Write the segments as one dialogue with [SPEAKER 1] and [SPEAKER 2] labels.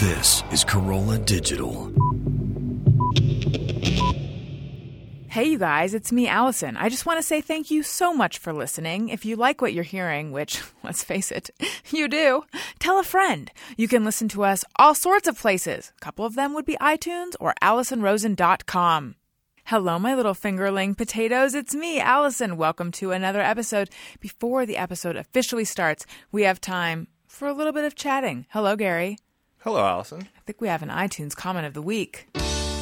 [SPEAKER 1] This is Corolla Digital.
[SPEAKER 2] Hey, you guys, it's me, Allison. I just want to say thank you so much for listening. If you like what you're hearing, which, let's face it, you do, tell a friend. You can listen to us all sorts of places. A couple of them would be iTunes or AllisonRosen.com. Hello, my little fingerling potatoes. It's me, Allison. Welcome to another episode. Before the episode officially starts, we have time for a little bit of chatting. Hello, Gary.
[SPEAKER 3] Hello, Allison.
[SPEAKER 2] I think we have an iTunes comment of the week.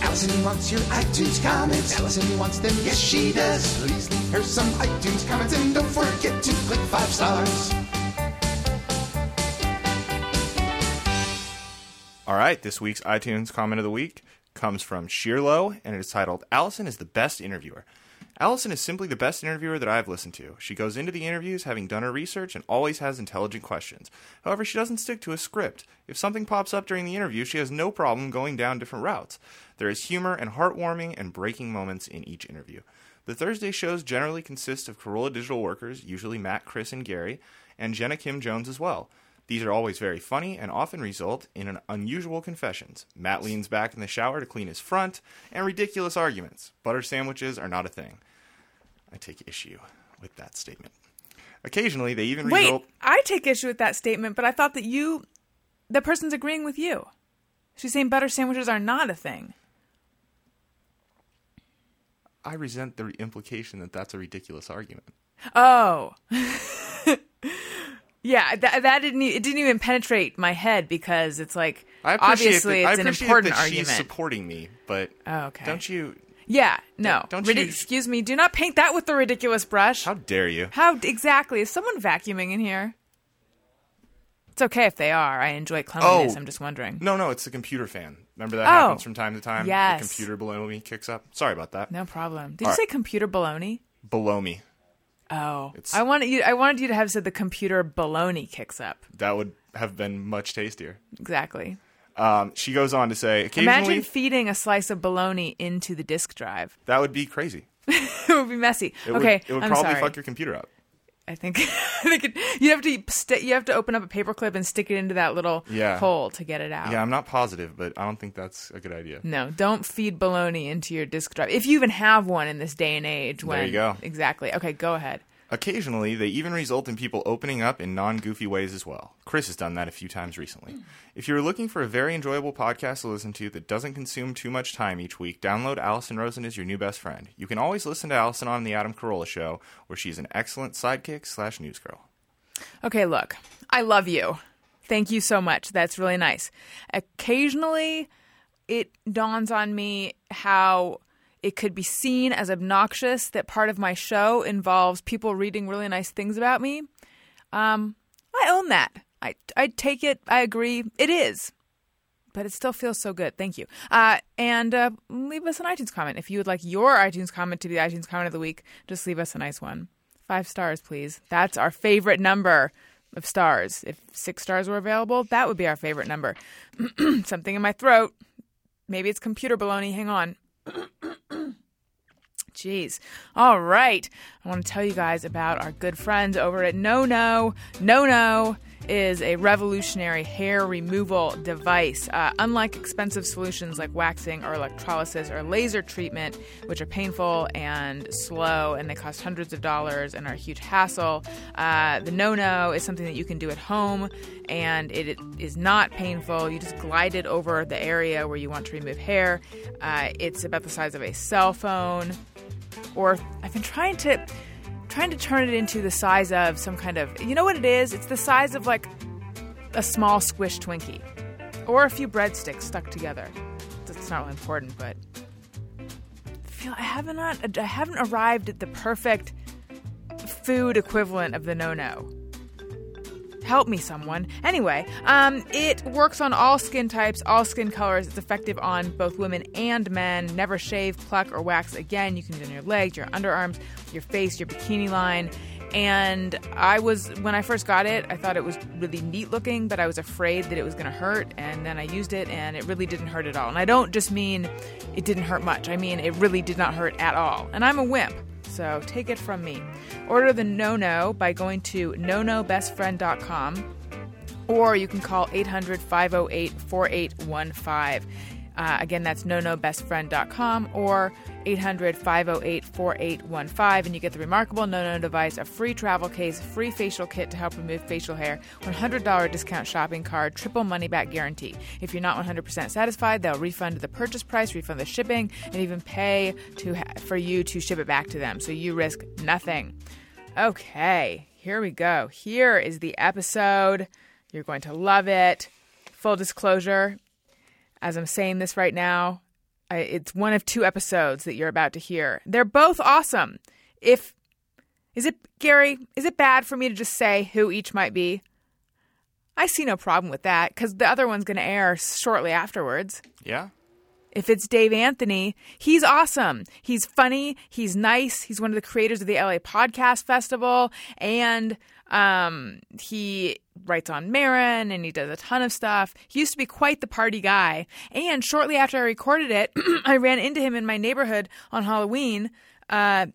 [SPEAKER 4] Allison wants your iTunes comments. Allison wants them, yes she does. Please leave her some iTunes comments and don't forget to click five stars.
[SPEAKER 3] All right, this week's iTunes comment of the week comes from Sheerlow, and it is titled Allison is the Best Interviewer. Allison is simply the best interviewer that I have listened to. She goes into the interviews having done her research and always has intelligent questions. However, she doesn't stick to a script. If something pops up during the interview, she has no problem going down different routes. There is humor and heartwarming and breaking moments in each interview. The Thursday shows generally consist of Corolla Digital workers, usually Matt, Chris, and Gary, and Jenna Kim Jones as well. These are always very funny and often result in an unusual confessions. Matt leans back in the shower to clean his front and ridiculous arguments. Butter sandwiches are not a thing. I take issue with that statement. Occasionally, they even
[SPEAKER 2] Wait,
[SPEAKER 3] result.
[SPEAKER 2] I take issue with that statement, but I thought that you, the person's agreeing with you. She's saying butter sandwiches are not a thing.
[SPEAKER 3] I resent the implication that that's a ridiculous argument.
[SPEAKER 2] Oh. yeah, that, that didn't e- it didn't even penetrate my head because it's like
[SPEAKER 3] I appreciate
[SPEAKER 2] obviously
[SPEAKER 3] that,
[SPEAKER 2] it's
[SPEAKER 3] I
[SPEAKER 2] an
[SPEAKER 3] appreciate
[SPEAKER 2] important
[SPEAKER 3] that
[SPEAKER 2] argument.
[SPEAKER 3] She's supporting me, but
[SPEAKER 2] Oh, okay.
[SPEAKER 3] don't you?
[SPEAKER 2] yeah, no.
[SPEAKER 3] don't
[SPEAKER 2] Ridic-
[SPEAKER 3] you-
[SPEAKER 2] excuse me, do not paint that with the ridiculous brush.
[SPEAKER 3] How dare you?
[SPEAKER 2] How exactly is someone vacuuming in here? It's okay if they are. I enjoy cleanliness.
[SPEAKER 3] Oh.
[SPEAKER 2] I'm just wondering.
[SPEAKER 3] No, no, it's the computer fan. Remember that
[SPEAKER 2] Oh.
[SPEAKER 3] happens from time to time.
[SPEAKER 2] Yes.
[SPEAKER 3] The computer below me kicks up. Sorry about that.
[SPEAKER 2] No problem. Did you
[SPEAKER 3] All
[SPEAKER 2] say
[SPEAKER 3] right.
[SPEAKER 2] computer baloney?
[SPEAKER 3] Below me.
[SPEAKER 2] Oh,
[SPEAKER 3] It's-
[SPEAKER 2] I wanted you. I wanted you to have said the computer baloney kicks up.
[SPEAKER 3] That would have been much tastier.
[SPEAKER 2] Exactly.
[SPEAKER 3] Um, she goes on to say, occasionally
[SPEAKER 2] Imagine feeding a slice of baloney into the disk drive.
[SPEAKER 3] that would be crazy.
[SPEAKER 2] it would be messy.
[SPEAKER 3] It
[SPEAKER 2] okay,
[SPEAKER 3] would, it would
[SPEAKER 2] I'm
[SPEAKER 3] probably
[SPEAKER 2] sorry.
[SPEAKER 3] fuck your computer up.
[SPEAKER 2] I think I think it, you have to st- you have to open up a paperclip and stick it into that little
[SPEAKER 3] Yeah.
[SPEAKER 2] hole to get it out.
[SPEAKER 3] Yeah, I'm not positive, but I don't think that's a good idea.
[SPEAKER 2] No, don't feed baloney into your disk drive if you even have one in this day and age. When
[SPEAKER 3] you go.
[SPEAKER 2] Exactly. Okay, go ahead.
[SPEAKER 3] Occasionally, they even result in people opening up in non goofy ways as well. Chris has done that a few times recently. If you're looking for a very enjoyable podcast to listen to that doesn't consume too much time each week, download Allison Rosen as your new best friend. You can always listen to Allison on The Adam Carolla Show, where she's an excellent sidekick slash newsgirl.
[SPEAKER 2] Okay, look, I love you. Thank you so much. That's really nice. Occasionally, it dawns on me how it could be seen as obnoxious that part of my show involves people reading really nice things about me. Um, I own that. I, I take it. I agree. It is. But it still feels so good. Thank you. Uh, and uh, leave us an iTunes comment. If you would like your iTunes comment to be the iTunes comment of the week, just leave us a nice one. Five stars, please. That's our favorite number of stars. If six stars were available, that would be our favorite number. Something in my throat. Maybe it's computer baloney. Hang on. Jeez. All right. I want to tell you guys about our good friends over at No No. No No is a revolutionary hair removal device. Uh, unlike expensive solutions like waxing or electrolysis or laser treatment, which are painful and slow and they cost hundreds of dollars and are a huge hassle, uh, the No No is something that you can do at home and it is not painful. You just glide it over the area where you want to remove hair. Uh, it's about the size of a cell phone or I've been trying to trying to turn it into the size of some kind of you know what it is? It's the size of like a small squish Twinkie or a few breadsticks stuck together. That's not really important, but I feel I haven't not, I haven't arrived at the perfect food equivalent of the no no. Help me, someone. Anyway, um, it works on all skin types, all skin colors. It's effective on both women and men. Never shave, pluck, or wax again. You can do it on your legs, your underarms, your face, your bikini line. And I was, when I first got it, I thought it was really neat looking, but I was afraid that it was going to hurt. And then I used it, and it really didn't hurt at all. And I don't just mean it didn't hurt much, I mean it really did not hurt at all. And I'm a wimp. So take it from me. Order the No No by going to nonobestfriend.com. or you can call 800 508 4815. Uh, again, that's no no bestfriend.com or 800 508 4815, and you get the remarkable no no device, a free travel case, free facial kit to help remove facial hair, $100 discount shopping card, triple money back guarantee. If you're not 100% satisfied, they'll refund the purchase price, refund the shipping, and even pay to ha- for you to ship it back to them, so you risk nothing. Okay, here we go. Here is the episode. You're going to love it. Full disclosure, as I'm saying this right now, I, it's one of two episodes that you're about to hear. They're both awesome. If is it Gary, is it bad for me to just say who each might be? I see no problem with that cuz the other one's going to air shortly afterwards.
[SPEAKER 5] Yeah.
[SPEAKER 2] If it's Dave Anthony, he's awesome. He's funny. He's nice. He's one of the creators of the LA Podcast Festival, and um, he writes on Marin and he does a ton of stuff. He used to be quite the party guy. And shortly after I recorded it, I ran into him in my neighborhood on Halloween. Uh,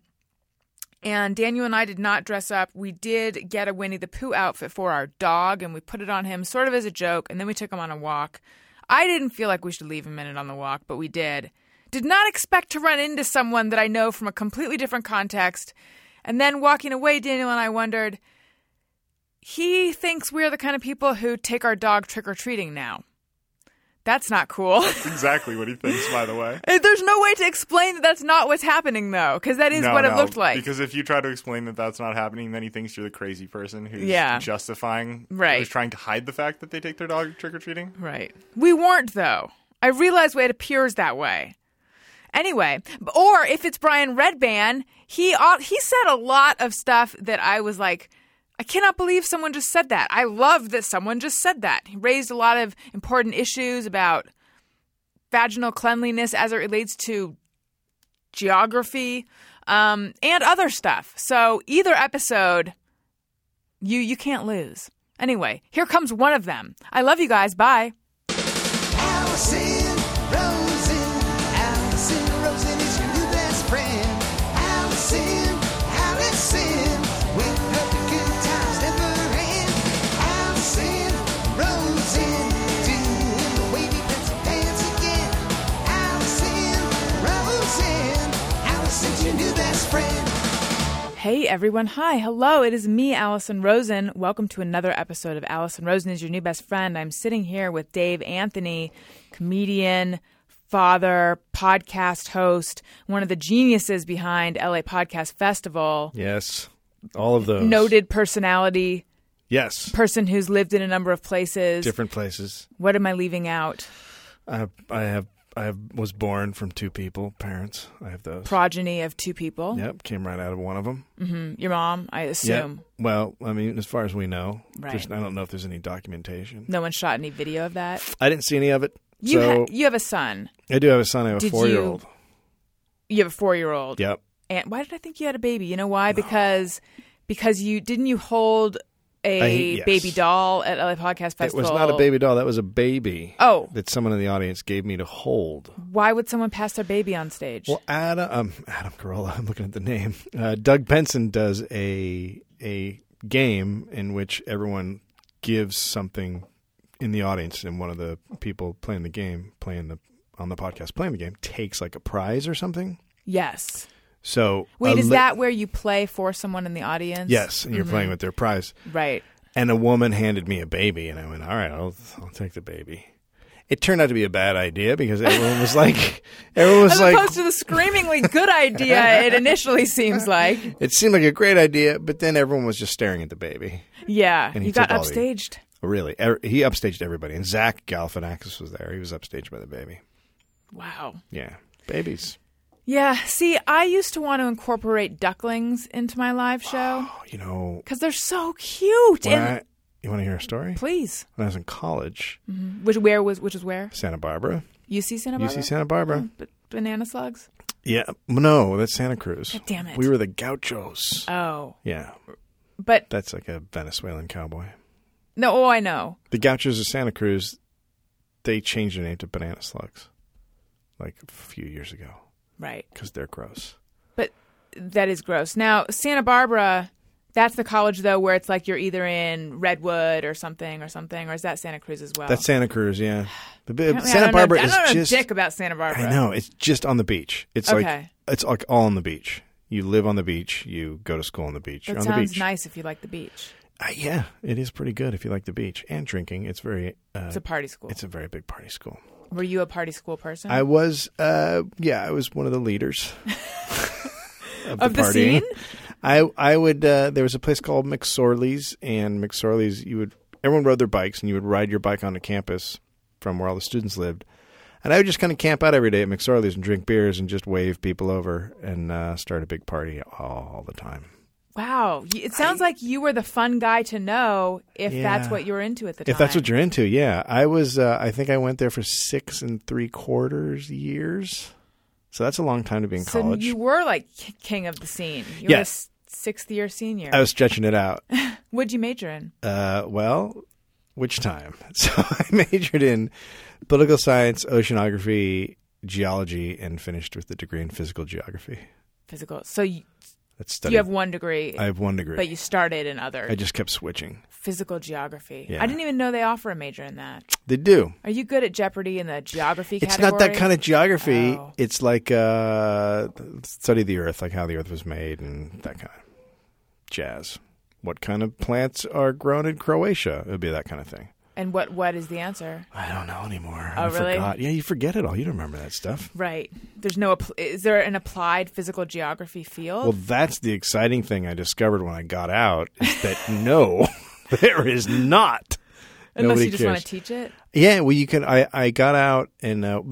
[SPEAKER 2] and Daniel and I did not dress up. We did get a Winnie the Pooh outfit for our dog, and we put it on him sort of as a joke, and then we took him on a walk. I didn't feel like we should leave him in it on the walk, but we did. Did not expect to run into someone that I know from a completely different context. And then walking away, Daniel and I wondered he thinks we're the kind of people who take our dog trick or treating now. That's not cool.
[SPEAKER 5] Exactly what he thinks, by the way.
[SPEAKER 2] There's no way to explain that that's not what's happening, though, because that is
[SPEAKER 5] No,
[SPEAKER 2] what it
[SPEAKER 5] no,
[SPEAKER 2] looked like.
[SPEAKER 5] Because if you try to explain that that's not happening, then he thinks you're the crazy person who's
[SPEAKER 2] Yeah.
[SPEAKER 5] justifying,
[SPEAKER 2] Right.
[SPEAKER 5] who's trying to hide the fact that they take their dog trick or treating.
[SPEAKER 2] Right. We weren't though. I realized it appears that way. Anyway, b- or if it's Brian Redban, he au- he said a lot of stuff that I was like, I cannot believe someone just said that. I love that someone just said that. He raised a lot of important issues about vaginal cleanliness as it relates to geography um, and other stuff. So either episode, you you can't lose. Anyway, here comes one of them. I love you guys. Bye.
[SPEAKER 6] Allison Rosen. Allison Rosen is your new best friend. Allison, Allison, with her the good times never end. Allison Rosen, doing the wavy pencil dance again. Allison Rosen, Allison's your new best friend.
[SPEAKER 2] Hey everyone. Hi. Hello. It is me, Allison Rosen. Welcome to another episode of Allison Rosen is your new best friend. I'm sitting here with Dave Anthony, comedian, father, podcast host, one of the geniuses behind LA Podcast Festival,
[SPEAKER 7] Yes, all of those.
[SPEAKER 2] noted personality,
[SPEAKER 7] Yes,
[SPEAKER 2] person who's lived in a number of places.
[SPEAKER 7] different places.
[SPEAKER 2] What am I leaving out?
[SPEAKER 7] I I have I have, was born from two people, parents. I have those.
[SPEAKER 2] Progeny of two people.
[SPEAKER 7] yep, came right out of one of them.
[SPEAKER 2] Your mom, I assume.
[SPEAKER 7] Well, I mean, as far as we know,
[SPEAKER 2] Right.
[SPEAKER 7] there's- I don't know if there's any documentation.
[SPEAKER 2] No one shot any video of that.
[SPEAKER 7] I didn't see any of it.
[SPEAKER 2] You
[SPEAKER 7] so
[SPEAKER 2] ha- you have a son.
[SPEAKER 7] I do have a son. I have a
[SPEAKER 2] Did
[SPEAKER 7] four year old.
[SPEAKER 2] You have a four year old.
[SPEAKER 7] Yep.
[SPEAKER 2] And why did I think you had a baby? You know why? Because because you didn't you hold a
[SPEAKER 7] I- yes.
[SPEAKER 2] baby doll at LA Podcast Festival.
[SPEAKER 7] It was not a baby doll. That was a baby.
[SPEAKER 2] Oh.
[SPEAKER 7] That someone in the audience gave me to hold.
[SPEAKER 2] Why would someone pass their baby on stage?
[SPEAKER 7] Well, Adam um, Adam Carolla. I'm looking at the name. Uh, Doug Benson does a a game in which everyone gives something in the audience, and one of the people playing the game, playing the on the podcast, playing the game, takes like a prize or something.
[SPEAKER 2] yes.
[SPEAKER 7] So
[SPEAKER 2] Wait,
[SPEAKER 7] a
[SPEAKER 2] is
[SPEAKER 7] li-
[SPEAKER 2] that Mm-hmm. where you play for someone in the audience? Mm,
[SPEAKER 7] yes? And you're playing with their prize,
[SPEAKER 2] Right.
[SPEAKER 7] and a woman handed me a baby, and I went, "All right, I'll I'll take the baby." It turned out to be a bad idea because everyone was like, everyone was
[SPEAKER 2] As
[SPEAKER 7] like,
[SPEAKER 2] opposed to the screamingly good idea it initially seems like.
[SPEAKER 7] It seemed like a great idea, but then everyone was just staring at the baby.
[SPEAKER 2] Yeah.
[SPEAKER 7] And he
[SPEAKER 2] You got
[SPEAKER 7] took all the-
[SPEAKER 2] upstaged.
[SPEAKER 7] Really, er, he upstaged everybody, and Zach Galifianakis was there. He was upstaged by the baby.
[SPEAKER 2] Wow.
[SPEAKER 7] Yeah, babies.
[SPEAKER 2] Yeah. See, I used to want to incorporate ducklings into my live show.
[SPEAKER 7] Oh, you know,
[SPEAKER 2] because they're so cute.
[SPEAKER 7] when
[SPEAKER 2] and
[SPEAKER 7] I- you want to hear a story?
[SPEAKER 2] please,
[SPEAKER 7] When I was in college,
[SPEAKER 2] which where was which is where
[SPEAKER 7] Santa Barbara,
[SPEAKER 2] UC Mm. Santa Barbara. Mm.
[SPEAKER 7] UC Santa Barbara.
[SPEAKER 2] Ba- banana slugs.
[SPEAKER 7] Yeah, no, that's Santa Cruz.
[SPEAKER 2] God damn it.
[SPEAKER 7] We were the gauchos.
[SPEAKER 2] Oh,
[SPEAKER 7] yeah,
[SPEAKER 2] but
[SPEAKER 7] that's like a Venezuelan cowboy.
[SPEAKER 2] no. Oh, I know.
[SPEAKER 7] The gauchos of Santa Cruz, they changed their name to Banana Slugs, like a few years ago,
[SPEAKER 2] Right,
[SPEAKER 7] because they're gross.
[SPEAKER 2] but that is gross. Now Santa Barbara That's the college though, where it's like you're either in Redwood or something or something, or is that Santa Cruz as well?
[SPEAKER 7] That's Santa Cruz, yeah. The bi-
[SPEAKER 2] Oh. I mean, I
[SPEAKER 7] Santa
[SPEAKER 2] don't know-
[SPEAKER 7] Barbara
[SPEAKER 2] I
[SPEAKER 7] is
[SPEAKER 2] don't know
[SPEAKER 7] just
[SPEAKER 2] dick about Santa Barbara.
[SPEAKER 7] I know it's just on the beach. It's like
[SPEAKER 2] Okay.
[SPEAKER 7] it's like all on the beach. You live on the beach. You go to school on the beach.
[SPEAKER 2] That
[SPEAKER 7] You're on the
[SPEAKER 2] sounds
[SPEAKER 7] beach.
[SPEAKER 2] nice if you like the beach.
[SPEAKER 7] Uh, yeah, it is pretty good if you like the beach and drinking. It's very uh,
[SPEAKER 2] It's a party school.
[SPEAKER 7] it's a very big party school.
[SPEAKER 2] Were you a party school person?
[SPEAKER 7] I was, uh, yeah, I was one of the leaders of the,
[SPEAKER 2] Of the
[SPEAKER 7] partying.
[SPEAKER 2] scene?
[SPEAKER 7] I I would. Uh, there was a place called McSorley's, and McSorley's. You would everyone rode their bikes, and you would ride your bike onto campus from where all the students lived. And I would just kind of camp out every day at McSorley's and drink beers and just wave people over and uh, start a big party all the time.
[SPEAKER 2] wow. Y- It sounds like you were the fun guy to know if that's
[SPEAKER 7] Yeah.
[SPEAKER 2] what you were into at the time.
[SPEAKER 7] If that's what you're into, yeah. I was. Uh, I think I went there for six and three quarters years. So that's a long time to be in
[SPEAKER 2] so
[SPEAKER 7] college.
[SPEAKER 2] you were like k- king of the scene. You were a
[SPEAKER 7] Yes.
[SPEAKER 2] s- sixth year senior.
[SPEAKER 7] I was stretching it out.
[SPEAKER 2] What'd you major in?
[SPEAKER 7] Uh, well, which time? So I majored in political science, oceanography, geology, and finished with a degree in physical geography.
[SPEAKER 2] Physical. So you,
[SPEAKER 7] That's study.
[SPEAKER 2] you have one degree,
[SPEAKER 7] I have one degree.
[SPEAKER 2] but you started in other
[SPEAKER 7] I just kept switching.
[SPEAKER 2] physical geography.
[SPEAKER 7] Yeah.
[SPEAKER 2] I didn't even know they offer a major in that.
[SPEAKER 7] They do.
[SPEAKER 2] Are you good at Jeopardy in the geography
[SPEAKER 7] It's
[SPEAKER 2] category?
[SPEAKER 7] not that kind of geography.
[SPEAKER 2] Oh.
[SPEAKER 7] It's like uh, study the earth, like how the earth was made and that kind of jazz. What kind of plants are grown in Croatia? It would be that kind of thing.
[SPEAKER 2] And what what is the answer?
[SPEAKER 7] I don't know anymore.
[SPEAKER 2] Oh,
[SPEAKER 7] I
[SPEAKER 2] really?
[SPEAKER 7] forgot. Yeah, you forget it all. You don't remember that stuff.
[SPEAKER 2] Right. There's no. app- Is there an applied physical geography field?
[SPEAKER 7] Well, that's the exciting thing I discovered when I got out is that no, there is not.
[SPEAKER 2] Unless
[SPEAKER 7] Nobody
[SPEAKER 2] you just
[SPEAKER 7] cares.
[SPEAKER 2] want to teach it.
[SPEAKER 7] Yeah, well, you can. I, I got out and uh,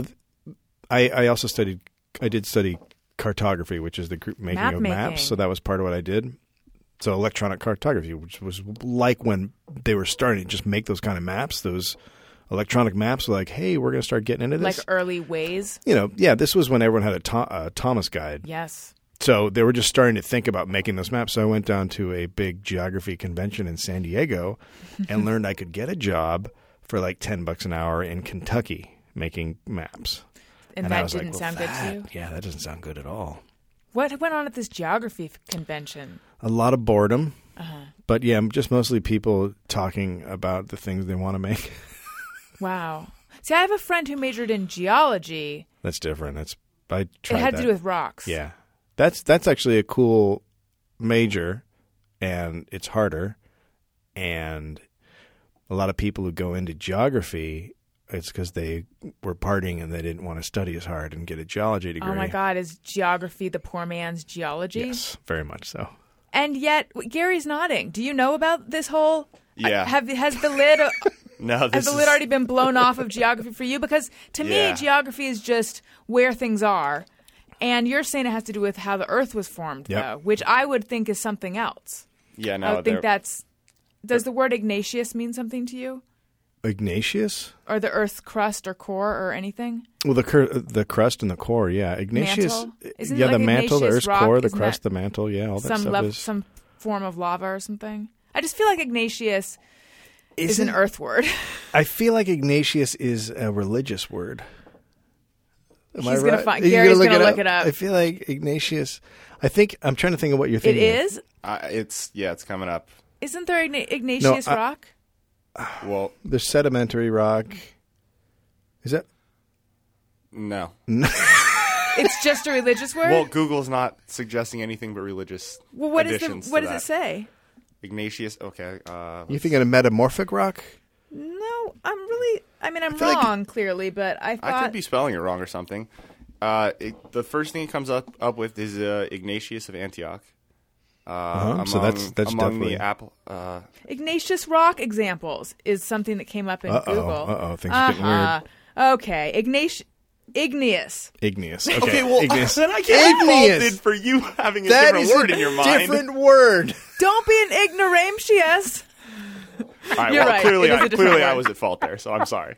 [SPEAKER 7] I I also studied. I did study cartography, which is the group making
[SPEAKER 2] Map
[SPEAKER 7] of maps.
[SPEAKER 2] making.
[SPEAKER 7] So that was part of what I did. So electronic cartography, which was like when they were starting to just make those kind of maps, those electronic maps. Were like, hey, we're going to start getting into this.
[SPEAKER 2] Like early ways.
[SPEAKER 7] you know, yeah, this was when everyone had a Tho- uh, Thomas guide.
[SPEAKER 2] Yes.
[SPEAKER 7] So they were just starting to think about making those maps. So I went down to a big geography convention in San Diego and learned I could get a job for like 10 bucks an hour in Kentucky making maps.
[SPEAKER 2] And,
[SPEAKER 7] I
[SPEAKER 2] that
[SPEAKER 7] was like,
[SPEAKER 2] didn't
[SPEAKER 7] "Well,
[SPEAKER 2] sound
[SPEAKER 7] that-
[SPEAKER 2] good to you.
[SPEAKER 7] Yeah, that doesn't sound good at all.
[SPEAKER 2] What went on at this geography f- convention?
[SPEAKER 7] A lot of boredom.
[SPEAKER 2] Uh-huh.
[SPEAKER 7] But yeah, just mostly people talking about the things they want to make.
[SPEAKER 2] Wow. See, I have a friend who majored in geology.
[SPEAKER 7] That's different. That's I
[SPEAKER 2] It
[SPEAKER 7] tried
[SPEAKER 2] had
[SPEAKER 7] that.
[SPEAKER 2] to do with rocks.
[SPEAKER 7] Yeah. That's that's actually a cool major and it's harder and a lot of people who go into geography it's cuz they were partying and they didn't want to study as hard and get a geology degree.
[SPEAKER 2] Oh my God, is geography the poor man's geology?
[SPEAKER 7] Yes, very much so.
[SPEAKER 2] And yet, w- Gary's nodding. Do you know about this whole?
[SPEAKER 5] Yeah.
[SPEAKER 2] Have has the lid
[SPEAKER 5] No, this
[SPEAKER 2] has the
[SPEAKER 5] is,
[SPEAKER 2] lid already been blown off of geography for you? Because to
[SPEAKER 5] Yeah.
[SPEAKER 2] me, geography is just where things are, and you're saying it has to do with how the Earth was formed,
[SPEAKER 7] Yep. Oh,
[SPEAKER 2] though, which I would think is something else.
[SPEAKER 5] Yeah, no,
[SPEAKER 2] I would think
[SPEAKER 5] they're-
[SPEAKER 2] that's. Does the word Ignatius mean something to you,
[SPEAKER 7] Ignatius?
[SPEAKER 2] or the Earth's crust or core or anything?
[SPEAKER 7] Well, the cur- the crust and the core, yeah. Ignatius,
[SPEAKER 2] Mantle? Isn't it
[SPEAKER 7] yeah, the
[SPEAKER 2] like
[SPEAKER 7] mantle, the
[SPEAKER 2] Ignatius
[SPEAKER 7] Earth's
[SPEAKER 2] rock?
[SPEAKER 7] core, the
[SPEAKER 2] Isn't
[SPEAKER 7] crust,
[SPEAKER 2] that
[SPEAKER 7] the mantle, yeah, all that
[SPEAKER 2] Some
[SPEAKER 7] stuff
[SPEAKER 2] lev-
[SPEAKER 7] is.
[SPEAKER 2] some form of lava or something. I just feel like Ignatius is an
[SPEAKER 7] Isn't-
[SPEAKER 2] Earth word.
[SPEAKER 7] I feel like Ignatius is a religious word. Am
[SPEAKER 2] He's gonna find-
[SPEAKER 7] Are you
[SPEAKER 2] Gary's gonna look it up.
[SPEAKER 7] I feel like Ignatius. I think I'm trying to think of what you're
[SPEAKER 2] it
[SPEAKER 7] thinking. of.
[SPEAKER 2] is.
[SPEAKER 5] I- it's yeah, it's coming up.
[SPEAKER 2] Isn't there Ign- Ignatius
[SPEAKER 7] I-
[SPEAKER 2] Rock?
[SPEAKER 5] Well,
[SPEAKER 7] the sedimentary rock. Is that
[SPEAKER 5] no.
[SPEAKER 2] It's just a religious word.
[SPEAKER 5] Well,
[SPEAKER 2] Well,
[SPEAKER 5] Google's not suggesting anything but religious.
[SPEAKER 2] what is the
[SPEAKER 5] additions to
[SPEAKER 2] what does
[SPEAKER 5] that.
[SPEAKER 2] it say?
[SPEAKER 5] Ignatius. Okay. Uh,
[SPEAKER 7] you thinking of metamorphic rock?
[SPEAKER 2] No, I'm really. I mean, I'm
[SPEAKER 7] feel like-
[SPEAKER 2] wrong clearly, but I thought
[SPEAKER 5] I could be spelling it wrong or something. Uh, it, the first thing it comes up up with is uh, Ignatius of Antioch. Uh, among,
[SPEAKER 7] Uh-huh, So that's- that's
[SPEAKER 5] among
[SPEAKER 7] definitely-
[SPEAKER 5] the Apple. Uh,
[SPEAKER 2] Ignatius Rock examples is something that came up in
[SPEAKER 7] Uh-oh,
[SPEAKER 2] Google.
[SPEAKER 7] uh-oh, things are getting
[SPEAKER 2] weird. Okay, Ignatius. Igneous.
[SPEAKER 7] Igneous. Okay,
[SPEAKER 5] well,
[SPEAKER 7] Igneous.
[SPEAKER 5] then I get
[SPEAKER 7] Igneous.
[SPEAKER 5] faulted for you having a
[SPEAKER 7] That
[SPEAKER 5] different
[SPEAKER 7] is
[SPEAKER 5] word
[SPEAKER 7] a
[SPEAKER 5] in your mind.
[SPEAKER 7] different word.
[SPEAKER 2] Don't be an ignoramus.
[SPEAKER 5] All right,
[SPEAKER 2] You're
[SPEAKER 5] well,
[SPEAKER 2] right,
[SPEAKER 5] Clearly,
[SPEAKER 2] it is
[SPEAKER 5] I,
[SPEAKER 2] a different
[SPEAKER 5] clearly I
[SPEAKER 2] word.
[SPEAKER 5] was at fault there, so I'm sorry.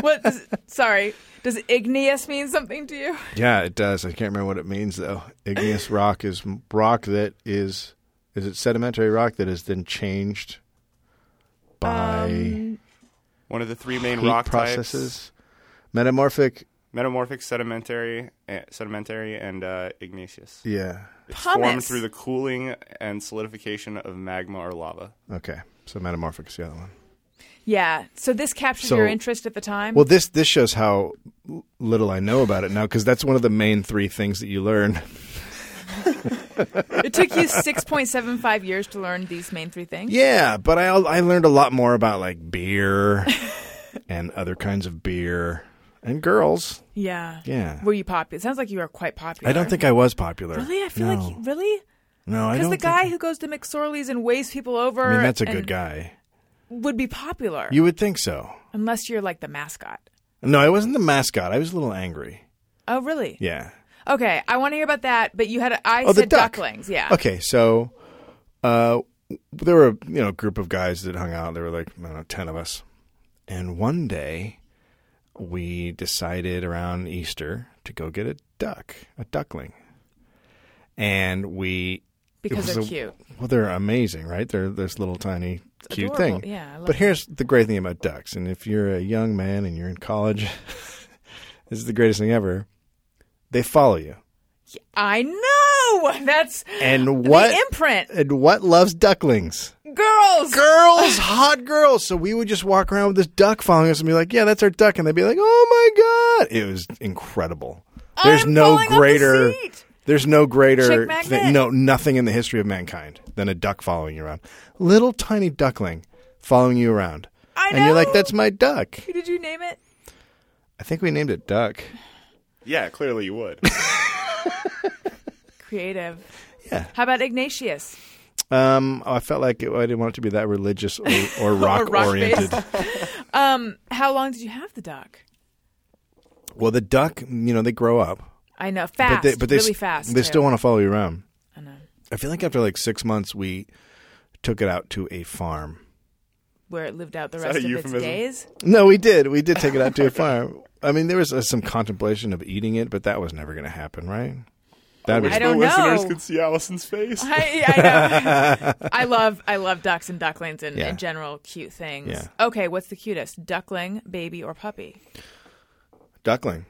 [SPEAKER 2] What? Does, sorry. Does igneous mean something to you?
[SPEAKER 7] Yeah, it does. I can't remember what it means though. Igneous rock is m- rock that is is it sedimentary rock that is then changed by
[SPEAKER 2] Um,
[SPEAKER 5] One of the three main
[SPEAKER 7] heat
[SPEAKER 5] rock
[SPEAKER 7] processes.
[SPEAKER 5] types.
[SPEAKER 7] Metamorphic
[SPEAKER 3] metamorphic, sedimentary, eh, sedimentary, and uh, igneous.
[SPEAKER 7] Yeah.
[SPEAKER 3] It's
[SPEAKER 2] Pumice.
[SPEAKER 3] formed through the cooling and solidification of magma or lava.
[SPEAKER 7] Okay. So metamorphic is the other one.
[SPEAKER 2] Yeah. So this captured
[SPEAKER 7] So-
[SPEAKER 2] your interest at the time.
[SPEAKER 7] Well, this this shows how l- little I know about it now because that's one of the main three things that you learn.
[SPEAKER 2] it took you 6.75 years to learn these main three things.
[SPEAKER 7] Yeah, but I al- I learned a lot more about like beer and other kinds of beer and girls.
[SPEAKER 2] Yeah.
[SPEAKER 7] Yeah.
[SPEAKER 2] Were you popular? It sounds like you are quite popular.
[SPEAKER 7] I don't think I was popular.
[SPEAKER 2] Really? I feel
[SPEAKER 7] no.
[SPEAKER 2] like you, really?
[SPEAKER 7] no, I
[SPEAKER 2] Because
[SPEAKER 7] don't.
[SPEAKER 2] the guy
[SPEAKER 7] think,
[SPEAKER 2] who goes to McSorley's and waves people over
[SPEAKER 7] I mean, that's a
[SPEAKER 2] and
[SPEAKER 7] good guy.
[SPEAKER 2] would be popular.
[SPEAKER 7] You would think so.
[SPEAKER 2] unless you're like the mascot.
[SPEAKER 7] No, I wasn't the mascot. I was a little angry.
[SPEAKER 2] Oh, really?
[SPEAKER 7] Yeah.
[SPEAKER 2] Okay, I want to hear about that. But you had I
[SPEAKER 7] Oh, the
[SPEAKER 2] said
[SPEAKER 7] duck.
[SPEAKER 2] ducklings. Yeah.
[SPEAKER 7] Okay, so uh, there were you know a group of guys that hung out. There were like I don't know ten of us, and one day we decided around Easter to go get a duck, a duckling, and we
[SPEAKER 2] Because
[SPEAKER 7] it
[SPEAKER 2] they're
[SPEAKER 7] was a-
[SPEAKER 2] cute.
[SPEAKER 7] Well, they're amazing, right? They're this little tiny cute
[SPEAKER 2] adorable.
[SPEAKER 7] thing.
[SPEAKER 2] Yeah, I love
[SPEAKER 7] but here's the great thing about ducks, and if you're a young man and you're in college, this is the greatest thing ever. They follow you.
[SPEAKER 2] I know. That's
[SPEAKER 7] And what
[SPEAKER 2] the imprint.
[SPEAKER 7] and what loves ducklings?
[SPEAKER 2] Girls.
[SPEAKER 7] Girls, hot girls. So we would just walk around with this duck following us and be like, "Yeah, that's our duck," and they'd be like, "Oh my god!" It was incredible. There's
[SPEAKER 2] I'm
[SPEAKER 7] no
[SPEAKER 2] falling off the
[SPEAKER 7] greater.
[SPEAKER 2] seat.
[SPEAKER 7] There's no greater.
[SPEAKER 2] Chick magnet?
[SPEAKER 7] no, nothing in the history of mankind than a duck following you around. Little tiny duckling following you around,
[SPEAKER 2] I
[SPEAKER 7] and you're like,
[SPEAKER 2] know.
[SPEAKER 7] "That's my duck."
[SPEAKER 2] Who did you name it?
[SPEAKER 7] I think we named it Duck.
[SPEAKER 3] Yeah, clearly you would.
[SPEAKER 2] Creative.
[SPEAKER 7] Yeah.
[SPEAKER 2] How about Ignatius?
[SPEAKER 7] Um, I felt like it, I didn't want it to be that religious or, or rock oriented.
[SPEAKER 2] How long did you have the duck?
[SPEAKER 7] well, the duck, you know, they grow up.
[SPEAKER 2] I know fast, really
[SPEAKER 7] s-
[SPEAKER 2] fast.
[SPEAKER 7] They
[SPEAKER 2] too.
[SPEAKER 7] still want to follow you around. I know. I feel like after like six months, we took it out to a farm.
[SPEAKER 2] where it lived out the
[SPEAKER 3] that
[SPEAKER 2] rest
[SPEAKER 3] a
[SPEAKER 2] of
[SPEAKER 3] euphemism?
[SPEAKER 2] its days.
[SPEAKER 7] No, we did. We did take it out to a farm. I mean, there was uh, some contemplation of eating it, but that was never going to happen, right? That
[SPEAKER 3] Wish
[SPEAKER 2] I don't
[SPEAKER 3] the listeners
[SPEAKER 2] know.
[SPEAKER 3] could see Allison's face.
[SPEAKER 2] I, I know. I love I love ducks and ducklings and,
[SPEAKER 7] Yeah.
[SPEAKER 2] and general cute things.
[SPEAKER 7] Yeah.
[SPEAKER 2] Okay, what's the cutest? Duckling, baby, or puppy?
[SPEAKER 7] duckling.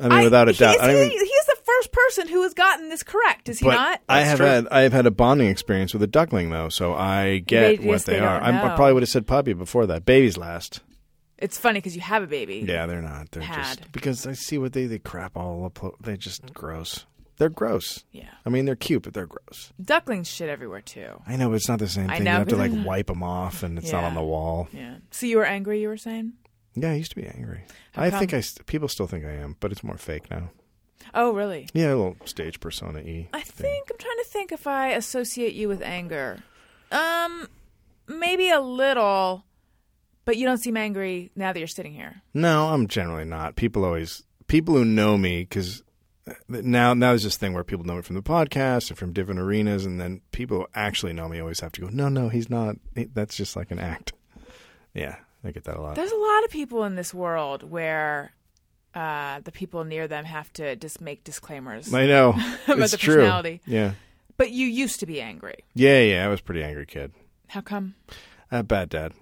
[SPEAKER 7] I mean, without a
[SPEAKER 2] he
[SPEAKER 7] doubt.
[SPEAKER 2] Is,
[SPEAKER 7] I don't
[SPEAKER 2] he,
[SPEAKER 7] even-
[SPEAKER 2] he is the first person who has gotten this correct. Is he
[SPEAKER 7] but
[SPEAKER 2] not?
[SPEAKER 7] I have had I have had a bonding experience with a duckling though, so I get
[SPEAKER 2] They
[SPEAKER 7] what
[SPEAKER 2] just-
[SPEAKER 7] they,
[SPEAKER 2] they
[SPEAKER 7] are.
[SPEAKER 2] don't
[SPEAKER 7] I'm-
[SPEAKER 2] know.
[SPEAKER 7] I probably would have said puppy before that. Babies last.
[SPEAKER 2] It's funny because you have a baby.
[SPEAKER 7] Yeah, they're not. They're
[SPEAKER 2] Had.
[SPEAKER 7] just because I see what they they crap all up. They just gross. They're gross.
[SPEAKER 2] Yeah.
[SPEAKER 7] I mean, they're cute, but they're gross.
[SPEAKER 2] Ducklings shit everywhere too.
[SPEAKER 7] I know, but it's not the same
[SPEAKER 2] I
[SPEAKER 7] thing.
[SPEAKER 2] know,
[SPEAKER 7] you have to
[SPEAKER 2] but
[SPEAKER 7] like
[SPEAKER 2] they're not.
[SPEAKER 7] wipe them off, and it's not
[SPEAKER 2] Yeah.
[SPEAKER 7] on the wall.
[SPEAKER 2] Yeah. So you were angry. You were saying.
[SPEAKER 7] Yeah, I used to be angry. I
[SPEAKER 2] come?
[SPEAKER 7] think I st- people still think I am, but it's more fake now.
[SPEAKER 2] Oh, really?
[SPEAKER 7] Yeah, a little stage persona e.
[SPEAKER 2] I think I'm trying to think if I associate you with anger. Um, maybe a little, but you don't seem angry now that you're sitting here.
[SPEAKER 7] No, I'm generally not. People always people who know me because now now there's this thing where people know me from the podcast and from different arenas, and then people who actually know me always have to go, no, no, he's not. He- That's just like an act. Yeah, I get that a lot.
[SPEAKER 2] There's a lot of people in this world where uh, the people near them have to just make disclaimers.
[SPEAKER 7] I know.
[SPEAKER 2] About
[SPEAKER 7] it's
[SPEAKER 2] the
[SPEAKER 7] true.
[SPEAKER 2] personality.
[SPEAKER 7] Yeah.
[SPEAKER 2] but you used to be angry.
[SPEAKER 7] Yeah, yeah. I was a pretty angry kid.
[SPEAKER 2] How come?
[SPEAKER 7] Uh, bad dad.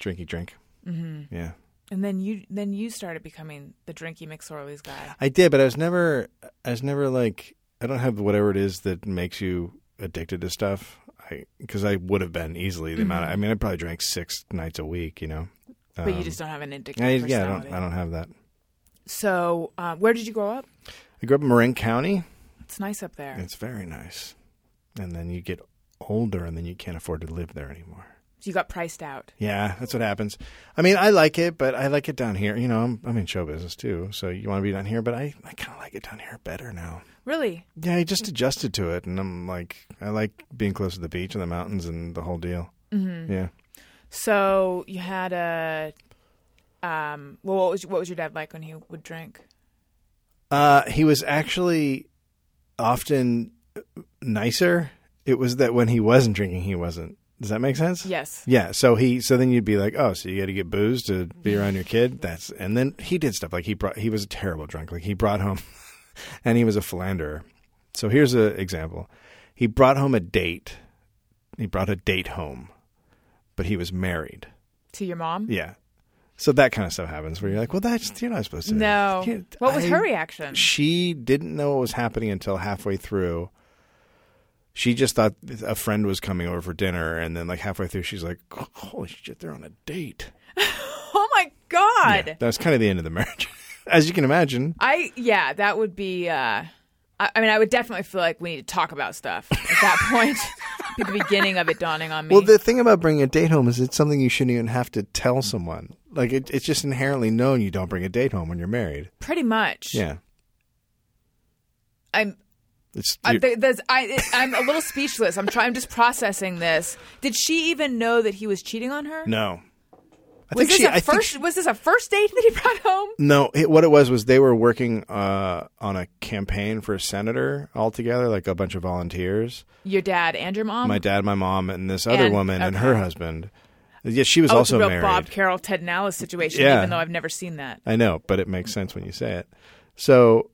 [SPEAKER 7] Drinky drink. Mm-hmm. Yeah.
[SPEAKER 2] And then you then you started becoming the Drinky McSorley's guy.
[SPEAKER 7] I did, but I was never, I was never like, I don't have whatever it is that makes you addicted to stuff. I because I would have been easily the amount. Of, I mean, I probably drank six nights a week. You know,
[SPEAKER 2] Mm-hmm.
[SPEAKER 7] Um,
[SPEAKER 2] But you just don't have an addictive
[SPEAKER 7] I,
[SPEAKER 2] personality.
[SPEAKER 7] yeah, I don't, I don't have that.
[SPEAKER 2] So uh, where did you grow up?
[SPEAKER 7] I grew up in Marin County.
[SPEAKER 2] It's nice up there.
[SPEAKER 7] It's very nice, and then you get older, and then you can't afford to live there anymore.
[SPEAKER 2] So you got priced out.
[SPEAKER 7] Yeah, that's what happens. I mean, I like it, but I like it down here. You know, I'm, I'm in show business too, so you want to be down here, but I, I kind of like it down here better now.
[SPEAKER 2] Really?
[SPEAKER 7] Yeah, I just adjusted to it, and I'm like, I like being close to the beach and the mountains and the whole deal. Mm-hmm. Yeah,
[SPEAKER 2] So you had a um. Well, what was what was your dad like when he would drink?
[SPEAKER 7] uh, he was actually often nicer. It was that when he wasn't drinking, he wasn't. Does that make sense?
[SPEAKER 2] Yes.
[SPEAKER 7] Yeah. So he, so then you'd be like, oh, so you got to get booze to be around your kid. That's and then he did stuff like he brought. He was a terrible drunk. Like he brought home, and he was a philanderer. So here's an example. He brought home a date. He brought a date home, but he was married.
[SPEAKER 2] To your mom?
[SPEAKER 7] Yeah. So that kind of stuff happens where you're like, well, that's you're not supposed to.
[SPEAKER 2] No.
[SPEAKER 7] You-
[SPEAKER 2] What was
[SPEAKER 7] I-
[SPEAKER 2] her reaction?
[SPEAKER 7] She didn't know what was happening until halfway through. She just thought a friend was coming over for dinner, and then like halfway through, she's like, "Holy shit, they're on a date!"
[SPEAKER 2] Oh my god.
[SPEAKER 7] Yeah, that's kind of the end of the marriage, as you can imagine.
[SPEAKER 2] I yeah, that would be. Uh, I, I mean, I would definitely feel like we need to talk about stuff at that point. be the beginning of it dawning on me.
[SPEAKER 7] Well, the thing about bringing a date home is it's something you shouldn't even have to tell someone. Like it, it's just inherently known you don't bring a date home when you're married.
[SPEAKER 2] Pretty much.
[SPEAKER 7] Yeah,
[SPEAKER 2] I'm.
[SPEAKER 7] it's
[SPEAKER 2] I,
[SPEAKER 7] you-
[SPEAKER 2] th- there's, I, I'm a little speechless. I'm trying. I'm just processing this. Did she even know that he was cheating on her?
[SPEAKER 7] no. I
[SPEAKER 2] Was
[SPEAKER 7] think
[SPEAKER 2] this
[SPEAKER 7] she.
[SPEAKER 2] a
[SPEAKER 7] I think
[SPEAKER 2] first? was this a first date that he brought home?
[SPEAKER 7] No, it, what it was was they were working uh, on a campaign for a senator all together, like a bunch of volunteers.
[SPEAKER 2] Your dad and your mom.
[SPEAKER 7] my dad, my mom, and this other
[SPEAKER 2] Um, And-
[SPEAKER 7] woman and
[SPEAKER 2] okay.
[SPEAKER 7] her husband. Yeah, she was
[SPEAKER 2] oh, it's
[SPEAKER 7] also
[SPEAKER 2] a real
[SPEAKER 7] married.
[SPEAKER 2] Bob Carroll, Ted and Alice situation.
[SPEAKER 7] Yeah.
[SPEAKER 2] Even though I've never seen that.
[SPEAKER 7] I know, but it makes sense when you say it. So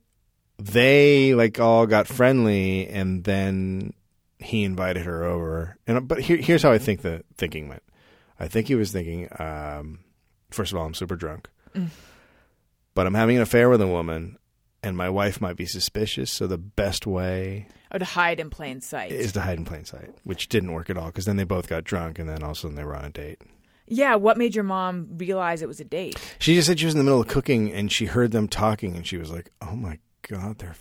[SPEAKER 7] they like all got friendly, and then he invited her over. And but here, here's how I think the thinking went. I think he was thinking, um, first of all, I'm super drunk,
[SPEAKER 2] Mm.
[SPEAKER 7] but I'm having an affair with a woman, and my wife might be suspicious. So the best way
[SPEAKER 2] Oh, to hide in plain sight.
[SPEAKER 7] is to hide in plain sight, which didn't work at all because then they both got drunk, and then all of a sudden they were on a date.
[SPEAKER 2] yeah. What made your mom realize it was a date?
[SPEAKER 7] She just said she was in the middle of cooking and she heard them talking and she was like, "Oh my god, they're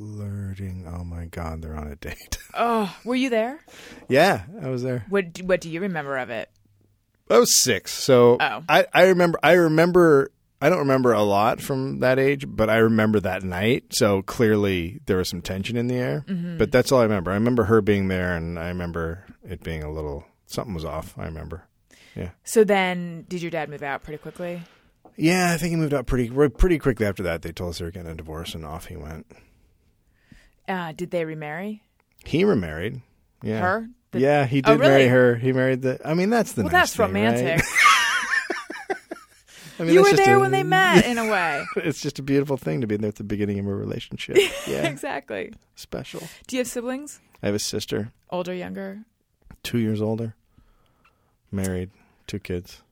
[SPEAKER 7] flirting. Oh my god, they're on a date."
[SPEAKER 2] Oh, were you there?
[SPEAKER 7] yeah, I was there.
[SPEAKER 2] What What do you remember of it?
[SPEAKER 7] I was 6. So
[SPEAKER 2] Oh.
[SPEAKER 7] I I remember I remember I don't remember a lot from that age, but I remember that night. So clearly there was some tension in the air.
[SPEAKER 2] Mm-hmm.
[SPEAKER 7] But that's all I remember. I remember her being there and I remember it being a little something was off, I remember.
[SPEAKER 2] So then, did your dad move out pretty quickly?
[SPEAKER 7] Yeah, I think he moved out pretty pretty quickly after that. They told us they were getting a divorce and off he went.
[SPEAKER 2] Uh, did they remarry
[SPEAKER 7] He remarried. Yeah.
[SPEAKER 2] her? The-
[SPEAKER 7] yeah, he
[SPEAKER 2] Oh,
[SPEAKER 7] did marry
[SPEAKER 2] really?
[SPEAKER 7] her. He married the. I mean, that's the.
[SPEAKER 2] Well,
[SPEAKER 7] nice
[SPEAKER 2] that's
[SPEAKER 7] thing,
[SPEAKER 2] romantic.
[SPEAKER 7] right? I mean,
[SPEAKER 2] you
[SPEAKER 7] that's
[SPEAKER 2] were
[SPEAKER 7] just
[SPEAKER 2] there
[SPEAKER 7] a-
[SPEAKER 2] when they met, in a way.
[SPEAKER 7] It's just a beautiful thing to be there at the beginning of a relationship. Yeah,
[SPEAKER 2] exactly.
[SPEAKER 7] special.
[SPEAKER 2] Do you have siblings?
[SPEAKER 7] I have a sister,
[SPEAKER 2] Older, younger?
[SPEAKER 7] two years older, married, two kids.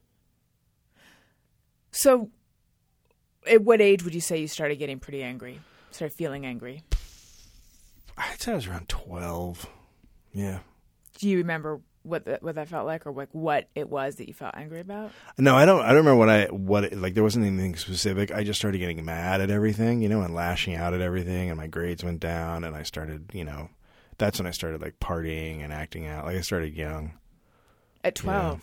[SPEAKER 2] So, at what age would you say you started getting pretty angry? Started feeling angry?
[SPEAKER 7] I'd say I was around twelve. Yeah.
[SPEAKER 2] Do you remember what that, what that felt like, or like what it was that you felt angry about?
[SPEAKER 7] No, I don't. I don't remember what I what it, like. There wasn't anything specific. I just started getting mad at everything, you know, and lashing out at everything, and my grades went down, and I started, you know, that's when I started like partying and acting out. Like I started young.
[SPEAKER 2] At twelve?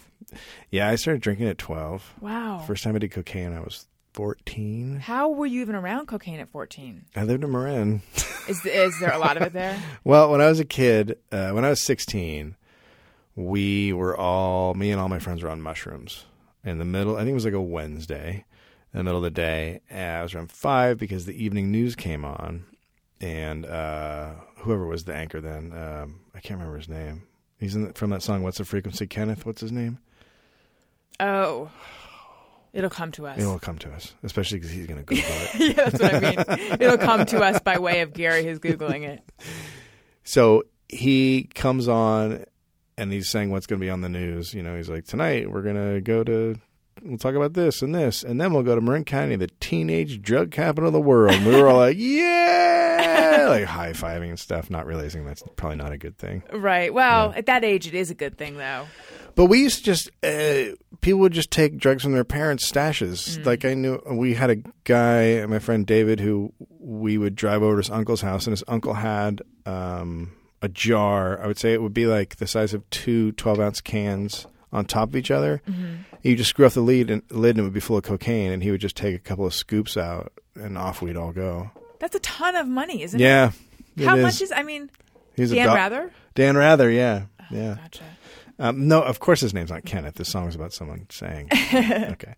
[SPEAKER 7] Yeah, I started drinking at twelve.
[SPEAKER 2] Wow.
[SPEAKER 7] First time I did cocaine, I was fourteen.
[SPEAKER 2] How were you even around cocaine at fourteen?
[SPEAKER 7] I lived in Marin.
[SPEAKER 2] Is is there a lot of it there?
[SPEAKER 7] Well, when I was a kid, uh, when I was 16, we were all, me and all my friends were on mushrooms in the middle. I think it was like a Wednesday in the middle of the day. And I was around five because the evening news came on. And uh, whoever was the anchor then, um, I can't remember his name. He's in the, from that song, What's the Frequency? Kenneth, what's his name?
[SPEAKER 2] Oh, it'll come to us.
[SPEAKER 7] It'll come to us, especially because he's going to Google it.
[SPEAKER 2] yeah, that's what I mean. It'll come to us by way of Gary who's googling it.
[SPEAKER 7] So he comes on and he's saying what's going to be on the news. You know, he's like, tonight we're going to go to, we'll talk about this and this, and then we'll go to Marin County, the teenage drug capital of the world. And we were all like, yeah, like high fiving and stuff, not realizing that's probably not a good thing.
[SPEAKER 2] Right. Well, at that age, it is a good thing though.
[SPEAKER 7] But we used to just uh, people would just take drugs from their parents' stashes.
[SPEAKER 2] Mm.
[SPEAKER 7] Like I knew we had a guy, my friend David, who we would drive over to his uncle's house, and his uncle had um, a jar. I would say it would be like the size of two 12 ounce cans on top of each other.
[SPEAKER 2] Mm-hmm.
[SPEAKER 7] You just screw up the lid, and lid, and it would be full of cocaine. And he would just take a couple of scoops out, and off we'd all go.
[SPEAKER 2] That's a ton of money, isn't it?
[SPEAKER 7] Yeah. it
[SPEAKER 2] How much is? I mean,
[SPEAKER 7] He's a
[SPEAKER 2] Dan
[SPEAKER 7] doc-
[SPEAKER 2] Rather?
[SPEAKER 7] Dan Rather, yeah, yeah.
[SPEAKER 2] Oh, Gotcha.
[SPEAKER 7] Um, no, of course his name's not Kenneth. This song is about someone saying. okay.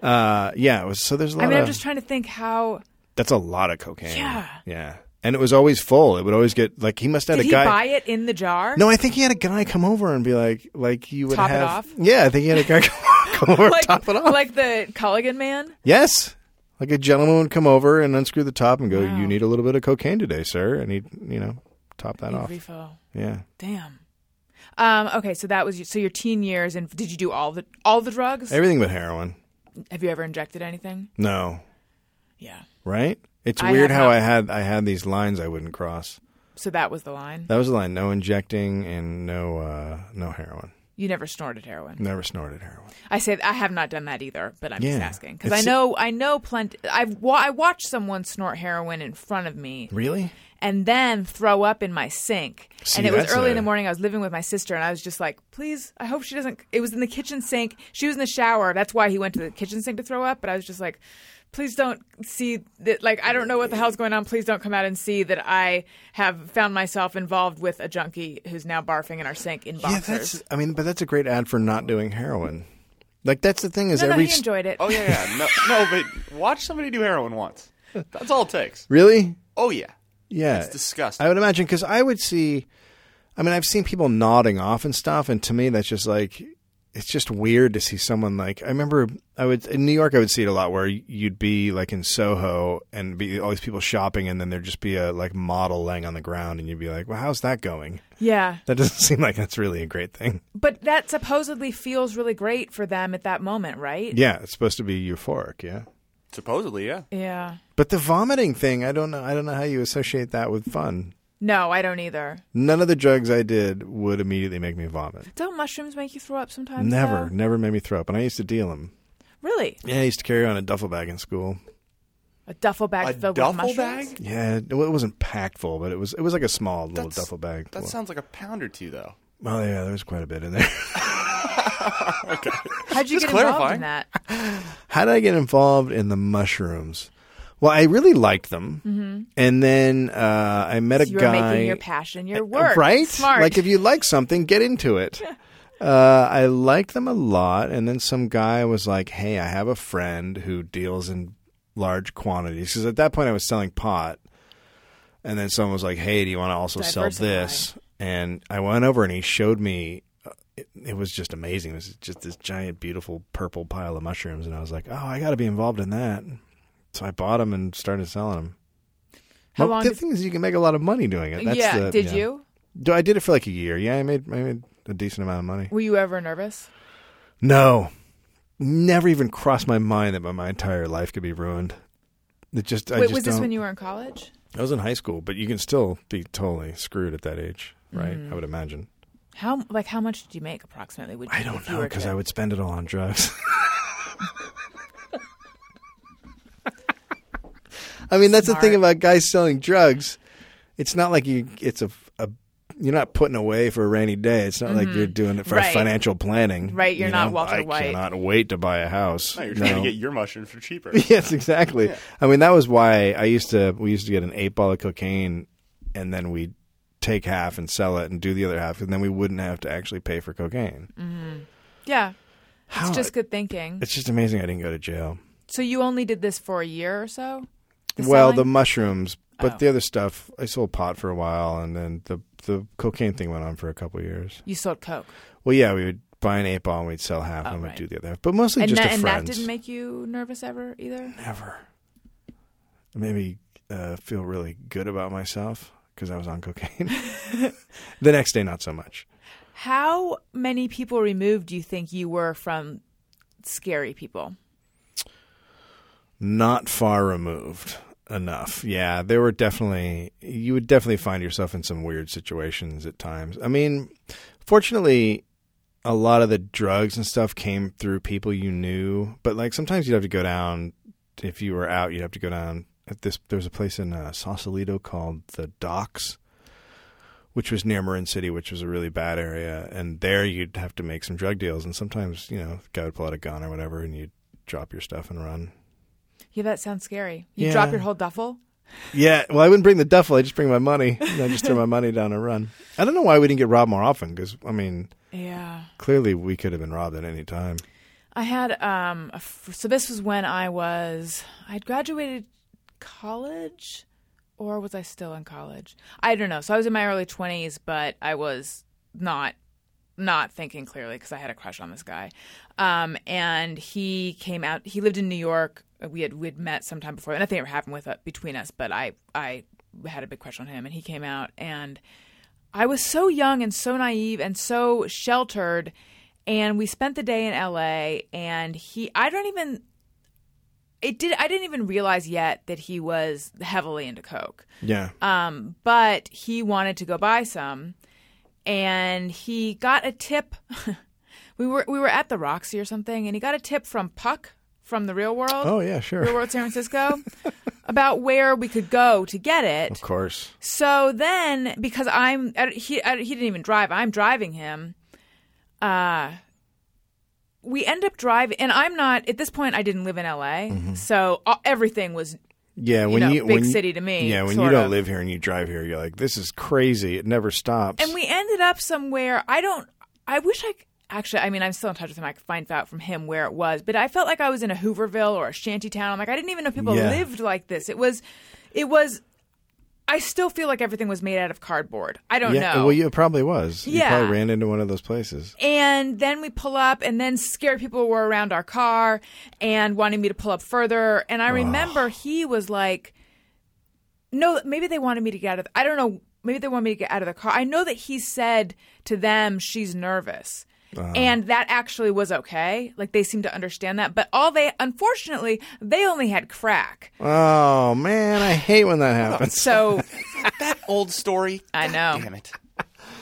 [SPEAKER 7] Uh, yeah. It was, so there's a lot
[SPEAKER 2] I mean,
[SPEAKER 7] of.
[SPEAKER 2] I'm just trying to think how
[SPEAKER 7] that's a lot of cocaine.
[SPEAKER 2] Yeah.
[SPEAKER 7] Yeah. And it was always full. It would always get like he must have
[SPEAKER 2] did
[SPEAKER 7] had a
[SPEAKER 2] he
[SPEAKER 7] guy.
[SPEAKER 2] buy it in the jar?
[SPEAKER 7] no, I think he had a guy come over and be like, like you would
[SPEAKER 2] Top it
[SPEAKER 7] have.
[SPEAKER 2] off?
[SPEAKER 7] Yeah, I think he had a guy come, come over
[SPEAKER 2] like
[SPEAKER 7] and top it off.
[SPEAKER 2] like the Culligan man.
[SPEAKER 7] yes. Like a gentleman would come over and unscrew the top and go,
[SPEAKER 2] Wow.
[SPEAKER 7] "You need a little bit of cocaine today, sir," and he'd, you know, top that off.
[SPEAKER 2] Refill.
[SPEAKER 7] Yeah.
[SPEAKER 2] Damn. Um, okay, so that was your, so your teen years, and did you do all the all the drugs?
[SPEAKER 7] Everything but heroin.
[SPEAKER 2] Have you ever injected anything?
[SPEAKER 7] No,
[SPEAKER 2] Yeah.
[SPEAKER 7] right? It's
[SPEAKER 2] I
[SPEAKER 7] weird
[SPEAKER 2] have
[SPEAKER 7] how
[SPEAKER 2] not-
[SPEAKER 7] I had I had these lines I wouldn't cross.
[SPEAKER 2] So that was the line.
[SPEAKER 7] That was the line: no injecting and no uh, no heroin.
[SPEAKER 2] You never snorted heroin.
[SPEAKER 7] Never snorted heroin.
[SPEAKER 2] I say I have not done that either, but I'm just
[SPEAKER 7] Yeah.
[SPEAKER 2] asking because I
[SPEAKER 7] It's-
[SPEAKER 2] know I know plenty. I've wa- I watched someone snort heroin in front of me
[SPEAKER 7] Really?
[SPEAKER 2] and then throw up in my sink.
[SPEAKER 7] See,
[SPEAKER 2] and it was
[SPEAKER 7] that's
[SPEAKER 2] early
[SPEAKER 7] a-
[SPEAKER 2] in the morning. I was living with my sister, and I was just like, "Please, I hope she doesn't." It was in the kitchen sink. She was in the shower. That's why he went to the kitchen sink to throw up. But I was just like, "Please don't see that." Like, I don't know what the hell's going on. Please don't come out and see that I have found myself involved with a junkie who's now barfing in our sink in boxers.
[SPEAKER 7] Yeah, that's. I mean, but that's a great ad for not doing heroin. Like that's the thing is
[SPEAKER 2] no, no,
[SPEAKER 7] every
[SPEAKER 2] he enjoyed it.
[SPEAKER 3] Oh yeah, yeah. No, no, but watch somebody do heroin once. That's all it takes.
[SPEAKER 7] really
[SPEAKER 3] Oh yeah.
[SPEAKER 7] yeah
[SPEAKER 3] It's disgusting.
[SPEAKER 7] I would imagine because I would see. I mean, I've seen people nodding off and stuff, and to me, that's just like it's just weird to see someone like. I remember I would in New York, I would see it a lot where you'd be like in Soho and be all these people shopping, and then there'd just be a like model laying on the ground, and you'd be like, "Well, how's that going?"
[SPEAKER 2] yeah.
[SPEAKER 7] That doesn't seem like that's really a great thing.
[SPEAKER 2] But that supposedly feels really great for them at that moment, right?
[SPEAKER 7] Yeah, it's supposed to be euphoric. Yeah.
[SPEAKER 3] Supposedly, yeah.
[SPEAKER 2] Yeah.
[SPEAKER 7] But the vomiting thing, I don't know. I don't know how you associate that with fun.
[SPEAKER 2] No, I don't either.
[SPEAKER 7] None of the drugs I did would immediately make me vomit.
[SPEAKER 2] Don't mushrooms make you throw up sometimes?
[SPEAKER 7] Never,
[SPEAKER 2] though?
[SPEAKER 7] never made me throw up, and I used to deal them.
[SPEAKER 2] Really?
[SPEAKER 7] Yeah, I used to carry on a duffel bag in school.
[SPEAKER 2] A duffel bag
[SPEAKER 3] A
[SPEAKER 2] filled
[SPEAKER 3] duffel
[SPEAKER 2] with mushrooms?
[SPEAKER 3] bag?
[SPEAKER 7] Yeah, it well, it wasn't packed full, but it was it was like a small little
[SPEAKER 3] That's-
[SPEAKER 7] duffel bag.
[SPEAKER 3] That
[SPEAKER 7] full.
[SPEAKER 3] sounds like a pound or two, though.
[SPEAKER 7] well, yeah, there was quite a bit in there.
[SPEAKER 2] How'd you
[SPEAKER 3] Just
[SPEAKER 2] get involved
[SPEAKER 3] clarifying.
[SPEAKER 2] in that?
[SPEAKER 7] How did I get involved in the mushrooms? Well, I really liked them, mm-hmm. and then uh, I met a
[SPEAKER 2] You were
[SPEAKER 7] guy. Uh,
[SPEAKER 2] making your passion your work.
[SPEAKER 7] Eh, Right?
[SPEAKER 2] Smart.
[SPEAKER 7] Like if you like something, get into it. Uh, I liked them a lot, and then some guy was like, "Hey, I have a friend who deals in large quantities." Because at that point, I was selling pot, and then someone was like, "Hey, do you want to also sell
[SPEAKER 2] Diversify.
[SPEAKER 7] this?" And I went over, and he showed me. uh, It, it was just amazing. It was just this giant, beautiful purple pile of mushrooms, and I was like, "Oh, I got to be involved in that." So I bought them and started selling them.
[SPEAKER 2] How
[SPEAKER 7] Well,
[SPEAKER 2] long
[SPEAKER 7] the
[SPEAKER 2] did-
[SPEAKER 7] thing is, you can make a lot of money doing it. That's
[SPEAKER 2] yeah.
[SPEAKER 7] the-
[SPEAKER 2] Did
[SPEAKER 7] yeah.
[SPEAKER 2] you?
[SPEAKER 7] Do- I did it for like a year. Yeah, I made I made a decent amount of money.
[SPEAKER 2] Were you ever nervous?
[SPEAKER 7] No, never even crossed my mind that my, my entire life could be ruined. It just I
[SPEAKER 2] Wait,
[SPEAKER 7] just
[SPEAKER 2] was this
[SPEAKER 7] don't-
[SPEAKER 2] when you were in college?
[SPEAKER 7] I was in high school, but you can still be totally screwed at that age, right?
[SPEAKER 2] Mm.
[SPEAKER 7] I would imagine.
[SPEAKER 2] How like how much did you make approximately? Would you,
[SPEAKER 7] I don't
[SPEAKER 2] if you
[SPEAKER 7] know
[SPEAKER 2] were
[SPEAKER 7] because
[SPEAKER 2] to-
[SPEAKER 7] I would spend it all on drugs. I mean, that's the thing
[SPEAKER 2] Smart.
[SPEAKER 7] about guys selling drugs. It's not like you. It's a, a you're not putting away for a rainy day. It's not like you're doing it for
[SPEAKER 2] Mm-hmm. Right.
[SPEAKER 7] financial planning.
[SPEAKER 2] Right, you're
[SPEAKER 7] you
[SPEAKER 2] not
[SPEAKER 7] know?
[SPEAKER 2] Walter
[SPEAKER 7] I
[SPEAKER 2] White.
[SPEAKER 7] cannot wait to buy a house.
[SPEAKER 3] No, you're trying
[SPEAKER 7] No.
[SPEAKER 3] to get your mushrooms for cheaper.
[SPEAKER 7] Yes, exactly. I mean, that was why I used to. We used to get an eight ball of cocaine, and then we would take half and sell it, and do the other half, and then we wouldn't have to actually pay for cocaine.
[SPEAKER 2] Yeah.
[SPEAKER 7] How-
[SPEAKER 2] It's just good thinking.
[SPEAKER 7] it's just amazing I didn't go to jail.
[SPEAKER 2] So you only did this for a year or so? The
[SPEAKER 7] well, the
[SPEAKER 2] selling?
[SPEAKER 7] mushrooms, but
[SPEAKER 2] Oh.
[SPEAKER 7] the other stuff. I sold pot for a while, and then the the cocaine thing went on for a couple of years.
[SPEAKER 2] you sold coke,
[SPEAKER 7] Well, yeah, we would buy an eight ball and we'd sell half, and
[SPEAKER 2] Oh,
[SPEAKER 7] we'd
[SPEAKER 2] right.
[SPEAKER 7] do the other half, but mostly
[SPEAKER 2] and,
[SPEAKER 7] just
[SPEAKER 2] that,
[SPEAKER 7] to
[SPEAKER 2] and that
[SPEAKER 7] friends.
[SPEAKER 2] didn't make you nervous ever either.
[SPEAKER 7] Never. It made me uh, feel really good about myself because I was on cocaine. the next day, not so much.
[SPEAKER 2] How many people removed do you think you were from scary people?
[SPEAKER 7] Not far removed enough. Yeah, there were definitely, you would definitely find yourself in some weird situations at times. I mean, fortunately, a lot of the drugs and stuff came through people you knew, but like sometimes you'd have to go down, if you were out, you'd have to go down. At this, there's a place in uh, Sausalito called the Docks. which was near Marin City, which was a really bad area. And there you'd have to make some drug deals. And sometimes, you know, the guy would pull out a gun or whatever and you'd drop your stuff and run.
[SPEAKER 2] Yeah, that sounds scary. You drop
[SPEAKER 7] Yeah.
[SPEAKER 2] your whole duffel?
[SPEAKER 7] Yeah. Well, I wouldn't bring the duffel. I just bring my money. And I just throw my money down and run. I don't know why we didn't get robbed more often because, I mean,
[SPEAKER 2] Yeah.
[SPEAKER 7] clearly we could have been robbed at any time.
[SPEAKER 2] I had um a f- so this was when I was I'd graduated college or was I still in college? I don't know. So I was in my early 20s, but I was not not thinking clearly because I had a crush on this guy. Um, and he came out. He lived in New York. We had we'd met sometime before. Nothing ever happened with uh, between us, but I I had a big crush on him, and he came out, and I was so young and so naive and so sheltered. and we spent the day in LA and he I don't even it did I didn't even realize yet that he was heavily into coke.
[SPEAKER 7] Yeah.
[SPEAKER 2] Um, but he wanted to go buy some, and he got a tip. we were we were at the Roxy or something, and he got a tip from Puck from the Real World.
[SPEAKER 7] oh yeah, sure.
[SPEAKER 2] Real World San Francisco about where we could go to get it.
[SPEAKER 7] Of course.
[SPEAKER 2] So then, because I'm I- he I, he didn't even drive. I'm driving him. Uh we end up driving, and I'm not at this point. I didn't live in LA,
[SPEAKER 7] Mm-hmm.
[SPEAKER 2] so uh, everything was
[SPEAKER 7] Yeah, when
[SPEAKER 2] know,
[SPEAKER 7] you
[SPEAKER 2] big
[SPEAKER 7] when you-
[SPEAKER 2] city to me,
[SPEAKER 7] Yeah, when you
[SPEAKER 2] sort
[SPEAKER 7] don't
[SPEAKER 2] of.
[SPEAKER 7] live here and you drive here, you're like, this is crazy. It never stops.
[SPEAKER 2] And we ended up somewhere. I don't. I wish I c- actually. I mean, I'm still in touch with him. I could find out from him where it was. But I felt like I was in a Hooverville or a shantytown. I'm like, I didn't even know people
[SPEAKER 7] Yeah.
[SPEAKER 2] lived like this. It was, it was. I still feel like everything was made out of cardboard. I don't
[SPEAKER 7] yeah,
[SPEAKER 2] know.
[SPEAKER 7] well, you it probably was. You
[SPEAKER 2] Yeah.
[SPEAKER 7] probably ran into one of those places.
[SPEAKER 2] And then we pull up, and then scared people were around our car and wanting me to pull up further. And I remember he was like, "No, maybe they wanted me to get out of. I don't know. Maybe they wanted me to get out of the car. I know that he said to them, she's nervous." And that actually was okay. Like they seemed to understand that, but all they unfortunately they only had crack.
[SPEAKER 7] Oh man, I hate when that happens.
[SPEAKER 2] So
[SPEAKER 3] Old story.
[SPEAKER 2] I know.
[SPEAKER 3] Damn it.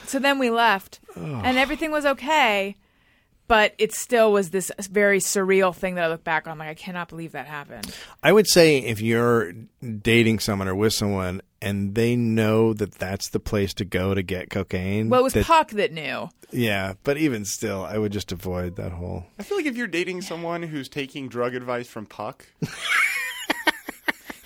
[SPEAKER 2] So then we left, and everything was okay, but it still was this very surreal thing that I look back on. Like, I cannot believe that happened.
[SPEAKER 7] I would say if you're dating someone or with someone and they know that that's the place to go to get cocaine.
[SPEAKER 2] Well, it was
[SPEAKER 7] that-
[SPEAKER 2] Puck that knew.
[SPEAKER 7] yeah, but even still, I would just avoid that whole.
[SPEAKER 3] I feel like if you're dating someone who's taking drug advice from Puck,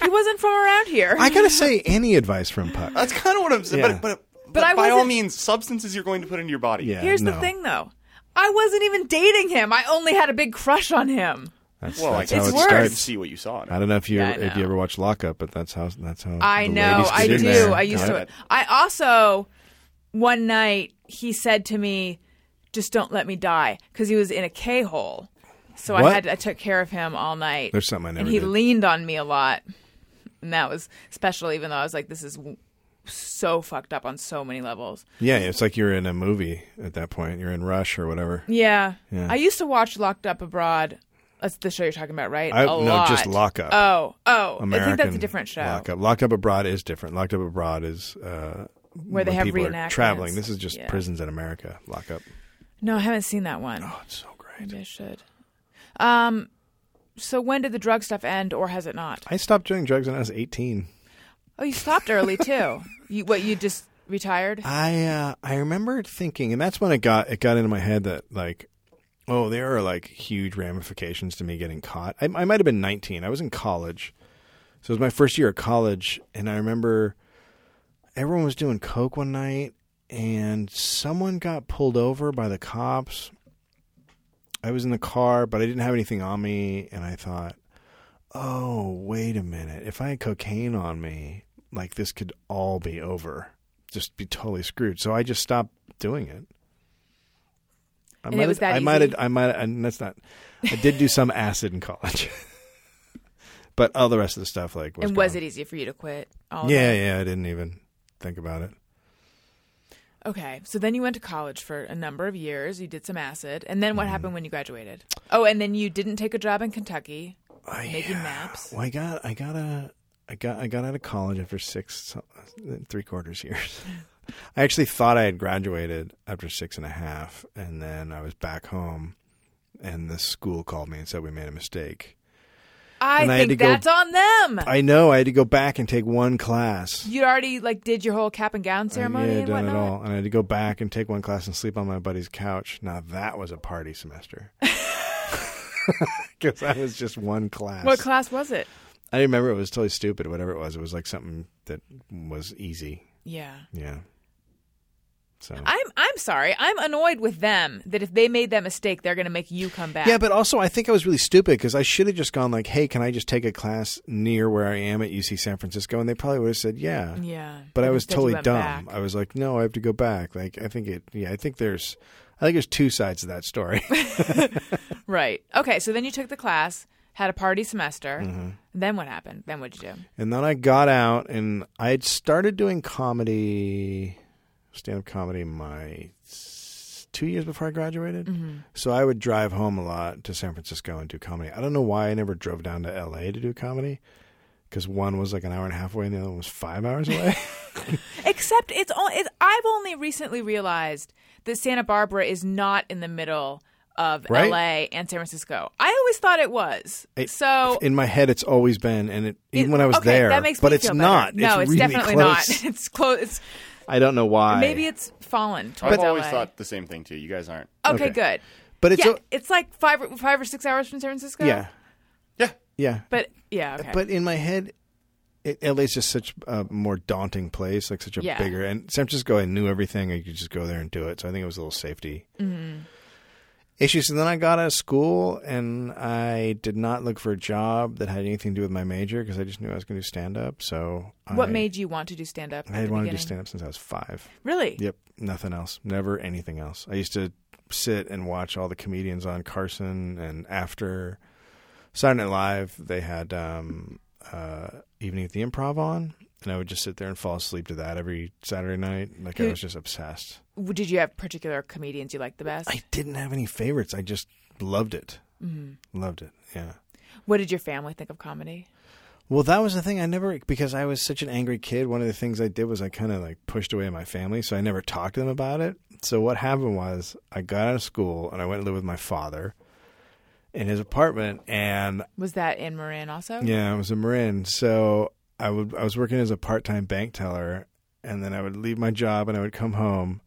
[SPEAKER 2] He wasn't from around here.
[SPEAKER 7] I gotta say, any advice from Puck?
[SPEAKER 3] that's kind of what I'm saying.
[SPEAKER 7] Yeah.
[SPEAKER 3] But, but, but,
[SPEAKER 2] I
[SPEAKER 3] by all
[SPEAKER 2] wasn't-
[SPEAKER 3] means, substances you're going to put into your body.
[SPEAKER 7] Yeah,
[SPEAKER 2] Here's the
[SPEAKER 7] no.
[SPEAKER 2] thing, though. I wasn't even dating him. I only had a big crush on him.
[SPEAKER 7] That's,
[SPEAKER 3] Well,
[SPEAKER 7] that's
[SPEAKER 3] I
[SPEAKER 7] how
[SPEAKER 3] guess
[SPEAKER 7] it
[SPEAKER 2] It's worse.
[SPEAKER 3] started to
[SPEAKER 7] starts.
[SPEAKER 3] see what you saw. in it.
[SPEAKER 7] I don't know if you
[SPEAKER 2] Yeah, I
[SPEAKER 7] if
[SPEAKER 2] know.
[SPEAKER 7] you ever watched Lockup, but that's how that's how
[SPEAKER 2] I
[SPEAKER 7] the
[SPEAKER 2] know.
[SPEAKER 7] ladies
[SPEAKER 2] I
[SPEAKER 7] get in
[SPEAKER 2] do.
[SPEAKER 7] there.
[SPEAKER 2] I used to.
[SPEAKER 7] God.
[SPEAKER 2] it. I also, one night, he said to me, just don't let me die, because he was in a K hole. So I
[SPEAKER 7] What?
[SPEAKER 2] had I took care of him all night.
[SPEAKER 7] There's something I never
[SPEAKER 2] And he
[SPEAKER 7] did.
[SPEAKER 2] leaned on me a lot, and that was special. Even though I was like, this is w- so fucked up on so many levels.
[SPEAKER 7] Yeah, it's like you're in a movie at that point. You're in Rush or whatever.
[SPEAKER 2] Yeah,
[SPEAKER 7] Yeah.
[SPEAKER 2] I used to watch Locked Up Abroad. That's the show you're talking about, right?
[SPEAKER 7] I-
[SPEAKER 2] A
[SPEAKER 7] no,
[SPEAKER 2] lot.
[SPEAKER 7] just Lock Up.
[SPEAKER 2] Oh, oh, I
[SPEAKER 7] American
[SPEAKER 2] think that's a different show
[SPEAKER 7] Locked up. Locked up abroad is different. Locked up abroad is uh,
[SPEAKER 2] where they
[SPEAKER 7] when
[SPEAKER 2] have
[SPEAKER 7] people
[SPEAKER 2] reenactments.
[SPEAKER 7] are traveling. This is just
[SPEAKER 2] Yeah.
[SPEAKER 7] prisons in America. Lock up.
[SPEAKER 2] No, I haven't seen that one.
[SPEAKER 7] Oh, it's so great.
[SPEAKER 2] Maybe I should. Um, so when did the drug stuff end, or has it not?
[SPEAKER 7] I stopped doing drugs when I was 18.
[SPEAKER 2] Oh, you stopped early too. You what? You just retired?
[SPEAKER 7] I uh, I remember thinking, and that's when it got it got into my head that like, oh, there are like huge ramifications to me getting caught. I, I might have been 19. I was in college, so it was my first year at college, and I remember everyone was doing coke one night, and someone got pulled over by the cops. I was in the car, but I didn't have anything on me, and I thought, oh, wait a minute. If I had cocaine on me, like this could all be over. Just be totally screwed. So I just stopped doing it. I
[SPEAKER 2] And it
[SPEAKER 7] might
[SPEAKER 2] was
[SPEAKER 7] have-
[SPEAKER 2] that
[SPEAKER 7] I might have,
[SPEAKER 2] easy?
[SPEAKER 7] I might, and that's not. I did do some acid in college, but all the rest of the stuff like was
[SPEAKER 2] and was
[SPEAKER 7] gone.
[SPEAKER 2] it easy for you to quit? All
[SPEAKER 7] Yeah, yeah. I didn't even think about it.
[SPEAKER 2] Okay, so then you went to college for a number of years. You did some acid, and then what
[SPEAKER 7] Mm-hmm.
[SPEAKER 2] happened when you graduated? Oh, and then you didn't take a job in Kentucky.
[SPEAKER 7] I,
[SPEAKER 2] Making maps?
[SPEAKER 7] Well, I got, I got a, I got, I got out of college after six, three quarters years. I actually thought I had graduated after six and a half, and then I was back home, and the school called me and said we made a mistake.
[SPEAKER 2] I
[SPEAKER 7] And I had
[SPEAKER 2] think
[SPEAKER 7] to go-
[SPEAKER 2] that's on them.
[SPEAKER 7] I know I had to go back and take one class.
[SPEAKER 2] You'd already like did your whole cap and gown ceremony
[SPEAKER 7] Uh, yeah,
[SPEAKER 2] and
[SPEAKER 7] done
[SPEAKER 2] whatnot.
[SPEAKER 7] it all, and I had to go back and take one class and sleep on my buddy's couch. Now that was a party semester. Because that was just one class.
[SPEAKER 2] What class was it?
[SPEAKER 7] I remember it was totally stupid. Whatever it was, it was like something that was easy.
[SPEAKER 2] Yeah.
[SPEAKER 7] Yeah. So.
[SPEAKER 2] I'm I'm sorry. I'm annoyed with them that if they made that mistake, they're going to make you come back.
[SPEAKER 7] yeah, but also I think I was really stupid because I should have just gone like, "Hey, can I just take a class near where I am at UC San Francisco?" And they probably would have said, "Yeah."
[SPEAKER 2] yeah.
[SPEAKER 7] But I was
[SPEAKER 2] Instead you
[SPEAKER 7] totally
[SPEAKER 2] went
[SPEAKER 7] dumb.
[SPEAKER 2] back.
[SPEAKER 7] I was like, "No, I have to go back." Like, I think it. Yeah, I think there's, I think there's two sides to that story.
[SPEAKER 2] Right. Okay. So then you took the class, had a party semester.
[SPEAKER 7] Mm-hmm.
[SPEAKER 2] Then what happened? Then what'd you do?
[SPEAKER 7] And then I got out and I had started doing comedy, stand up comedy, my s- two years before I graduated.
[SPEAKER 2] Mm-hmm.
[SPEAKER 7] So I would drive home a lot to San Francisco and do comedy. I don't know why I never drove down to L.A. to do comedy because one was like an hour and a half away and the other one was five hours away.
[SPEAKER 2] Except it's all. It's, I've only recently realized that Santa Barbara is not in the middle of
[SPEAKER 7] Right?
[SPEAKER 2] L.A. and San Francisco. I always thought it was.
[SPEAKER 7] It-
[SPEAKER 2] so
[SPEAKER 7] in my head, it's always been, and it,
[SPEAKER 2] it-
[SPEAKER 7] even when I was
[SPEAKER 2] Oh. okay,
[SPEAKER 7] there,
[SPEAKER 2] that makes
[SPEAKER 7] but
[SPEAKER 2] me
[SPEAKER 7] it's
[SPEAKER 2] feel better.
[SPEAKER 7] not.
[SPEAKER 2] No, it's,
[SPEAKER 7] really
[SPEAKER 2] definitely not.
[SPEAKER 7] close.
[SPEAKER 2] It's close. It's
[SPEAKER 7] I don't know why.
[SPEAKER 2] maybe it's fallen towards
[SPEAKER 3] I've always
[SPEAKER 2] LA.
[SPEAKER 3] thought the same thing too. You guys aren't.
[SPEAKER 2] Okay,
[SPEAKER 7] Okay.
[SPEAKER 2] good.
[SPEAKER 7] but it's
[SPEAKER 2] yeah,
[SPEAKER 7] a-
[SPEAKER 2] it's like five, or- five or six hours from San Francisco.
[SPEAKER 7] yeah,
[SPEAKER 3] Yeah.
[SPEAKER 7] yeah.
[SPEAKER 2] but yeah, okay.
[SPEAKER 7] But in my head, it, LA's just such a more daunting place, like such a
[SPEAKER 2] Yeah.
[SPEAKER 7] bigger. And San Francisco, I knew everything. I could just go there and do it. So I think it was a little safety
[SPEAKER 2] Mm-hmm.
[SPEAKER 7] issue. So then I got out of school and I did not look for a job that had anything to do with my major because I just knew I was going to do stand up. So
[SPEAKER 2] what
[SPEAKER 7] I,
[SPEAKER 2] made you want to do stand up?
[SPEAKER 7] I had wanted to do stand up since I was five.
[SPEAKER 2] Really?
[SPEAKER 7] Yep, nothing else. Never anything else. I used to sit and watch all the comedians on Carson and after Saturday Night Live, they had um, uh, Evening at the Improv on, and I would just sit there and fall asleep to that every Saturday night. Like I
[SPEAKER 2] Who-
[SPEAKER 7] was just obsessed.
[SPEAKER 2] W- Did you have particular comedians you liked the best?
[SPEAKER 7] I didn't have any favorites. I just loved it. Loved it. Yeah.
[SPEAKER 2] What did your family think of comedy?
[SPEAKER 7] Well, that was the thing. I never because I was such an angry kid. One of the things I did was I kind of like pushed away my family, so I never talked to them about it. So what happened was I got out of school and I went to live with my father in his apartment, and
[SPEAKER 2] Was that in Marin also?
[SPEAKER 7] yeah, I was a Marin. So I would I was working as a part time bank teller, and then I would leave my job and I would come home,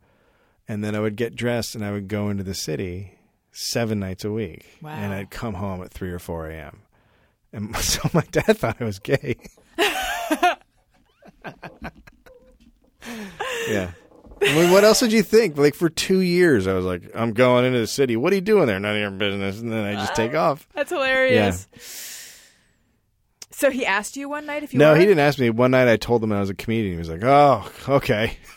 [SPEAKER 7] and then I would get dressed and I would go into the city seven nights a week,
[SPEAKER 2] Wow.
[SPEAKER 7] and I'd come home at three or four a.m. And so my dad thought I was gay. yeah. I mean, what else would you think? Like for two years, I was like, "I'm going into the city. What are you doing there? None of your business." And then I just take off.
[SPEAKER 2] That's hilarious. So he asked you one night if you
[SPEAKER 7] no,
[SPEAKER 2] were?
[SPEAKER 7] he didn't ask me. One night I told him I was a comedian. He was like, "Oh, okay."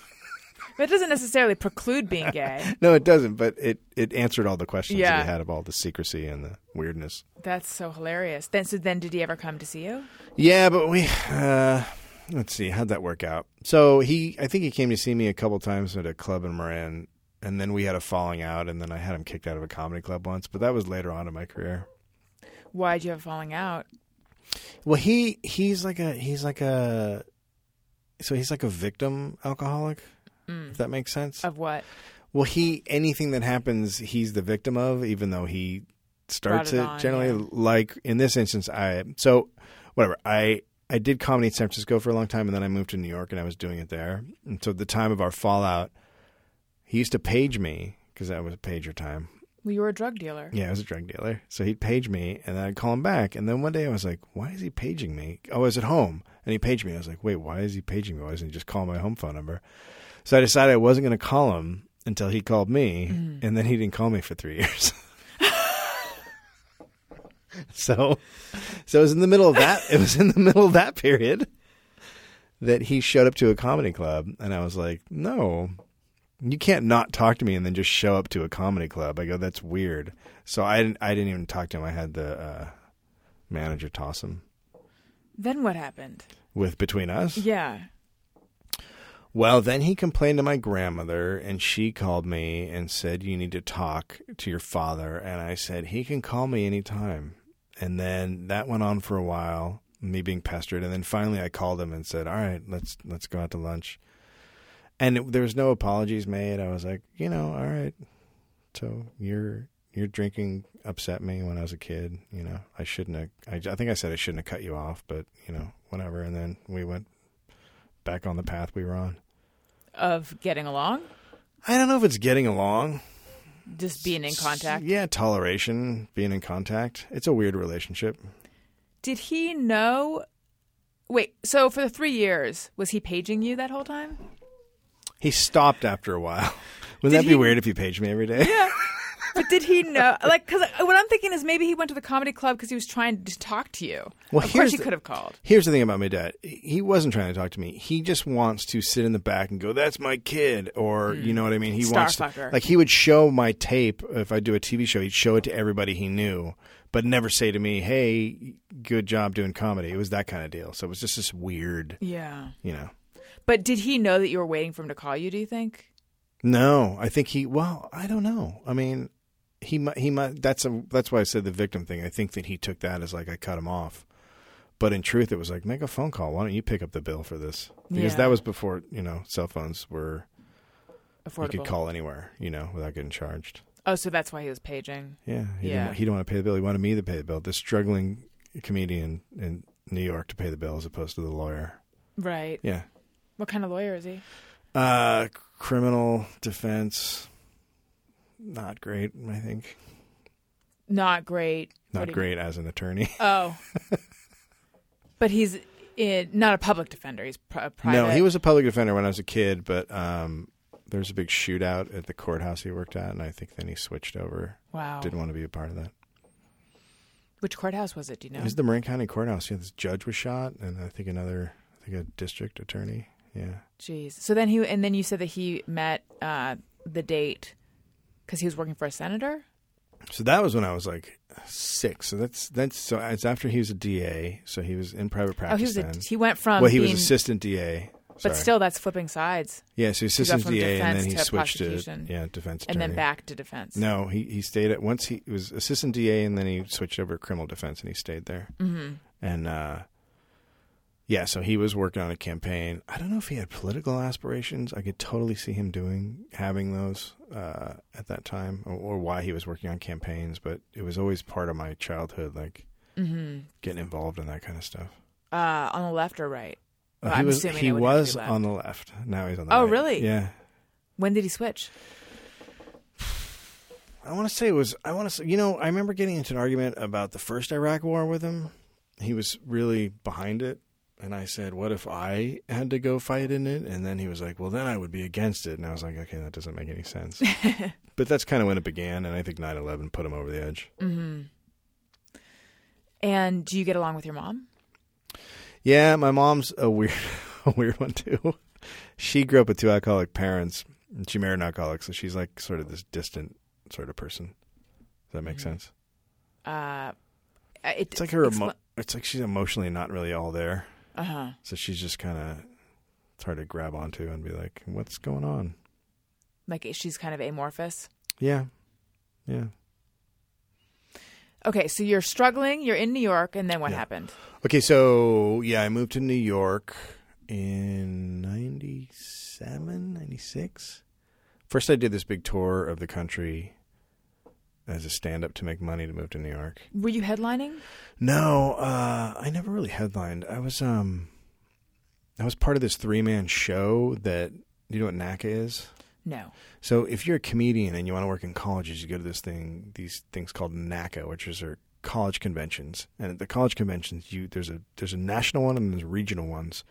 [SPEAKER 2] That doesn't necessarily preclude being gay.
[SPEAKER 7] No, it doesn't. But it it answered all the questions
[SPEAKER 2] Yeah.
[SPEAKER 7] that he had of all the secrecy and the weirdness.
[SPEAKER 2] That's so hilarious. Then so then did he ever come to see you?
[SPEAKER 7] Yeah, but we uh, let's see how'd that work out. So he, I think he came to see me a couple times at a club in Marin, and then we had a falling out, and then I had him kicked out of a comedy club once. But that was later on in my career.
[SPEAKER 2] Why'd you have a falling out?
[SPEAKER 7] Well, he he's like a he's like a so he's like a victim alcoholic.
[SPEAKER 2] Mm.
[SPEAKER 7] If that makes sense.
[SPEAKER 2] Of what?
[SPEAKER 7] Well, he anything that happens, he's the victim of, even though he starts
[SPEAKER 2] Brought
[SPEAKER 7] it,
[SPEAKER 2] it on,
[SPEAKER 7] generally.
[SPEAKER 2] yeah.
[SPEAKER 7] Like in this instance, I so whatever. I I did comedy in San Francisco for a long time, and then I moved to New York, and I was doing it there. And so at the time of our fallout, he used to page me because that was pager time.
[SPEAKER 2] Well, you were a drug dealer.
[SPEAKER 7] Yeah, I was a drug dealer. So he'd page me and then I'd call him back. And then one day I was like, why is he paging me? Oh, I was at home. And he paged me. I was like, wait, why is he paging me? Why doesn't he just call my home phone number? So I decided I wasn't going to call him until he called me. And then he didn't call me for three years. so, so it was in the middle of that. It was in the middle of that period that he showed up to a comedy club. And I was like, no, you can't not talk to me and then just show up to a comedy club. I go, that's weird. So I didn't, I didn't even talk to him. I had the uh, manager toss him
[SPEAKER 2] Then what happened?
[SPEAKER 7] with between us.
[SPEAKER 2] Yeah.
[SPEAKER 7] Well, then he complained to my grandmother, and she called me and said, You need to talk to your father. And I said, He can call me anytime. And then that went on for a while, me being pestered. And then finally I called him and said, All right, let's, let's go out to lunch. And it, there was no apologies made. I was like, You know, all right. So your Your drinking upset me when I was a kid. You know, I shouldn't have. I, I think I said I shouldn't have cut you off, but you know, whatever. And then we went back on the path we were on.
[SPEAKER 2] Of getting along?
[SPEAKER 7] I don't know if it's getting along.
[SPEAKER 2] Just being in contact?
[SPEAKER 7] Yeah, toleration, being in contact. It's a weird relationship.
[SPEAKER 2] Did he know? Wait, so for the three years, was he paging you that whole time?
[SPEAKER 7] He stopped after a while. Wouldn't
[SPEAKER 2] Did
[SPEAKER 7] that be
[SPEAKER 2] he-
[SPEAKER 7] weird if you paged me every day?
[SPEAKER 2] But did he know? Like, because what I'm thinking is maybe he went to the comedy club because he was trying to talk to you.
[SPEAKER 7] Well,
[SPEAKER 2] of
[SPEAKER 7] here's
[SPEAKER 2] course he
[SPEAKER 7] the-
[SPEAKER 2] could have called.
[SPEAKER 7] Here's the thing about my dad. He wasn't trying to talk to me. He just wants to sit in the back and go, "That's my kid,"
[SPEAKER 2] Hmm.
[SPEAKER 7] or you know what I mean. He wants to,
[SPEAKER 2] Starfucker.
[SPEAKER 7] like he would show my tape if I do a TV show. He'd show it to everybody he knew, but never say to me, "Hey, good job doing comedy." It was that kind of deal. So it was just this weird,
[SPEAKER 2] Yeah.
[SPEAKER 7] you know.
[SPEAKER 2] But did he know that you were waiting for him to call you? Do you think?
[SPEAKER 7] No, I think he. Well, I don't know. I mean, he might. He might. That's a. That's why I said the victim thing. I think that he took that as like I cut him off, but in truth, it was like make a phone call. Why don't you pick up the bill for this? Because
[SPEAKER 2] Yeah.
[SPEAKER 7] that was before you know cell phones were.
[SPEAKER 2] Affordable.
[SPEAKER 7] You could call anywhere, you know, without getting charged.
[SPEAKER 2] Oh, so that's why he was paging.
[SPEAKER 7] Yeah, he
[SPEAKER 2] Yeah.
[SPEAKER 7] Didn't, he didn't want to pay the bill. He wanted me to pay the bill. This struggling comedian in New York to pay the bill as opposed to the lawyer.
[SPEAKER 2] Right.
[SPEAKER 7] Yeah,
[SPEAKER 2] What kind of lawyer is he?
[SPEAKER 7] Uh, criminal defense, not great. I think
[SPEAKER 2] Not great. What
[SPEAKER 7] not
[SPEAKER 2] do you-
[SPEAKER 7] great as an attorney.
[SPEAKER 2] Oh. but he's in, not a public defender. He's pri- a private.
[SPEAKER 7] No, he was a public defender when I was a kid, but um, there was a big shootout at the courthouse he worked at, and I think then he switched over.
[SPEAKER 2] Wow.
[SPEAKER 7] Didn't want to be a part of that.
[SPEAKER 2] Which courthouse was it? Do you
[SPEAKER 7] It
[SPEAKER 2] know?
[SPEAKER 7] was the Marin County Courthouse. Yeah, this judge was shot, and I think another, I think a district attorney. Yeah,
[SPEAKER 2] Jeez. So then he, and then you said that he met uh, the date because he was working for a senator.
[SPEAKER 7] so that was when I was like six. So that's that's so it's after he was a DA. So he was in private practice.
[SPEAKER 2] Oh, he was. A,
[SPEAKER 7] then.
[SPEAKER 2] he went from.
[SPEAKER 7] well, he was
[SPEAKER 2] being-
[SPEAKER 7] assistant DA.
[SPEAKER 2] But
[SPEAKER 7] Sorry.
[SPEAKER 2] still, that's flipping sides,
[SPEAKER 7] Yeah, so he's assistant
[SPEAKER 2] from
[SPEAKER 7] DA, and
[SPEAKER 2] defense
[SPEAKER 7] then he
[SPEAKER 2] to
[SPEAKER 7] switched to
[SPEAKER 2] prosecution.
[SPEAKER 7] yeah defense
[SPEAKER 2] and
[SPEAKER 7] attorney.
[SPEAKER 2] then back to defense.
[SPEAKER 7] No, he he stayed at once he was assistant DA, and then he switched over to criminal defense, and he stayed there. Mm-hmm. And uh, yeah, so he was working on a campaign. I don't know if he had political aspirations. I could totally see him doing having those uh, at that time, or, or why he was working on campaigns. But it was always part of my childhood, like
[SPEAKER 2] Mm-hmm.
[SPEAKER 7] getting involved in that kind of stuff.
[SPEAKER 2] Uh, on the left or right?
[SPEAKER 7] Uh,
[SPEAKER 2] Well,
[SPEAKER 7] he
[SPEAKER 2] I'm
[SPEAKER 7] was
[SPEAKER 2] assuming
[SPEAKER 7] he
[SPEAKER 2] it would have to
[SPEAKER 7] was
[SPEAKER 2] be left.
[SPEAKER 7] on the left. Now he's on the
[SPEAKER 2] Oh,
[SPEAKER 7] right.
[SPEAKER 2] really?
[SPEAKER 7] Yeah.
[SPEAKER 2] When did he switch?
[SPEAKER 7] I want to say it was. I want to say. You know, I remember getting into an argument about the first Iraq War with him. He was really behind it, and I said, "What if I had to go fight in it?" And then he was like, "Well, then I would be against it." And I was like, "Okay, that doesn't make any sense." but that's kind of when it began, and I think 9-11 put him over the edge.
[SPEAKER 2] And do you get along with your mom?
[SPEAKER 7] Yeah, my mom's a weird, a weird one too. She grew up with two alcoholic parents, and she married an alcoholic, so she's like sort of this distant sort of person. Does that make sense?
[SPEAKER 2] Uh, it,
[SPEAKER 7] It's like her. Emo- it's like she's emotionally not really all there.
[SPEAKER 2] Uh huh.
[SPEAKER 7] So she's just kind of it's hard to grab onto and be like, "What's going on?"
[SPEAKER 2] Like she's kind of amorphous.
[SPEAKER 7] Yeah, yeah.
[SPEAKER 2] Okay, so you're struggling. You're in New York, and then what
[SPEAKER 7] Yeah.
[SPEAKER 2] happened?
[SPEAKER 7] Okay, so yeah, I moved to New York in 97, 96. First, I did this big tour of the country as a stand-up to make money to move to New York.
[SPEAKER 2] Were you headlining?
[SPEAKER 7] No, uh, I never really headlined. I was um, I was part of this three-man show that you know what NACA is.
[SPEAKER 2] No.
[SPEAKER 7] So if you're a comedian and you want to work in colleges, you go to this thing, these things called NACA, which is are college conventions. And at the college conventions, you there's a there's a national one and there's regional ones,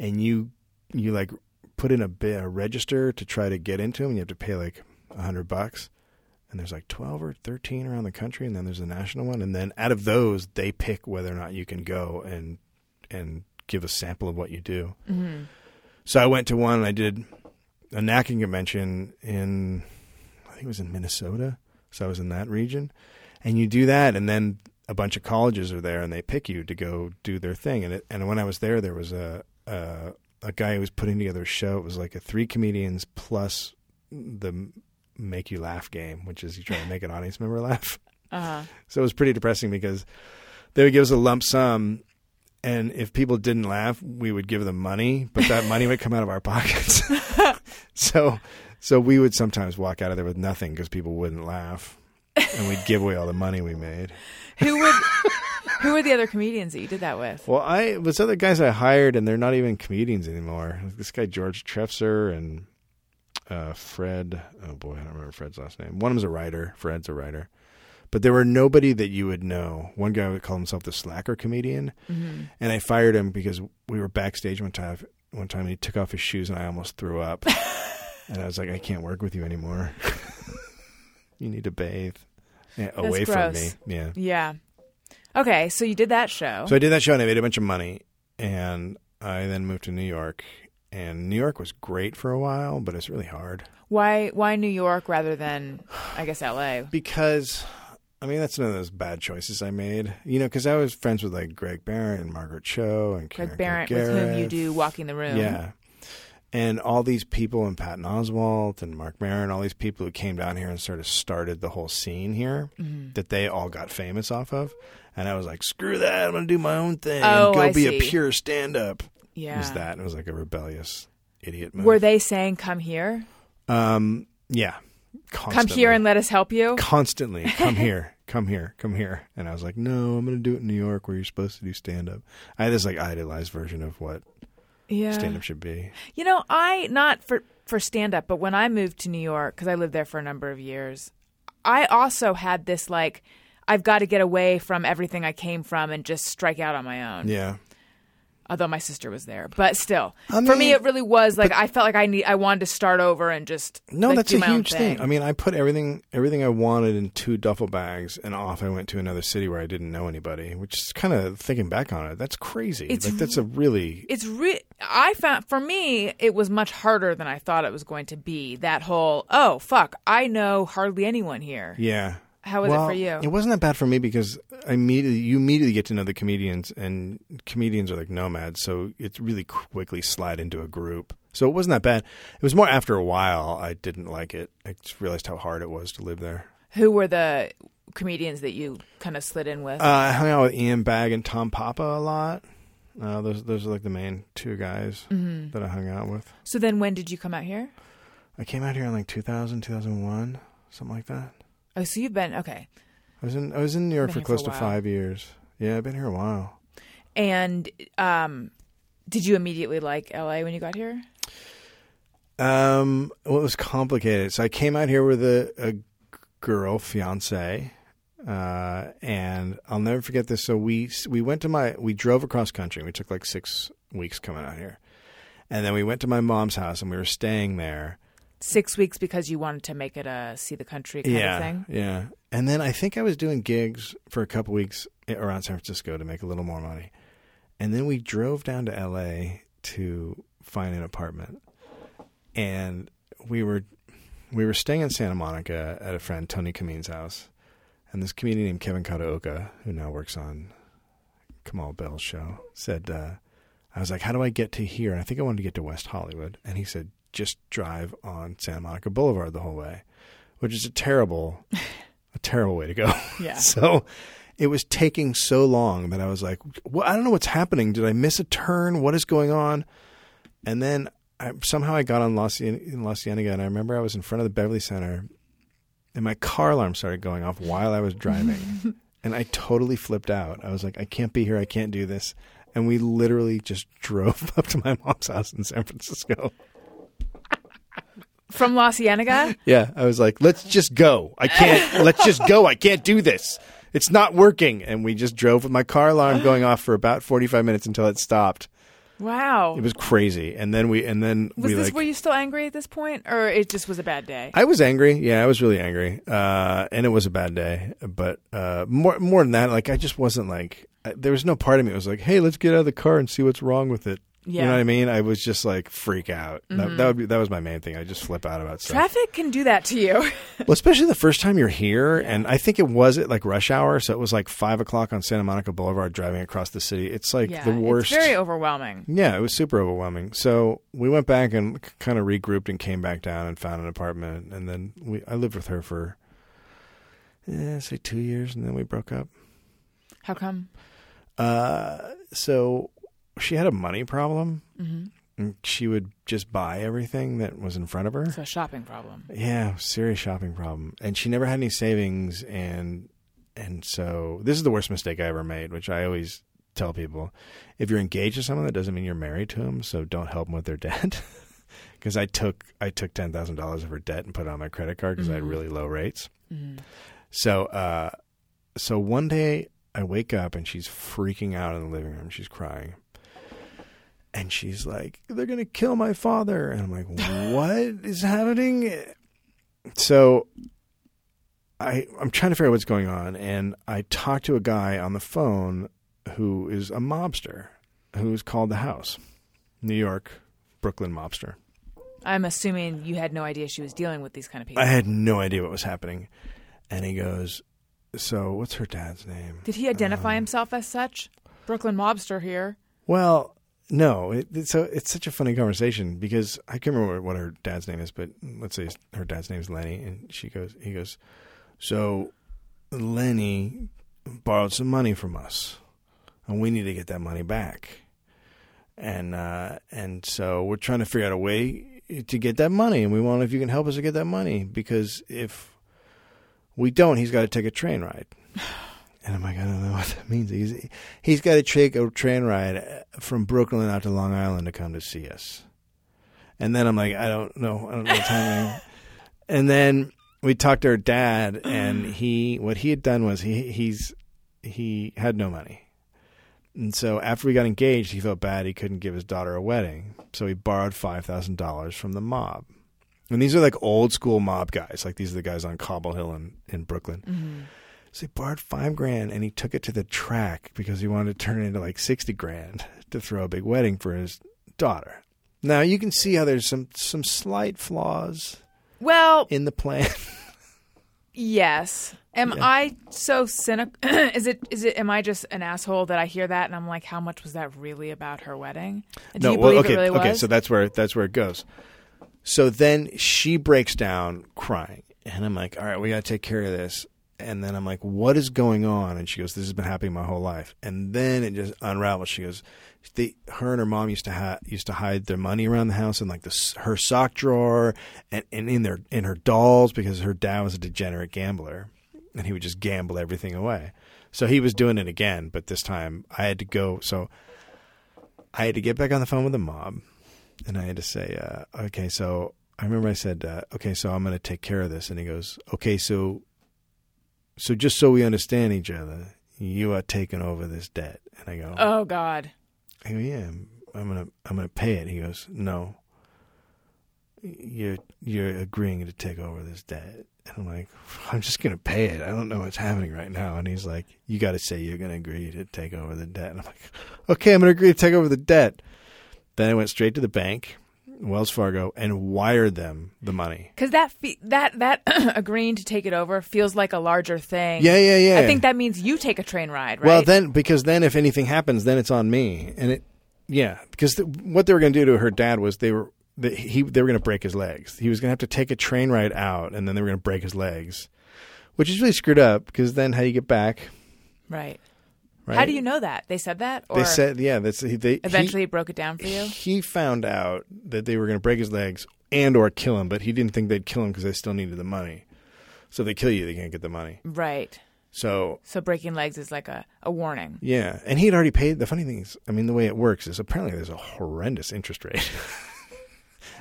[SPEAKER 7] and you you like put in a, bit, a register to try to get into them. And you have to pay like a hundred bucks, and there's like twelve or thirteen around the country, and then there's a national one, and then out of those, they pick whether or not you can go and and give a sample of what you do. So I went to one and I did a knacking convention in, I think it was in Minnesota. So I was in that region. And you do that, and then a bunch of colleges are there and they pick you to go do their thing. And it, and when I was there, there was a, a, a guy who was putting together a show. It was like a three comedians plus the make you laugh game, which is you try to make an audience member laugh.
[SPEAKER 2] Uh huh.
[SPEAKER 7] So it was pretty depressing because they would give us a lump sum, and if people didn't laugh, we would give them money, but that money would come out of our pockets. so, so we would sometimes walk out of there with nothing because people wouldn't laugh, and we'd give away all the money we made.
[SPEAKER 2] Who would? who were the other comedians that you did that with?
[SPEAKER 7] Well, I it was other guys I hired, and they're not even comedians anymore. Like this guy George Trefser and uh, Fred. Oh boy, I don't remember Fred's last name. One of them's a writer. Fred's a writer. But there were nobody that you would know. One guy would call himself the slacker comedian, and I fired him because we were backstage one time. One time, and he took off his shoes, and I almost threw up. and I was like, I can't work with you anymore. you need to bathe Yeah, away from me.
[SPEAKER 2] gross.
[SPEAKER 7] Yeah.
[SPEAKER 2] Yeah. Okay, so you did that show.
[SPEAKER 7] So I did that show and I made a bunch of money. And I then moved to New York. And New York was great for a while, but it's really hard.
[SPEAKER 2] why? Why New York rather than I guess L.A.
[SPEAKER 7] Because, I mean, that's one of those bad choices I made. You know, because I was friends with like Greg Barrett and Margaret Cho and
[SPEAKER 2] Greg
[SPEAKER 7] Karen
[SPEAKER 2] Barrett, with whom you
[SPEAKER 7] Kilgariff.
[SPEAKER 2] do Walking the Room.
[SPEAKER 7] Yeah. And all these people and Patton Oswalt and Mark Maron, all these people who came down here and sort of started the whole scene here,
[SPEAKER 2] Mm-hmm.
[SPEAKER 7] that they all got famous off of. And I was like, screw that! I'm gonna do my own thing.
[SPEAKER 2] Oh,
[SPEAKER 7] Go
[SPEAKER 2] I
[SPEAKER 7] be a
[SPEAKER 2] see.
[SPEAKER 7] pure stand-up. It
[SPEAKER 2] Yeah.
[SPEAKER 7] was that? It was like a rebellious idiot move.
[SPEAKER 2] Were they saying, "Come here,
[SPEAKER 7] Um, yeah.
[SPEAKER 2] come
[SPEAKER 7] Constantly.
[SPEAKER 2] here, and let us help you"?
[SPEAKER 7] constantly come here, come here, come here. And I was like, no, I'm going to do it in New York where you're supposed to do stand up. I had this like idolized version of what
[SPEAKER 2] Yeah.
[SPEAKER 7] stand up should be.
[SPEAKER 2] You know, I not for for stand up, but when I moved to New York cuz I lived there for a number of years, I also had this like I've got to get away from everything I came from and just strike out on my own.
[SPEAKER 7] Yeah.
[SPEAKER 2] Although my sister was there, but still,
[SPEAKER 7] I
[SPEAKER 2] for me
[SPEAKER 7] mean-
[SPEAKER 2] it really was like I felt like I need I wanted to start over and just
[SPEAKER 7] No,
[SPEAKER 2] like,
[SPEAKER 7] that's
[SPEAKER 2] do
[SPEAKER 7] a
[SPEAKER 2] my own
[SPEAKER 7] huge thing. I mean, I put everything everything I wanted in two duffel bags and off I went to another city where I didn't know anybody, which is kind of thinking back on it. That's crazy.
[SPEAKER 2] It's
[SPEAKER 7] like that's a really
[SPEAKER 2] it's re- I found for me it was much harder than I thought it was going to be. That whole oh fuck, I know hardly anyone here.
[SPEAKER 7] Yeah.
[SPEAKER 2] How was it
[SPEAKER 7] Well,
[SPEAKER 2] for you?
[SPEAKER 7] It wasn't that bad for me because I immediately you immediately get to know the comedians, and comedians are like nomads, so it really quickly slide into a group. So it wasn't that bad. It was more after a while I didn't like it. I just realized how hard it was to live there.
[SPEAKER 2] Who were the comedians that you kind of slid in with?
[SPEAKER 7] Uh, I hung out with Ian Bagg and Tom Papa a lot. Uh, those those are like the main two guys
[SPEAKER 2] Mm-hmm.
[SPEAKER 7] that I hung out with.
[SPEAKER 2] So then when did you come out here?
[SPEAKER 7] I came out here in like 2000, 2001, something like that.
[SPEAKER 2] Oh, so you've been okay.
[SPEAKER 7] I was in I was in New York
[SPEAKER 2] Been
[SPEAKER 7] for
[SPEAKER 2] here for
[SPEAKER 7] close
[SPEAKER 2] a
[SPEAKER 7] to
[SPEAKER 2] while.
[SPEAKER 7] five years. Yeah, I've been here a while.
[SPEAKER 2] And um did you immediately like LA when you got here?
[SPEAKER 7] Um, well, it was complicated. So I came out here with a, a g- girl, fiance, uh, and I'll never forget this. So we we went to my we drove across country. We took like six weeks coming out here, and then we went to my mom's house and we were staying there.
[SPEAKER 2] 6 weeks because you wanted to make it a see the country kind
[SPEAKER 7] yeah,
[SPEAKER 2] of thing.
[SPEAKER 7] yeah. And then I think I was doing gigs for a couple weeks around San Francisco to make a little more money, and then we drove down to L.A. to find an apartment, and we were we were staying in Santa Monica at a friend Tony Kamine's house, and this comedian named Kevin Kataoka, who now works on Kamal Bell's show, said, uh, "I was like, how do I get to here?" And I think I wanted to get to West Hollywood, and he said, "Just drive on Santa Monica Boulevard the whole way," which is a terrible, a terrible way to go.
[SPEAKER 2] Yeah.
[SPEAKER 7] so. It was taking so long that I was like, well, I don't know what's happening. Did I miss a turn? What is going on? And then I, somehow I got on Los, in Los Cienega, and I remember I was in front of the Beverly Center, and my car alarm started going off while I was driving. and I totally flipped out. I was like, I can't be here. I can't do this. And we literally just drove up to my mom's house in San Francisco.
[SPEAKER 2] From Los Cienega?
[SPEAKER 7] Yeah. I was like, let's just go. I can't, let's just go. I can't do this. It's not working. And we just drove with my car alarm going off for about 45 minutes until it stopped.
[SPEAKER 2] wow.
[SPEAKER 7] It was crazy. And then we, and then
[SPEAKER 2] was
[SPEAKER 7] we
[SPEAKER 2] this
[SPEAKER 7] like,
[SPEAKER 2] were you still angry at this point or it just was a bad day?
[SPEAKER 7] I was angry. Yeah, I was really angry. Uh, and it was a bad day. But uh, more more than that, like I just wasn't like I, there was no part of me that was like, hey, let's get out of the car and see what's wrong with it. You
[SPEAKER 2] Yeah. Mm-hmm.
[SPEAKER 7] know what I mean? I was just like freak out. That, that would be that was my main thing. I just flip out about stuff.
[SPEAKER 2] Traffic can do that to you.
[SPEAKER 7] Well, especially the first time you're here, and I think it was at like rush hour, so it was like five o'clock on Santa Monica Boulevard, driving across the city. It's like
[SPEAKER 2] yeah.
[SPEAKER 7] the worst.
[SPEAKER 2] It's very overwhelming.
[SPEAKER 7] Yeah, it was super overwhelming. So we went back and kind of regrouped and came back down and found an apartment. And then we, I lived with her for, eh, say, two years, and then we broke up.
[SPEAKER 2] How come?
[SPEAKER 7] Uh, so she had a money problem.
[SPEAKER 2] Mm-hmm.
[SPEAKER 7] And she would just buy everything that was in front of her.
[SPEAKER 2] It's a shopping problem.
[SPEAKER 7] Yeah, serious shopping problem. And she never had any savings and and so this is the worst mistake I ever made, which I always tell people. If you're engaged to someone that doesn't mean you're married to them, so don't help them with their debt. Cuz I took I took $10,000 of her debt and put it on my credit card because I had really low rates. So uh so one day I wake up and she's freaking out in the living room. She's crying. And she's like, they're going to kill my father. And I'm like, what is happening? So I, I'm trying to figure out what's going on. And I talk to a guy on the phone who is a mobster who's called The House, New York, Brooklyn mobster.
[SPEAKER 2] I'm assuming you had no idea she was dealing with these kind of people.
[SPEAKER 7] I had no idea what was happening. And he goes, so what's her dad's name? Um,
[SPEAKER 2] Did he identify himself as such? Brooklyn mobster here.
[SPEAKER 7] Well, no, it, it's so it's such a funny conversation because I can't remember what her dad's name is, but let's say her dad's name is Lenny, and she goes, he goes, so Lenny borrowed some money from us, and we need to get that money back, and uh, and so we're trying to figure out a way to get that money, and we want if you can help us to get that money because if we don't, he's got to take a train ride. And I'm like, I don't know what that means. He's he's got to take a train ride uh, from Brooklyn out to Long Island to come to see us. And then I'm like, I don't know, I don't know what's happening. and then we talked to her dad, and he what he had done was he he's he had no money, and so after we got engaged, he felt bad he couldn't give his daughter a wedding, so he borrowed five thousand dollars from the mob. And these are like old school mob guys, like these are the guys on Cobble Hill in, in Brooklyn. So he borrowed five grand and he took it to the track because he wanted to turn it into like 60 grand to throw a big wedding for his daughter. Now you can see how there's some, some slight flaws
[SPEAKER 2] Well,
[SPEAKER 7] in the plan.
[SPEAKER 2] yes. Am I so cynical? is it? Is it? Am I just an asshole that I hear that and I'm like, how much was that really about her wedding? And Do you believe
[SPEAKER 7] okay,
[SPEAKER 2] it really
[SPEAKER 7] okay.
[SPEAKER 2] was?
[SPEAKER 7] So that's where that's where it goes. So then she breaks down crying, and I'm like, "All right, we got to take care of this." And then I'm like, "What is going on?" And she goes, "This has been happening my whole life." And then it just unravels. She goes, "They, her and her mom used to ha- used to hide their money around the house in like the s- her sock drawer and, and in their in her dolls because her dad was a degenerate gambler, and he would just gamble everything away." So he was doing it again, but this time I had to go. So I had to get back on the phone with the mob, and I had to say, uh, "Okay, so I remember I said, uh, okay, so I'm going to take care of this." And he goes, "Okay, so, so just so we understand each other, you are taking over this debt." And I go,
[SPEAKER 2] oh God.
[SPEAKER 7] I go, "Yeah, I'm, I'm gonna, I'm gonna pay it." He goes, "No, you're, you're agreeing to take over this debt." And I'm like, "I'm just gonna pay it. I don't know what's happening right now." And he's like, "You got to say you're gonna agree to take over the debt." And I'm like, "Okay, I'm gonna agree to take over the debt." Then I went straight to the bank, Wells Fargo, and wired them the money.
[SPEAKER 2] Because that fe- that that agreeing to take it over feels like a larger thing.
[SPEAKER 7] Yeah, yeah, yeah.
[SPEAKER 2] I think that means you take a train ride, right?
[SPEAKER 7] Well, then because then if anything happens, then it's on me. And it, yeah, because th- what they were going to do to her dad was they were that he they were going to break his legs. He was going to have to take a train ride out, and then they were going to break his legs, which is really screwed up. Because then how do you get back?
[SPEAKER 2] right.
[SPEAKER 7] Right?
[SPEAKER 2] How do you know that they said that? Or
[SPEAKER 7] They said, yeah, that's he- they he-
[SPEAKER 2] eventually he broke it down for you.
[SPEAKER 7] He found out that they were going to break his legs and or kill him, but he didn't think they'd kill him because they still needed the money. So if they kill you, they can't get the money.
[SPEAKER 2] Right.
[SPEAKER 7] So
[SPEAKER 2] So breaking legs is like a, a warning.
[SPEAKER 7] Yeah, and he had already paid. The funny thing is, I mean, the way it works is apparently there's a horrendous interest rate.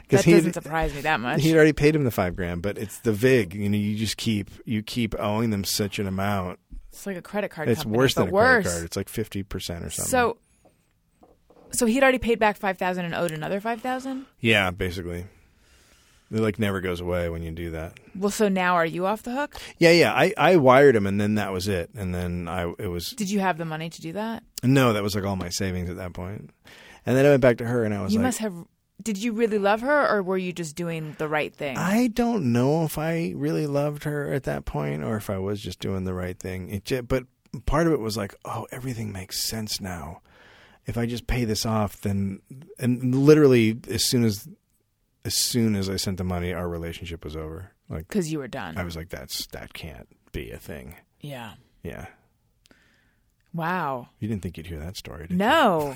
[SPEAKER 2] That
[SPEAKER 7] he
[SPEAKER 2] doesn't surprise me that much.
[SPEAKER 7] he had already paid him the five grand, but it's the vig. You know, you just keep you keep owing them such an amount.
[SPEAKER 2] It's like a credit card.
[SPEAKER 7] It's
[SPEAKER 2] company,
[SPEAKER 7] worse
[SPEAKER 2] but
[SPEAKER 7] than a
[SPEAKER 2] worse.
[SPEAKER 7] credit card. It's like fifty percent or something.
[SPEAKER 2] So, so he'd already paid back five thousand and owed another five thousand.
[SPEAKER 7] yeah, basically, it like never goes away when you do that.
[SPEAKER 2] Well, so now are you off the hook?
[SPEAKER 7] Yeah, yeah. I I wired him, and then that was it. And then I it was
[SPEAKER 2] Did you have the money to do that?
[SPEAKER 7] no, that was like all my savings at that point. And then I went back to her, and I was
[SPEAKER 2] You
[SPEAKER 7] like,
[SPEAKER 2] must have. Did you really love her, or were you just doing the right thing?
[SPEAKER 7] I don't know if I really loved her at that point or if I was just doing the right thing. It ju- but part of it was like, oh, everything makes sense now. If I just pay this off, then and literally as soon as as soon as I sent the money, our relationship was over. Like
[SPEAKER 2] Because you were done.
[SPEAKER 7] I was like, that's that can't be a thing.
[SPEAKER 2] yeah.
[SPEAKER 7] Yeah,
[SPEAKER 2] Wow.
[SPEAKER 7] you didn't think you'd hear that story, did you?
[SPEAKER 2] No.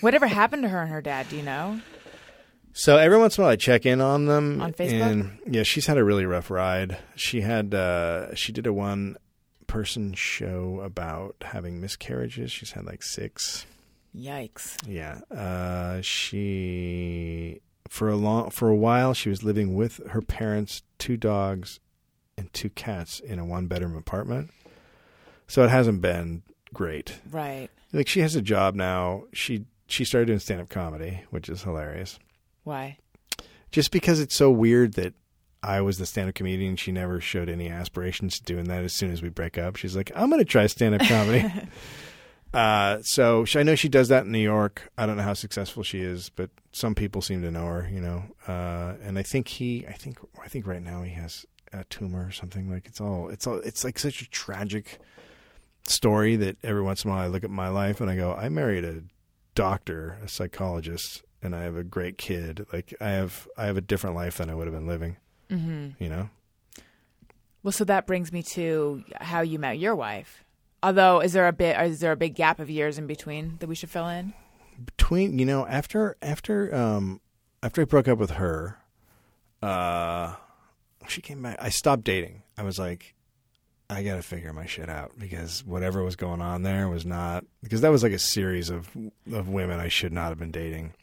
[SPEAKER 2] Whatever happened to her and her dad? Do you know?
[SPEAKER 7] So every once in a while, I check in on them
[SPEAKER 2] On Facebook?
[SPEAKER 7] And yeah, she's had a really rough ride. She had uh, she did a one person show about having miscarriages. She's had like six.
[SPEAKER 2] Yikes.
[SPEAKER 7] Yeah, uh, she for a long for a while she was living with her parents, two dogs, and two cats in a one bedroom apartment. So it hasn't been great.
[SPEAKER 2] Right.
[SPEAKER 7] Like she has a job now. She she started doing stand up comedy, which is hilarious
[SPEAKER 2] Why?
[SPEAKER 7] just because it's so weird that I was the stand up comedian. She never showed any aspirations to doing that as soon as we break up. She's like, I'm going to try stand up comedy. uh, so she, I know she does that in New York. I don't know how successful she is, but some people seem to know her, you know. Uh, and I think he, I think, I think right now he has a tumor or something like it's all, it's all, it's like such a tragic story that every once in a while I look at my life and I go, I married a doctor, a psychologist, and I have a great kid, like I have I have a different life than I would have been living. Mm-hmm. You know,
[SPEAKER 2] Well, so that brings me to how you met your wife. Although, is there a bit? Is there a big gap of years in between that we should fill in?
[SPEAKER 7] between you know after after um after I broke up with her, uh, she came back. I stopped dating. I was like, I gotta figure my shit out because whatever was going on there was not because that was like a series of of women I should not have been dating.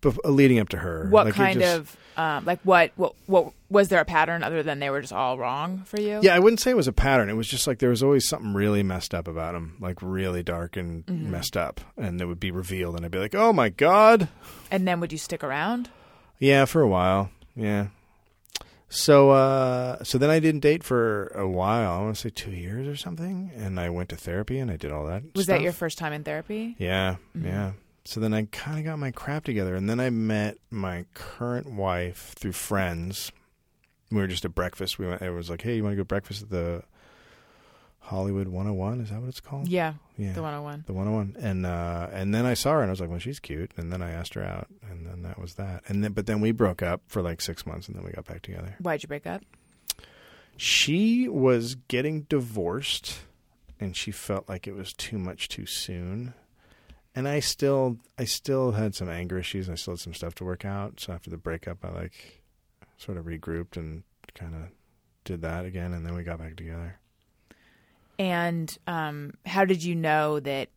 [SPEAKER 7] But leading up to her,
[SPEAKER 2] What
[SPEAKER 7] like, it
[SPEAKER 2] kind
[SPEAKER 7] just-
[SPEAKER 2] of um, like what, what what was there a pattern other than they were just all wrong for you?
[SPEAKER 7] Yeah, I wouldn't say it was a pattern. It was just like there was always something really messed up about him, like really dark and
[SPEAKER 2] Mm-hmm.
[SPEAKER 7] messed up, and it would be revealed, and I'd be like, "Oh my god!"
[SPEAKER 2] And then would you stick around?
[SPEAKER 7] Yeah, for a while. Yeah. So, uh, so then I didn't date for a while. I want to say two years or something, and I went to therapy and I did all that.
[SPEAKER 2] Was
[SPEAKER 7] stuff.
[SPEAKER 2] that your first time in therapy?
[SPEAKER 7] Yeah,
[SPEAKER 2] Mm-hmm.
[SPEAKER 7] yeah. So then I kind of got my crap together, and then I met my current wife through friends. We were just at breakfast. We went. It was like, hey, you want to go to breakfast at the Hollywood 101? Is that what it's called?
[SPEAKER 2] Yeah,
[SPEAKER 7] Yeah.
[SPEAKER 2] the 101.
[SPEAKER 7] The 101. And uh, and then I saw her, and I was like, well, she's cute. And then I asked her out, and then that was that. And then, but then we broke up for like six months, and then we got back together.
[SPEAKER 2] Why'd you break up?
[SPEAKER 7] She was getting divorced and she felt like it was too much too soon. And I still I still had some anger issues and I still had some stuff to work out. So after the breakup I like sort of regrouped and kinda did that again and then we got back together.
[SPEAKER 2] And um, how did you know that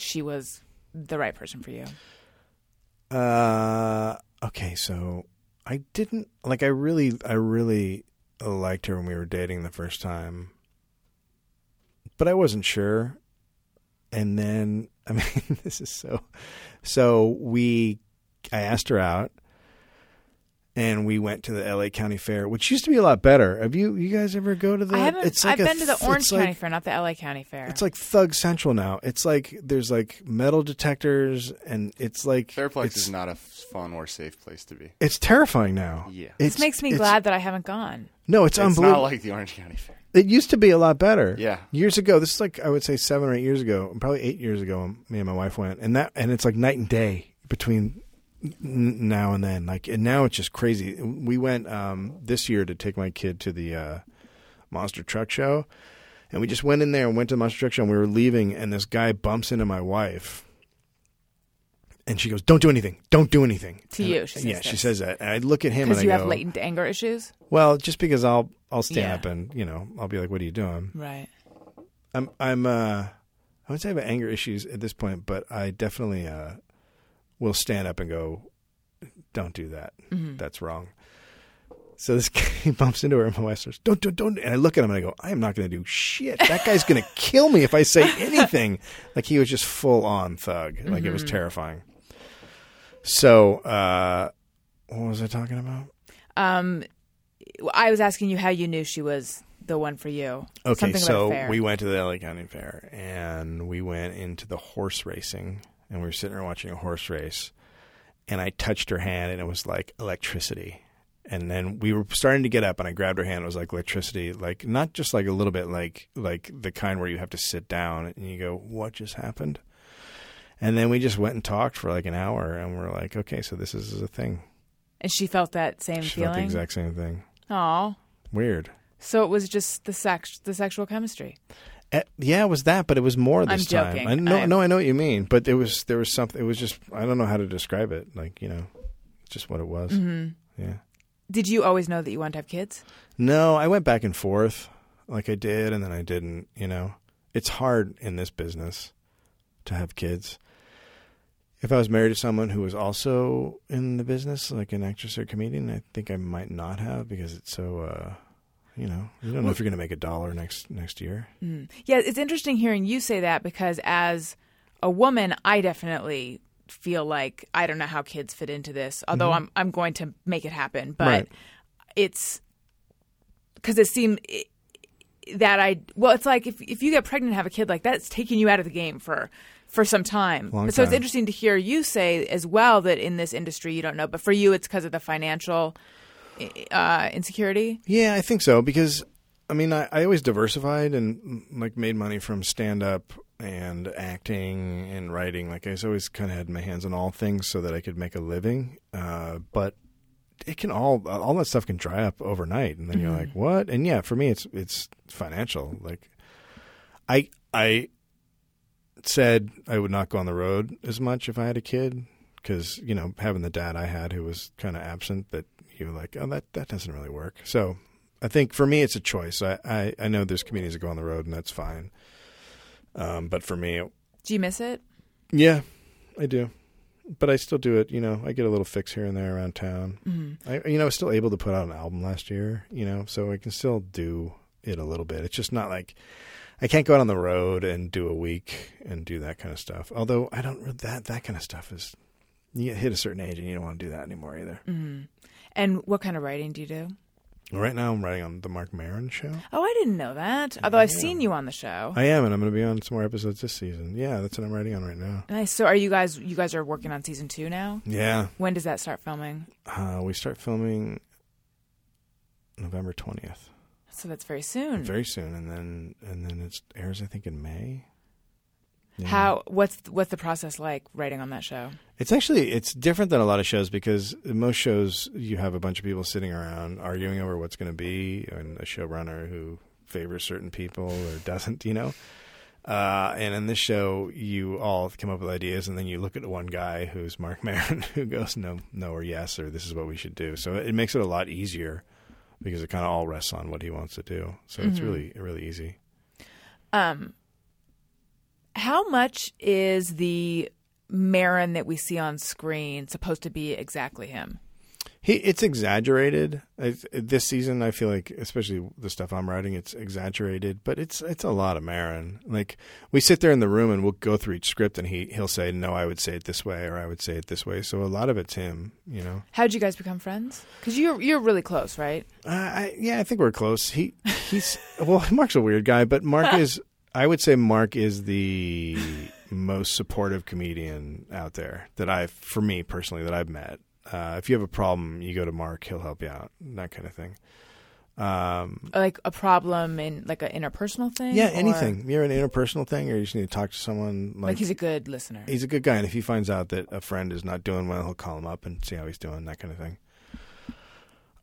[SPEAKER 2] she was the right person for you?
[SPEAKER 7] Uh okay, so I didn't like I really I really liked her when we were dating the first time. But I wasn't sure. And then I mean this is so so we I asked her out and we went to the LA County Fair, which used to be a lot better. Have you you guys ever go to the
[SPEAKER 2] I haven't.
[SPEAKER 7] it's like
[SPEAKER 2] I've
[SPEAKER 7] a
[SPEAKER 2] been to
[SPEAKER 7] th-
[SPEAKER 2] the Orange
[SPEAKER 7] it's
[SPEAKER 2] County
[SPEAKER 7] like-
[SPEAKER 2] Fair, not the LA County Fair.
[SPEAKER 7] it's like Thug Central now. It's like there's like metal detectors and it's like
[SPEAKER 3] Fairplex
[SPEAKER 7] it's-
[SPEAKER 3] is not a f- fun or safe place to be.
[SPEAKER 7] it's terrifying now.
[SPEAKER 3] Yeah.
[SPEAKER 7] it's,
[SPEAKER 2] this makes me
[SPEAKER 7] it's-
[SPEAKER 2] glad that I haven't gone.
[SPEAKER 7] No, it's,
[SPEAKER 3] It's
[SPEAKER 7] unbelievable.
[SPEAKER 3] not like the Orange County Fair.
[SPEAKER 7] it used to be a lot better.
[SPEAKER 3] Yeah.
[SPEAKER 7] years ago. This is like I would say seven or eight years ago, probably eight years ago. Me and my wife went, and that and it's like night and day between n- now and then. Like, and now it's just crazy. We went um, this year to take my kid to the uh, monster truck show, and we just went in there and went to the monster truck show, and we were leaving, and this guy bumps into my wife. And she goes, "Don't do anything. Don't do anything."
[SPEAKER 2] To
[SPEAKER 7] And-
[SPEAKER 2] you, she says
[SPEAKER 7] yeah, she
[SPEAKER 2] this.
[SPEAKER 7] says that. And I look at him and
[SPEAKER 2] Because
[SPEAKER 7] I
[SPEAKER 2] you
[SPEAKER 7] go,
[SPEAKER 2] have latent anger issues,
[SPEAKER 7] well, just because I'll I'll stand
[SPEAKER 2] Yeah.
[SPEAKER 7] up and you know I'll be like, "What are you doing?"
[SPEAKER 2] right?
[SPEAKER 7] I'm I'm uh, I wouldn't say I have anger issues at this point, but I definitely uh, will stand up and go, "Don't do that. That's wrong." So this guy bumps into her, and my wife says, "Don't, don't, don't!" And I look at him and I go, "I am not going to do shit. That guy's going to kill me if I say anything." Like he was just full on thug. Like it was terrifying. So uh, what was I talking about?
[SPEAKER 2] Um, I was asking you how you knew she was the one for you.
[SPEAKER 7] Okay,
[SPEAKER 2] Something about a
[SPEAKER 7] so
[SPEAKER 2] fair.
[SPEAKER 7] we went to the LA County Fair and we went into the horse racing and we were sitting there watching a horse race and I touched her hand and it was like electricity. And then we were starting to get up and I grabbed her hand, it was like electricity, like not just like a little bit like like the kind where you have to sit down and you go, What just happened? And then we just went and talked for like an hour and we're like, Okay, so this is a thing.
[SPEAKER 2] and she felt that same
[SPEAKER 7] She felt the
[SPEAKER 2] feeling.
[SPEAKER 7] exact same thing.
[SPEAKER 2] Aw.
[SPEAKER 7] Weird.
[SPEAKER 2] So it was just the sex, the sexual chemistry.
[SPEAKER 7] Eh, yeah, it was that, but it was more this
[SPEAKER 2] I'm
[SPEAKER 7] time.
[SPEAKER 2] joking.
[SPEAKER 7] I know,
[SPEAKER 2] I'm-
[SPEAKER 7] no, I know what you mean, but there was there was something. It was just I don't know how to describe it. Like you know, just what it was.
[SPEAKER 2] Mm-hmm.
[SPEAKER 7] Yeah.
[SPEAKER 2] Did you always know that you wanted to have kids?
[SPEAKER 7] No, I went back and forth. Like I did, and then I didn't. You know, it's hard in this business to have kids. If I was married to someone who was also in the business, like an actress or comedian, I think I might not have because it's so. uh you know, you don't know if you're going to make a dollar next next year.
[SPEAKER 2] Yeah, it's interesting hearing you say that because as a woman, I definitely feel like I don't know how kids fit into this. Although I'm I'm going to make it happen, but
[SPEAKER 7] Mm-hmm. Right.
[SPEAKER 2] it's because it seemed it, that I well, it's like if if you get pregnant and have a kid, like that's taking you out of the game for for some time.
[SPEAKER 7] Long
[SPEAKER 2] But So it's
[SPEAKER 7] time.
[SPEAKER 2] interesting to hear you say as well that in this industry you don't know, but for you it's because of the financial uh, insecurity.
[SPEAKER 7] Yeah, I think so because I mean I, I always diversified and mm, like made money from stand up and acting and writing. Like I just always kind of had my hands on all things so that I could make a living. Uh, but it can all all that stuff can dry up overnight, and then you're like, what? And yeah, for me, it's it's financial. Like I I said I would not go on the road as much if I had a kid because you know having the dad I had who was kind of absent that you were like oh that that doesn't really work so I think for me it's a choice I I, I know there's comedians that go on the road and that's fine um, but for me it-
[SPEAKER 2] Do you miss it?
[SPEAKER 7] yeah I do but I still do it you know I get a little fix here and there around town I you know I was still able to put out an album last year you know so I can still do it a little bit it's just not like I can't go out on the road and do a week and do that kind of stuff. Although I don't really- that that kind of stuff is you hit a certain age and you don't want to do that anymore either.
[SPEAKER 2] And what kind of writing do you do?
[SPEAKER 7] Right now I'm writing on the Mark Maron show.
[SPEAKER 2] Oh, I didn't know that. Although I've seen you on the show.
[SPEAKER 7] I am, and I'm going to be on some more episodes this season. Yeah, that's what I'm writing on right now.
[SPEAKER 2] nice. So are you guys? You guys are working on season two now.
[SPEAKER 7] Yeah,
[SPEAKER 2] When does that start filming?
[SPEAKER 7] uh, we start filming November twentieth,
[SPEAKER 2] So that's very soon.
[SPEAKER 7] very soon, and then and then it airs I think in May.
[SPEAKER 2] How? What's what's the process like writing on that show?
[SPEAKER 7] It's actually it's different than a lot of shows because in most shows you have a bunch of people sitting around arguing over what's going to be and a showrunner who favors certain people or doesn't, you know. Uh, and in this show, you all come up with ideas, and then you look at one guy who's Mark Maron who goes no, no, or yes, or this is what we should do. So it makes it a lot easier because it kind of all rests on what he wants to do. So it's really really easy.
[SPEAKER 2] How much is the Marin that we see on screen supposed to be exactly him?
[SPEAKER 7] He, it's exaggerated. I, this season, I feel like, especially the stuff I'm writing, it's exaggerated. But it's it's a lot of Marin. Like we sit there in the room and we'll go through each script, and he he'll say, "No, I would say it this way," or "I would say it this way." So a lot of it's him, you know.
[SPEAKER 2] How'd you guys become friends? Because you're you're really close, right?
[SPEAKER 7] Uh, I, yeah, I think we're close. He he's well, Mark's a weird guy, but Mark is. I would say Mark is the most supportive comedian out there that I've, for me personally, that I've met. Uh, if you have a problem, you go to Mark; he'll help you out, that kind of thing.
[SPEAKER 2] Like a problem in like an interpersonal thing.
[SPEAKER 7] Yeah,
[SPEAKER 2] or-
[SPEAKER 7] anything. You're an interpersonal thing, or you just need to talk to someone. Like,
[SPEAKER 2] Like he's a good listener.
[SPEAKER 7] he's a good guy, and if he finds out that a friend is not doing well, he'll call him up and see how he's doing, that kind of thing.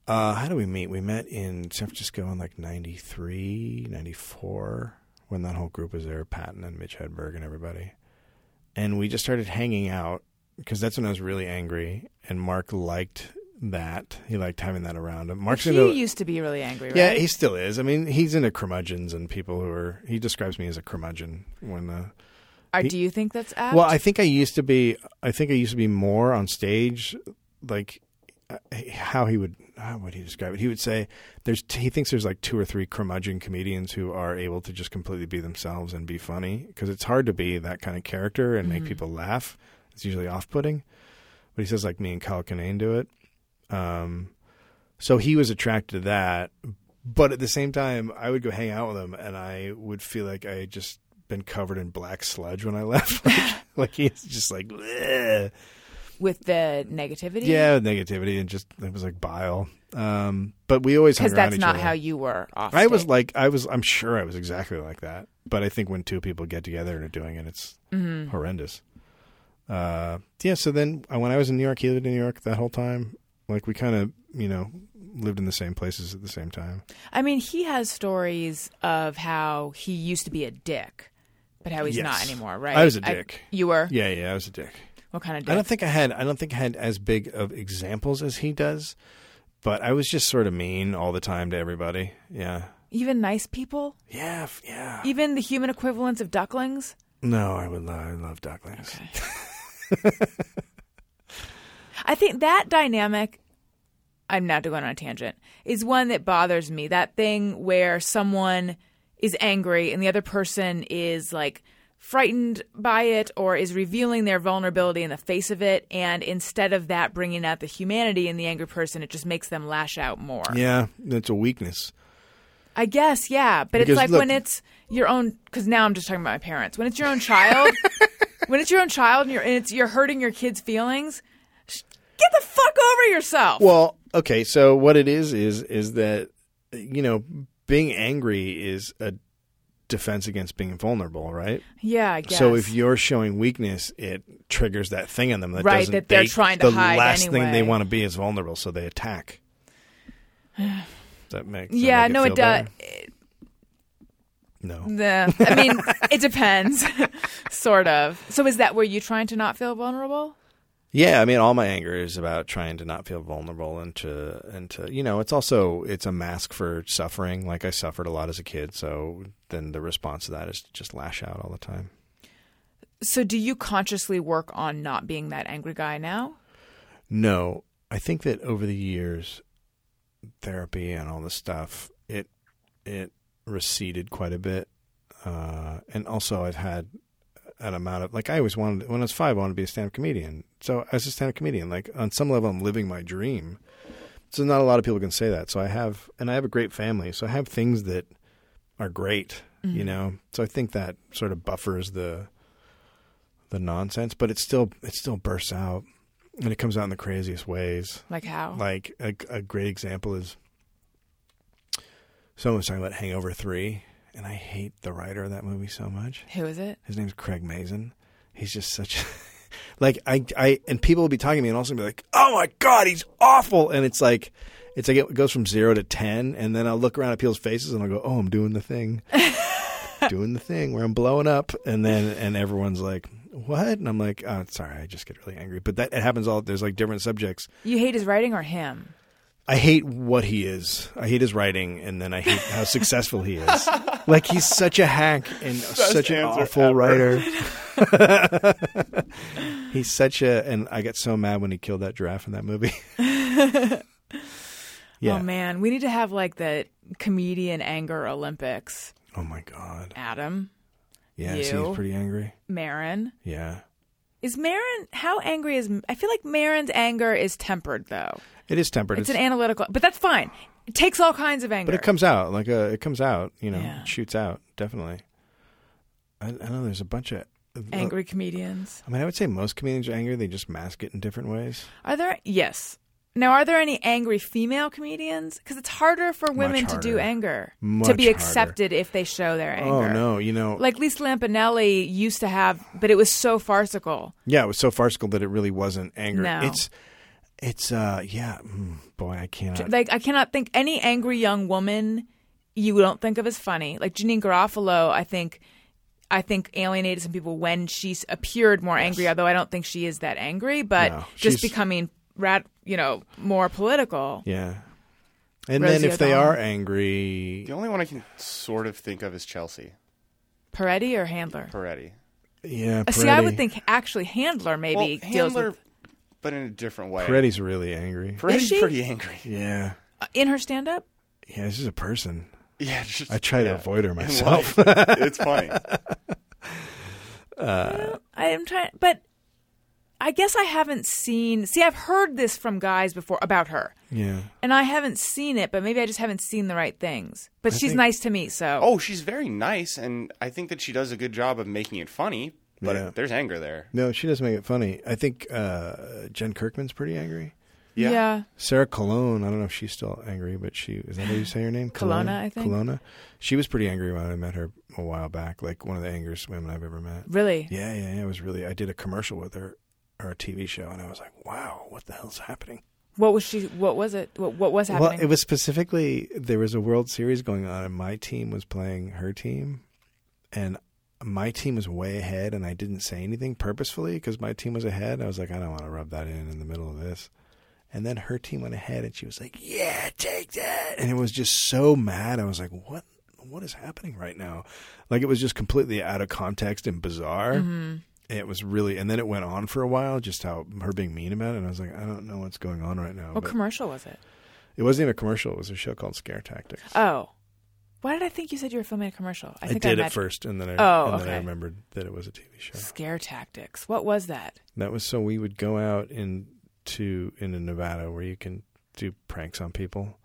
[SPEAKER 7] Uh, how do we meet? We met in San Francisco in like 93, 94, when that whole group was there, Patton and Mitch Hedberg and everybody. And we just started hanging out because that's when I was really angry, and Mark liked that. He liked having that around him. Mark's
[SPEAKER 2] he
[SPEAKER 7] into-
[SPEAKER 2] used to be really angry, right?
[SPEAKER 7] yeah, he still is. I mean, he's into curmudgeons and people who are. He describes me as a curmudgeon. When uh,
[SPEAKER 2] Or do you think that's apt?
[SPEAKER 7] well, I think I used to be. I think I used to be more on stage. Like uh, how he would how would he describe it? He would say there's. T- he thinks there's like two or three curmudgeon comedians who are able to just completely be themselves and be funny because it's hard to be that kind of character and make people laugh. It's usually off-putting. But he says like me and Kyle Kinane do it. Um, so he was attracted to that. But at the same time, I would go hang out with him, and I would feel like I had just been covered in black sludge when I left. like, like he's just like, "Bleh."
[SPEAKER 2] with the negativity.
[SPEAKER 7] yeah, negativity and just it was like bile. Um, but we always hung
[SPEAKER 2] because
[SPEAKER 7] around
[SPEAKER 2] that's
[SPEAKER 7] each
[SPEAKER 2] not
[SPEAKER 7] other.
[SPEAKER 2] how you were. Off
[SPEAKER 7] I was
[SPEAKER 2] stage.
[SPEAKER 7] like, I was, I'm sure I was exactly like that. But I think when two people get together and are doing it, it's
[SPEAKER 2] Mm-hmm.
[SPEAKER 7] horrendous. Uh, yeah. So then uh, when I was in New York, he lived in New York that whole time. Like we kind of, you know, lived in the same places at the same time.
[SPEAKER 2] I mean, he has stories of how he used to be a dick, but how he's
[SPEAKER 7] Yes.
[SPEAKER 2] not anymore, right?
[SPEAKER 7] I was a dick.
[SPEAKER 2] you were.
[SPEAKER 7] Yeah, yeah, I was a dick.
[SPEAKER 2] What kind of
[SPEAKER 7] I
[SPEAKER 2] dick?
[SPEAKER 7] don't think I had. I don't think I had as big of examples as he does, but I was just sort of mean all the time to everybody. Yeah,
[SPEAKER 2] Even nice people.
[SPEAKER 7] yeah, f- yeah.
[SPEAKER 2] Even the human equivalents of ducklings.
[SPEAKER 7] No, I would. Love, I love ducklings.
[SPEAKER 2] I think that dynamic. I'm now going on a tangent. Is one that bothers me. That thing where someone is angry and the other person is like frightened by it or is revealing their vulnerability in the face of it and instead of that bringing out the humanity in the angry person it just makes them lash out more
[SPEAKER 7] Yeah, that's a weakness.
[SPEAKER 2] I guess, yeah. But it's
[SPEAKER 7] Because,
[SPEAKER 2] like
[SPEAKER 7] look-
[SPEAKER 2] when it's your own. Because now I'm just talking about my parents. When it's your own child, when it's your own child, and you're and it's you're hurting your kid's feelings. sh- Get the fuck over yourself.
[SPEAKER 7] Well, okay. So what it is is is that you know being angry is a defense against being vulnerable, right?
[SPEAKER 2] Yeah, I guess.
[SPEAKER 7] So if you're showing weakness, it triggers that thing in them that
[SPEAKER 2] Right,
[SPEAKER 7] doesn't,
[SPEAKER 2] that they're
[SPEAKER 7] they-
[SPEAKER 2] trying to
[SPEAKER 7] the
[SPEAKER 2] hide
[SPEAKER 7] last thing they
[SPEAKER 2] anyway.
[SPEAKER 7] want to be is vulnerable, so they attack. Does that make does that
[SPEAKER 2] yeah,
[SPEAKER 7] make
[SPEAKER 2] no,
[SPEAKER 7] feel
[SPEAKER 2] it does.
[SPEAKER 7] better? No,
[SPEAKER 2] The, I mean, it depends, sort of. So is that where you trying to not feel vulnerable?
[SPEAKER 7] yeah, I mean, all my anger is about trying to not feel vulnerable and to and to you know, it's also it's a mask for suffering. Like I suffered a lot as a kid, so then the response to that is to just lash out all the time.
[SPEAKER 2] So do you consciously work on not being that angry guy now?
[SPEAKER 7] No, I think that over the years, therapy and all this stuff, it it receded quite a bit, uh, and also I've had an amount of like I always wanted when I was five, I wanted to be a stand-up comedian. So as a stand-up comedian, like on some level, I'm living my dream. So not a lot of people can say that. So I have, and I have a great family. So I have things that are great, you know. So I think that sort of buffers the the nonsense, but it still it still bursts out and it comes out in the craziest ways.
[SPEAKER 2] Like how?
[SPEAKER 7] Like a, a great example is someone was talking about Hangover Three, and I hate the writer of that movie so much.
[SPEAKER 2] Who is it?
[SPEAKER 7] His name's Craig Mazin. He's just such like I I and people will be talking to me and also be like, oh my god, he's awful, and it's like. It's like it goes from zero to ten, and then I'll look around at people's faces and I'll go, "Oh, I'm doing the thing, doing the thing where I'm blowing up," and then and everyone's like, "What?" And I'm like, "Oh, sorry, I just get really angry." But that it happens all. There's like different subjects,
[SPEAKER 2] You hate his writing or him?
[SPEAKER 7] I hate what he is. I hate his writing, and then I hate how successful he is. Like he's such a hack and such an
[SPEAKER 3] answer
[SPEAKER 7] awful
[SPEAKER 3] ever.
[SPEAKER 7] writer. he's such a, and I got so mad when he killed that giraffe in that movie. yeah.
[SPEAKER 2] Oh man, we need to have like the comedian anger Olympics.
[SPEAKER 7] Oh my god.
[SPEAKER 2] Adam,
[SPEAKER 7] Yeah, see,
[SPEAKER 2] You.
[SPEAKER 7] he's pretty angry.
[SPEAKER 2] Marin.
[SPEAKER 7] Yeah,
[SPEAKER 2] Is Marin how angry is I feel like Marin's anger is tempered though.
[SPEAKER 7] it is tempered.
[SPEAKER 2] It's, an analytical, but that's fine. It takes all kinds of anger.
[SPEAKER 7] but it comes out like a, it comes out. You know,
[SPEAKER 2] Yeah.
[SPEAKER 7] it shoots out definitely. I, I know there's a bunch of
[SPEAKER 2] angry comedians.
[SPEAKER 7] I mean, I would say most comedians are angry. They just mask it in different ways.
[SPEAKER 2] Are there yes. Now are there any angry female comedians? Cuz it's harder for women to do
[SPEAKER 7] harder.
[SPEAKER 2] anger to
[SPEAKER 7] Much
[SPEAKER 2] be
[SPEAKER 7] harder.
[SPEAKER 2] accepted if they show their anger.
[SPEAKER 7] Oh no, you know,
[SPEAKER 2] Like Lisa Lampanelli used to have, but it was so farcical.
[SPEAKER 7] Yeah, it was so farcical that it really wasn't anger.
[SPEAKER 2] No.
[SPEAKER 7] It's it's uh yeah, mm, boy, I cannot.
[SPEAKER 2] Like I cannot think any angry young woman you don't think of as funny. Like Janine Garofalo, I think I think alienated some people when she s- appeared more angry, although I don't think she is that angry, but
[SPEAKER 7] No,
[SPEAKER 2] just
[SPEAKER 7] she's-
[SPEAKER 2] becoming rat, you know, more political.
[SPEAKER 7] yeah. And
[SPEAKER 2] Rosie
[SPEAKER 7] then if they
[SPEAKER 2] O'Donnell.
[SPEAKER 7] are angry,
[SPEAKER 3] The only one I can sort of think of is Chelsea
[SPEAKER 2] Peretti or Handler?
[SPEAKER 3] Peretti.
[SPEAKER 7] yeah,
[SPEAKER 2] Uh, See, I would
[SPEAKER 7] Peretti-
[SPEAKER 2] think actually Handler maybe
[SPEAKER 3] well,
[SPEAKER 2] deals
[SPEAKER 3] Handler,
[SPEAKER 2] with
[SPEAKER 3] but in a different way.
[SPEAKER 7] Peretti's really angry.
[SPEAKER 2] Is
[SPEAKER 3] Peretti's
[SPEAKER 2] she?
[SPEAKER 3] pretty angry.
[SPEAKER 7] Yeah,
[SPEAKER 2] uh, in her stand up.
[SPEAKER 7] yeah, this is a person.
[SPEAKER 3] Yeah, just,
[SPEAKER 7] I try to
[SPEAKER 3] yeah.
[SPEAKER 7] avoid her
[SPEAKER 3] In
[SPEAKER 7] myself.
[SPEAKER 3] life, it's funny.
[SPEAKER 2] I am trying, but I guess I haven't seen. See, I've heard this from guys before about her,
[SPEAKER 7] yeah,
[SPEAKER 2] and I haven't seen it, but maybe I just haven't seen the right things. But she's
[SPEAKER 7] think-
[SPEAKER 2] nice to me, so
[SPEAKER 3] Oh, she's very nice, and I think that she does a good job of making it funny. But
[SPEAKER 7] Yeah.
[SPEAKER 3] there's anger there.
[SPEAKER 7] no, she does make it funny. I think uh, Jen Kirkman's pretty angry.
[SPEAKER 2] yeah.
[SPEAKER 7] Sarah Colon, I don't know if she's still angry, but she is that how you say her name?
[SPEAKER 2] Colonna,
[SPEAKER 7] Colonna,
[SPEAKER 2] I think.
[SPEAKER 7] Colonna. She was pretty angry when I met her a while back. Like one of the angriest women I've ever met.
[SPEAKER 2] Really?
[SPEAKER 7] Yeah, yeah, yeah. It was really. I did a commercial with her or a TV show, and I was like, "Wow, what the hell's happening?"
[SPEAKER 2] What was she? What was it? What, what was
[SPEAKER 7] Well,
[SPEAKER 2] happening?
[SPEAKER 7] it was specifically there was a World Series going on, and my team was playing her team, and my team was way ahead, and I didn't say anything purposefully because my team was ahead. I was like, "I don't want to rub that in in the middle of this." And then her team went ahead, and she was like, "Yeah, take that!" And it was just so mad. I was like, "What? What is happening right now?" Like it was just completely out of context and bizarre.
[SPEAKER 2] Mm-hmm.
[SPEAKER 7] It was really, and then it went on for a while, just how her being mean about it. And I was like, I don't know what's going on right now.
[SPEAKER 2] what
[SPEAKER 7] but-
[SPEAKER 2] commercial was it?
[SPEAKER 7] it wasn't even a commercial. It was a show called Scare Tactics.
[SPEAKER 2] Oh, why did I think you said you were filming a commercial? I
[SPEAKER 7] I
[SPEAKER 2] think
[SPEAKER 7] did
[SPEAKER 2] I
[SPEAKER 7] at
[SPEAKER 2] meant
[SPEAKER 7] first, and then I,
[SPEAKER 2] Oh,
[SPEAKER 7] and then
[SPEAKER 2] okay.
[SPEAKER 7] I remembered that it was a TV show.
[SPEAKER 2] Scare tactics. What was that?
[SPEAKER 7] That was so we would go out into into Nevada where you can do pranks on people,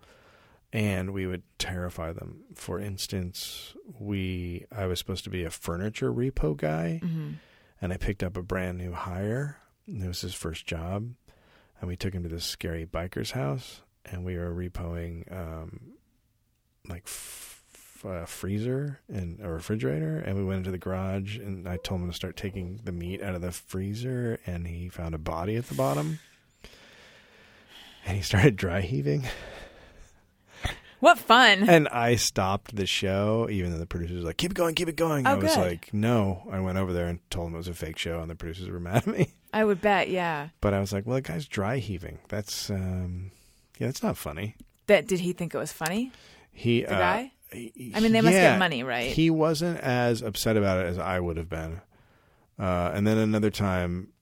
[SPEAKER 7] and we would terrify them. For instance, we I was supposed to be a furniture repo guy,
[SPEAKER 2] Mm-hmm.
[SPEAKER 7] and I picked up a brand new hire. And it was his first job, and we took him to this scary biker's house, and we were repoing um, like f- f- uh, freezer and a refrigerator, and we went into the garage, and I told him to start taking the meat out of the freezer, and he found a body at the bottom, and he started dry heaving,
[SPEAKER 2] What fun.
[SPEAKER 7] and I stopped the show, even though the producers were like, "Keep it going, keep it going."
[SPEAKER 2] Oh,
[SPEAKER 7] I was
[SPEAKER 2] good.
[SPEAKER 7] like, "No," I went over there and told him it was a fake show, and the producers were mad at me.
[SPEAKER 2] I would bet, yeah.
[SPEAKER 7] But I was like, "Well, the guy's dry heaving. That's um, yeah, that's not funny."
[SPEAKER 2] That did he think it was funny?
[SPEAKER 7] He uh,
[SPEAKER 2] guy?
[SPEAKER 7] he-
[SPEAKER 2] I mean, they must get
[SPEAKER 7] yeah.
[SPEAKER 2] money, right?
[SPEAKER 7] He wasn't as upset about it as I would have been. Uh, and then another time,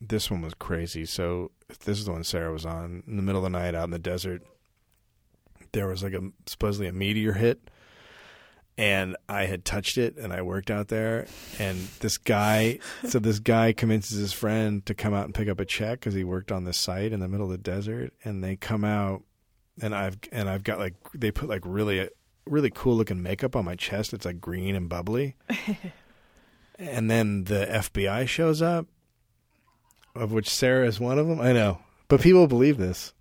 [SPEAKER 7] this one was crazy. So this is the one Sarah was on in the middle of the night out in the desert. There was like a supposedly a meteor hit, and I had touched it, and I worked out there. And this guy, so this guy convinces his friend to come out and pick up a check because he worked on this site in the middle of the desert, and they come out and I've and I've got like they put like really really cool looking makeup on my chest. It's like green and bubbly. and then the FBI shows up, of which Sarah is one of them. I know, but people believe this.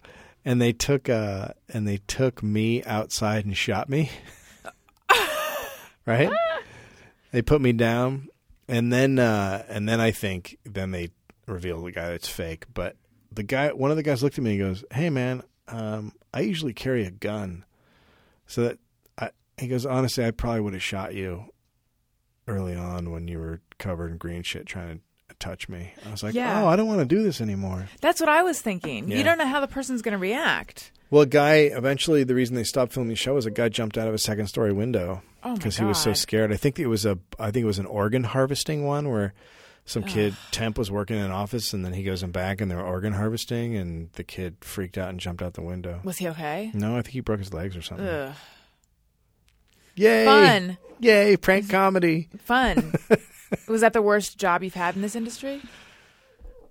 [SPEAKER 7] And they took uh and they took me outside and shot me. right? They put me down and then uh and then I think then they reveal the guy that's fake, but the guy one of the guys looked at me and goes, "Hey man, um I usually carry a gun." So that I he goes, "Honestly, I probably would have shot you early on when you were covered in green shit trying to touch me." I was like,
[SPEAKER 2] Yeah.
[SPEAKER 7] "Oh, I don't want to do this anymore."
[SPEAKER 2] That's what I was thinking. You
[SPEAKER 7] Yeah.
[SPEAKER 2] don't know how the person's going to react.
[SPEAKER 7] Well, a guy eventually the reason they stopped filming the show is a guy jumped out of a second story window
[SPEAKER 2] Oh my
[SPEAKER 7] because he was so
[SPEAKER 2] God.
[SPEAKER 7] scared. I think it was a I think it was an organ harvesting one where some kid temp was working in an office and then he goes in back and they're organ harvesting and the kid freaked out and jumped out the window.
[SPEAKER 2] Was he okay?
[SPEAKER 7] No, I think he broke his legs or something.
[SPEAKER 2] Ugh.
[SPEAKER 7] Yay!
[SPEAKER 2] Fun.
[SPEAKER 7] Yay! Prank comedy.
[SPEAKER 2] Fun. was that the worst job you've had in this industry?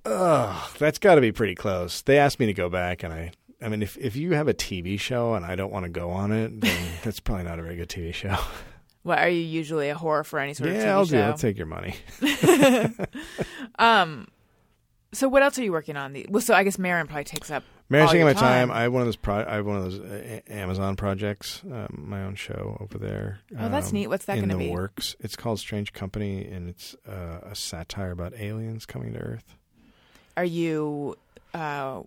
[SPEAKER 7] Ugh, that's got to be pretty close. They asked me to go back and I. I mean, if if you have a TV show and I don't want to go on it, then that's probably not a very good TV show.
[SPEAKER 2] What are you usually a whore for any sort of TV
[SPEAKER 7] yeah, I'll
[SPEAKER 2] show?
[SPEAKER 7] do. it. I'll take your money.
[SPEAKER 2] So what else are you working on? The- Well, so I guess Marin probably takes up.
[SPEAKER 7] Marriage
[SPEAKER 2] all
[SPEAKER 7] Taking
[SPEAKER 2] your
[SPEAKER 7] My Time. I have one of those. Pro- I have one of those uh, A- Amazon projects. Um, my own show over there.
[SPEAKER 2] Oh, that's
[SPEAKER 7] um,
[SPEAKER 2] neat. What's that
[SPEAKER 7] in
[SPEAKER 2] gonna
[SPEAKER 7] the
[SPEAKER 2] be?
[SPEAKER 7] Works. It's called Strange Company, and it's uh, a satire about aliens coming to Earth.
[SPEAKER 2] Are you uh,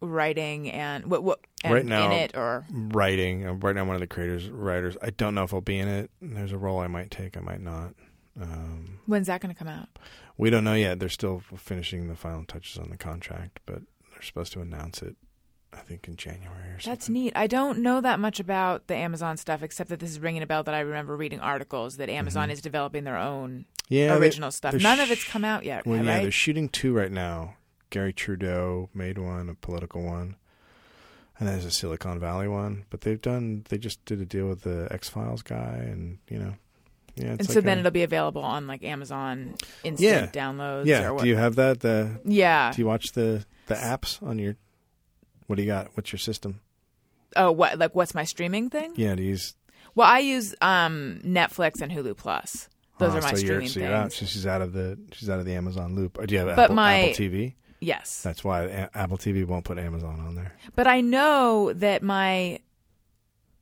[SPEAKER 2] writing and what what and
[SPEAKER 7] Right now-
[SPEAKER 2] in it or
[SPEAKER 7] Writing. uh, Right now, I'm one of the creators, writers. I don't know if I'll be in it. There's a role I might take. I might not. Um,
[SPEAKER 2] when's that going to come out?
[SPEAKER 7] we don't know yet. They're still finishing the final touches on the contract, but they're supposed to announce it. I think in January or something.
[SPEAKER 2] That's neat. I don't know that much about the Amazon stuff, except that this is ringing a bell that I remember reading articles that
[SPEAKER 7] Mm-hmm.
[SPEAKER 2] Amazon is developing their own
[SPEAKER 7] yeah, they-
[SPEAKER 2] original stuff.
[SPEAKER 7] they're
[SPEAKER 2] None of
[SPEAKER 7] sh-
[SPEAKER 2] it's come out yet,
[SPEAKER 7] Well, yeah,
[SPEAKER 2] right?
[SPEAKER 7] they're shooting two right now. Gary Trudeau made one, a political one, and there's a Silicon Valley one. But they've done, they just did a deal with the X Files guy, and you know, yeah. It's
[SPEAKER 2] and so
[SPEAKER 7] like
[SPEAKER 2] then
[SPEAKER 7] a-
[SPEAKER 2] it'll be available on like Amazon instant
[SPEAKER 7] Yeah.
[SPEAKER 2] downloads.
[SPEAKER 7] yeah.
[SPEAKER 2] Or what.
[SPEAKER 7] Do you have that? The
[SPEAKER 2] yeah.
[SPEAKER 7] do you watch the the apps on your? What do you got? What's your system?
[SPEAKER 2] oh, what like what's my streaming thing?
[SPEAKER 7] Yeah, do you use?
[SPEAKER 2] Well, I use um, Netflix and Hulu Plus. Those
[SPEAKER 7] Ah,
[SPEAKER 2] are my
[SPEAKER 7] so you're,
[SPEAKER 2] streaming
[SPEAKER 7] so
[SPEAKER 2] things.
[SPEAKER 7] you're out. So she's out of the she's out of the Amazon loop. Oh, do you have
[SPEAKER 2] But
[SPEAKER 7] Apple,
[SPEAKER 2] my-
[SPEAKER 7] Apple TV?
[SPEAKER 2] Yes.
[SPEAKER 7] That's why A- Apple TV won't put Amazon on there.
[SPEAKER 2] But I know that my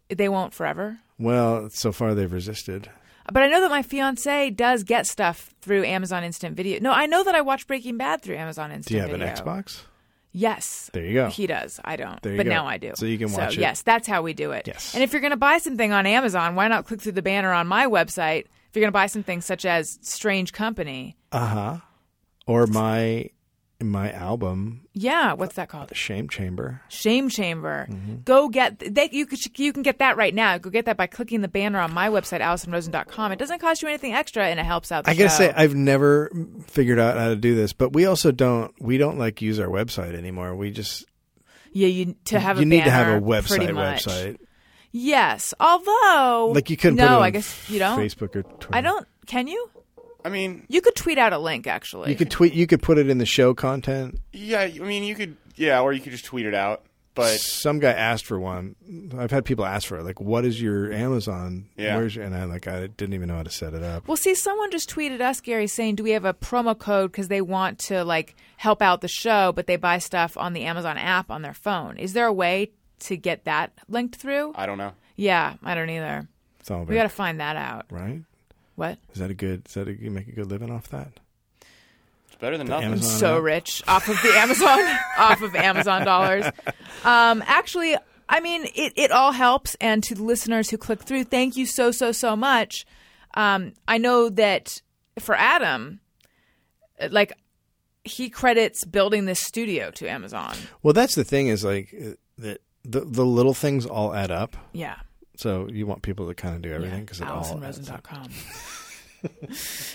[SPEAKER 2] they won't forever.
[SPEAKER 7] Well, so far they've resisted.
[SPEAKER 2] But I know that my fiance does get stuff through Amazon Instant Video. No, I know that I watch Breaking Bad through Amazon Instant
[SPEAKER 7] Do you have
[SPEAKER 2] Video.
[SPEAKER 7] an Xbox?
[SPEAKER 2] Yes.
[SPEAKER 7] There you go.
[SPEAKER 2] He does. I don't.
[SPEAKER 7] There you
[SPEAKER 2] but
[SPEAKER 7] go.
[SPEAKER 2] now I do.
[SPEAKER 7] So you can watch it.
[SPEAKER 2] Yes, that's how we do it.
[SPEAKER 7] Yes.
[SPEAKER 2] And if you're going to buy something on Amazon, why not click through the banner on my website? If you're going to buy something such as Strange Company,
[SPEAKER 7] Uh huh. Or my my album
[SPEAKER 2] yeah, what's that called?
[SPEAKER 7] Shame Chamber.
[SPEAKER 2] Shame Chamber.
[SPEAKER 7] Mm-hmm.
[SPEAKER 2] Go get they, you could you can get that right now. Go get that by clicking the banner on my website allisonrosen.com. It doesn't cost you anything extra and it helps out the
[SPEAKER 7] I gotta
[SPEAKER 2] show.
[SPEAKER 7] say, I've never figured out how to do this, but we also don't we don't like use our website anymore. We just
[SPEAKER 2] yeah, you to have
[SPEAKER 7] you
[SPEAKER 2] a
[SPEAKER 7] need to have a
[SPEAKER 2] banner,
[SPEAKER 7] website
[SPEAKER 2] pretty much.
[SPEAKER 7] website.
[SPEAKER 2] Yes, although
[SPEAKER 7] Like you couldn't
[SPEAKER 2] No,
[SPEAKER 7] put it on
[SPEAKER 2] I guess you don't.
[SPEAKER 7] Facebook or Twitter.
[SPEAKER 2] I don't. Can you?
[SPEAKER 3] I mean,
[SPEAKER 2] You could tweet out a link actually.
[SPEAKER 7] You could tweet. You could put it in the show content.
[SPEAKER 3] yeah. I mean, you could, yeah, or you could just tweet it out. But
[SPEAKER 7] Some guy asked for one. I've had people ask for it. Like, what is your Amazon?
[SPEAKER 3] Yeah.
[SPEAKER 7] Where's your, and I like I didn't even know how to set it up.
[SPEAKER 2] Well, see, someone just tweeted us, Gary, saying, "Do we have a promo code because they want to like help out the show, but they buy stuff on the Amazon app on their phone? Is there a way to get that linked through?
[SPEAKER 3] I don't know.
[SPEAKER 2] Yeah, I don't either.
[SPEAKER 7] It's all
[SPEAKER 2] We
[SPEAKER 7] about
[SPEAKER 2] got to find that out.
[SPEAKER 7] right.
[SPEAKER 2] What?
[SPEAKER 7] Is that a good? Is that a, you make a good living off that?
[SPEAKER 3] It's better than nothing.
[SPEAKER 7] Amazon
[SPEAKER 2] so
[SPEAKER 7] app?
[SPEAKER 2] rich off of the Amazon, off of Amazon dollars. Um, actually, I mean, it, it all helps. And to the listeners who click through, thank you so, so, so much. Um, I know that for Adam, uh, like, he credits building this studio to Amazon.
[SPEAKER 7] Well, that's the thing is like uh, that the the little things all add up.
[SPEAKER 2] Yeah.
[SPEAKER 7] So you want people to kind of do everything because it all adds up.
[SPEAKER 2] AllisonRosen.com.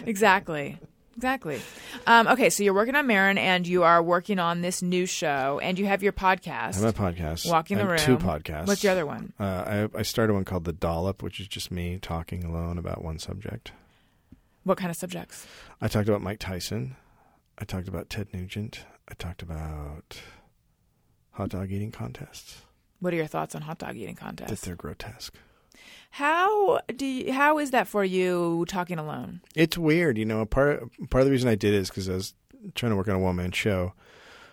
[SPEAKER 2] exactly. Exactly. Um, okay, so you're working on Marin and you are working on this new show and you have your podcast.
[SPEAKER 7] I have a podcast.
[SPEAKER 2] Walking
[SPEAKER 7] I
[SPEAKER 2] the
[SPEAKER 7] have
[SPEAKER 2] room.
[SPEAKER 7] Two podcasts.
[SPEAKER 2] What's the other one?
[SPEAKER 7] Uh, I I started one called the Dollop, which is just me talking alone about one subject.
[SPEAKER 2] What kind of subjects?
[SPEAKER 7] I talked about Mike Tyson. I talked about Ted Nugent. I talked about hot dog eating contests.
[SPEAKER 2] What are your thoughts on hot dog eating
[SPEAKER 7] That
[SPEAKER 2] contests?
[SPEAKER 7] they're grotesque.
[SPEAKER 2] How do you, how is that for you talking alone?
[SPEAKER 7] It's weird, you know. Part part of the reason I did it is because I was trying to work on a one man show,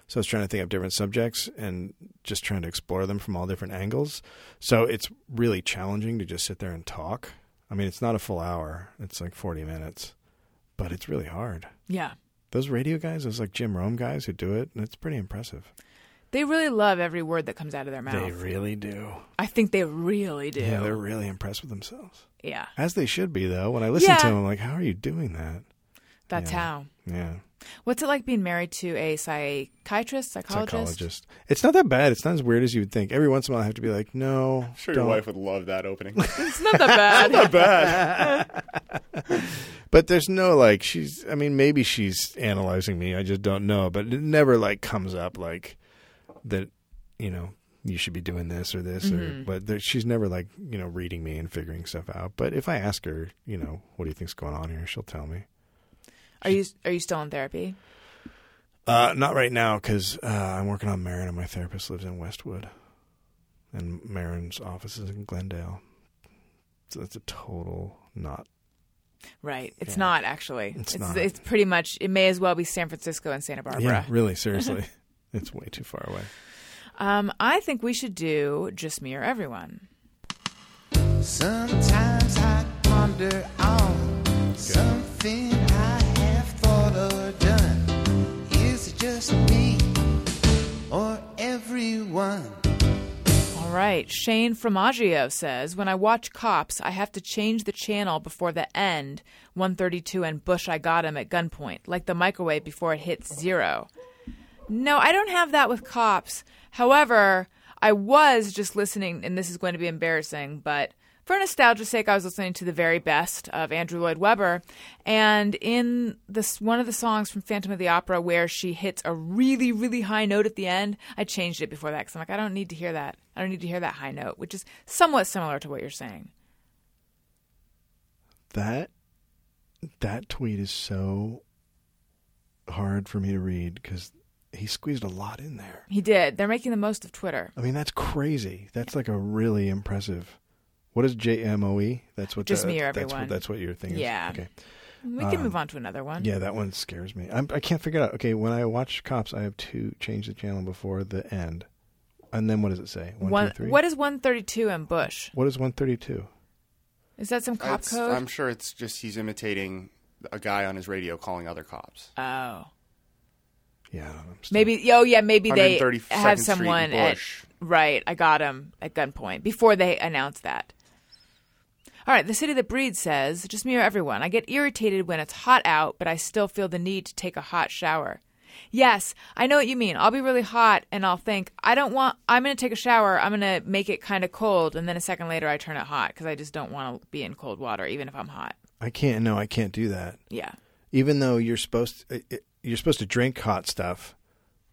[SPEAKER 7] so I was trying to think up different subjects and just trying to explore them from all different angles. So it's really challenging to just sit there and talk. I mean, it's not a full hour; it's like forty minutes, but it's really hard.
[SPEAKER 2] Yeah.
[SPEAKER 7] Those radio guys, those like Jim Rome guys who do it, it's pretty impressive.
[SPEAKER 2] They really love every word that comes out of their mouth.
[SPEAKER 7] They really do.
[SPEAKER 2] I think they really do.
[SPEAKER 7] Yeah, they're really impressed with themselves.
[SPEAKER 2] Yeah,
[SPEAKER 7] As they should be, though. When I listen to 'em,
[SPEAKER 2] Yeah.
[SPEAKER 7] to them, I'm like, how are you doing that?
[SPEAKER 2] that's
[SPEAKER 7] Yeah.
[SPEAKER 2] how.
[SPEAKER 7] Yeah.
[SPEAKER 2] What's it like being married to a psychiatrist, psychologist?
[SPEAKER 7] Psychologist. It's not that bad. It's not as weird as you would think. Every once in a while, I have to be like, no.
[SPEAKER 3] I'm sure
[SPEAKER 7] don't.
[SPEAKER 3] your wife would love that opening.
[SPEAKER 2] It's not that bad.
[SPEAKER 7] But there's no like, she's, I mean, maybe she's analyzing me. I just don't know. But it never like comes up like that, you know, you should be doing this or this.
[SPEAKER 3] Mm-hmm.
[SPEAKER 7] Or, but there, she's never like, you know, reading me and figuring stuff out. But if I ask her, you know, what do you think's going on here? She'll tell me.
[SPEAKER 2] Are you are you still in therapy?
[SPEAKER 7] Uh, not right now because uh, I'm working on Marin, and my therapist lives in Westwood, and Marin's office is in Glendale. So that's a total not.
[SPEAKER 2] Right. It's not actually.
[SPEAKER 7] It's not.
[SPEAKER 2] It's pretty much. It may as well be San Francisco and Santa Barbara.
[SPEAKER 7] Yeah, really, seriously, it's way too far away.
[SPEAKER 2] Um, I think we should do just me or everyone.
[SPEAKER 6] Sometimes I ponder on something I have thought or done. Is it just me or everyone?
[SPEAKER 2] All right. Shane Fromaggio says, "When I watch Cops, I have to change the channel before the end, 132 and Bush I got him at gunpoint, like the microwave before it hits 0." No, I don't have that with Cops. However, I was just listening and this is going to be embarrassing, but for nostalgia's sake, I was listening to the very best of Andrew Lloyd Webber, and in this one of the songs from Phantom of the Opera where she hits a really, really high note at the end, I changed it before that because I'm like, I don't need to hear that. I don't need to hear that high note, which is somewhat similar to what you're saying.
[SPEAKER 7] That that tweet is so hard for me to read because he squeezed a lot in there.
[SPEAKER 2] He did. They're making the most of Twitter.
[SPEAKER 7] I mean, that's crazy. That's like a really impressive. What is JMOE? E? That's what
[SPEAKER 2] Just
[SPEAKER 7] that-
[SPEAKER 2] me or
[SPEAKER 7] That's
[SPEAKER 2] everyone.
[SPEAKER 7] what, that's what your thing is.
[SPEAKER 2] Yeah.
[SPEAKER 7] Okay.
[SPEAKER 2] We can move on to another one.
[SPEAKER 7] Uh, Yeah, that one scares me. I'm, I can't figure it out. Okay, when I watch Cops, I have to change the channel before the end, and then what does it say? One,
[SPEAKER 2] One,
[SPEAKER 7] two, three?
[SPEAKER 2] what is 132 and Bush?
[SPEAKER 7] what is one thirty-two?
[SPEAKER 2] Is that some cop
[SPEAKER 3] Uh, It's-
[SPEAKER 2] code?
[SPEAKER 3] I'm sure it's just he's imitating a guy on his radio calling other cops.
[SPEAKER 2] Oh.
[SPEAKER 7] Yeah, I don't know. I'm still-
[SPEAKER 2] Maybe oh yeah, maybe they
[SPEAKER 3] 132nd
[SPEAKER 2] have
[SPEAKER 3] Street and
[SPEAKER 2] someone at
[SPEAKER 3] Bush.
[SPEAKER 2] right. I got him at gunpoint before they announce that. All right, the city that breeds says, just me or everyone. I get irritated when it's hot out, but I still feel the need to take a hot shower. Yes, I know what you mean. I'll be really hot and I'll think, I don't want I'm going to take a shower. I'm going to make it kind of cold and then a second later I turn it hot cuz I just don't want to be in cold water even if I'm hot.
[SPEAKER 7] I can't. No, I can't do that.
[SPEAKER 2] Yeah.
[SPEAKER 7] Even though you're supposed to, it- it- you're supposed to drink hot stuff,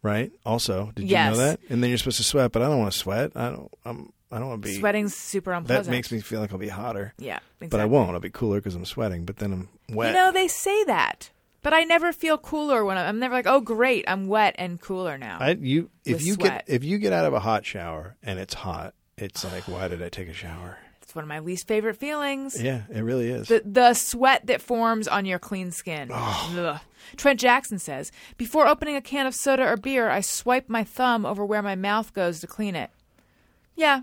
[SPEAKER 7] right? Also, did
[SPEAKER 2] Yes.
[SPEAKER 7] you know that? And then you're supposed to sweat, but I don't want to sweat. I don't. I'm. I don't want to be.
[SPEAKER 2] Sweating's super
[SPEAKER 7] that
[SPEAKER 2] unpleasant.
[SPEAKER 7] makes me feel like I'll be hotter.
[SPEAKER 2] Yeah.
[SPEAKER 7] But I
[SPEAKER 2] exactly.
[SPEAKER 7] won't. I'll be cooler because I'm sweating. But then I'm wet.
[SPEAKER 2] You know, they say that, but I never feel cooler when I'm, I'm never like, oh, great, I'm wet and cooler now.
[SPEAKER 7] I you if
[SPEAKER 2] With
[SPEAKER 7] you
[SPEAKER 2] sweat.
[SPEAKER 7] get if you get out of a hot shower and it's hot, it's like why did I take a shower?
[SPEAKER 2] it's one of my least favorite feelings.
[SPEAKER 7] Yeah, it really is.
[SPEAKER 2] The, the sweat that forms on your clean skin. Ugh. Trent Jackson says, Before opening a can of soda or beer, I swipe my thumb over where my mouth goes to clean it. Yeah.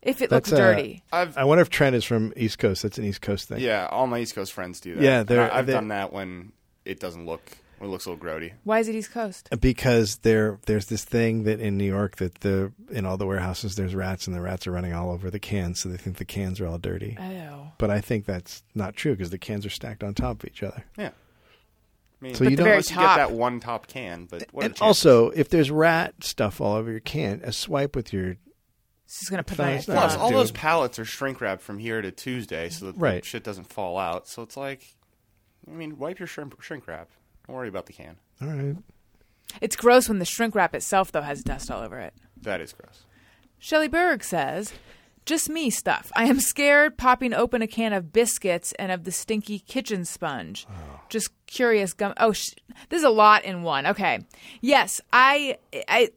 [SPEAKER 2] if it
[SPEAKER 7] That's,
[SPEAKER 2] looks
[SPEAKER 7] uh,
[SPEAKER 2] dirty.
[SPEAKER 3] I've
[SPEAKER 7] I wonder if Trent is from East Coast. That's an East Coast thing.
[SPEAKER 3] yeah, all my East Coast friends do that.
[SPEAKER 7] Yeah,
[SPEAKER 3] And
[SPEAKER 7] they're-
[SPEAKER 3] I, I've
[SPEAKER 7] they-
[SPEAKER 3] done that when it doesn't look when it looks a little grody.
[SPEAKER 2] Why is it East Coast?
[SPEAKER 7] Because there, there's this thing that in New York that the in all the warehouses there's rats and the rats are running all over the cans, so they think the cans are all dirty.
[SPEAKER 2] Oh.
[SPEAKER 7] But I think that's not true because the cans are stacked on top of each other.
[SPEAKER 3] Yeah. I mean,
[SPEAKER 7] So you
[SPEAKER 2] the
[SPEAKER 7] don't.
[SPEAKER 2] very
[SPEAKER 3] unless you get
[SPEAKER 2] top.
[SPEAKER 3] that one top can, but what are the
[SPEAKER 7] and
[SPEAKER 3] chances?
[SPEAKER 7] also, if there's rat stuff all over your can, a swipe with your
[SPEAKER 2] It's just going to put
[SPEAKER 7] Thought
[SPEAKER 2] my
[SPEAKER 7] it's
[SPEAKER 3] Plus,
[SPEAKER 7] not-
[SPEAKER 3] all
[SPEAKER 7] Dude.
[SPEAKER 3] those pallets are shrink wrapped from here to Tuesday, so that
[SPEAKER 7] Right.
[SPEAKER 3] shit doesn't fall out. So it's like, I mean, wipe your shrimp, shrink wrap. Don't worry about the can.
[SPEAKER 7] all right.
[SPEAKER 2] It's gross when the shrink wrap itself, though, has dust all over it.
[SPEAKER 3] That is gross.
[SPEAKER 2] Shelly Berg says, just me stuff. I am scared popping open a can of biscuits and of the stinky kitchen sponge. Just curious gum. Oh, sh- this is a lot in one. Okay. Yes, I, I,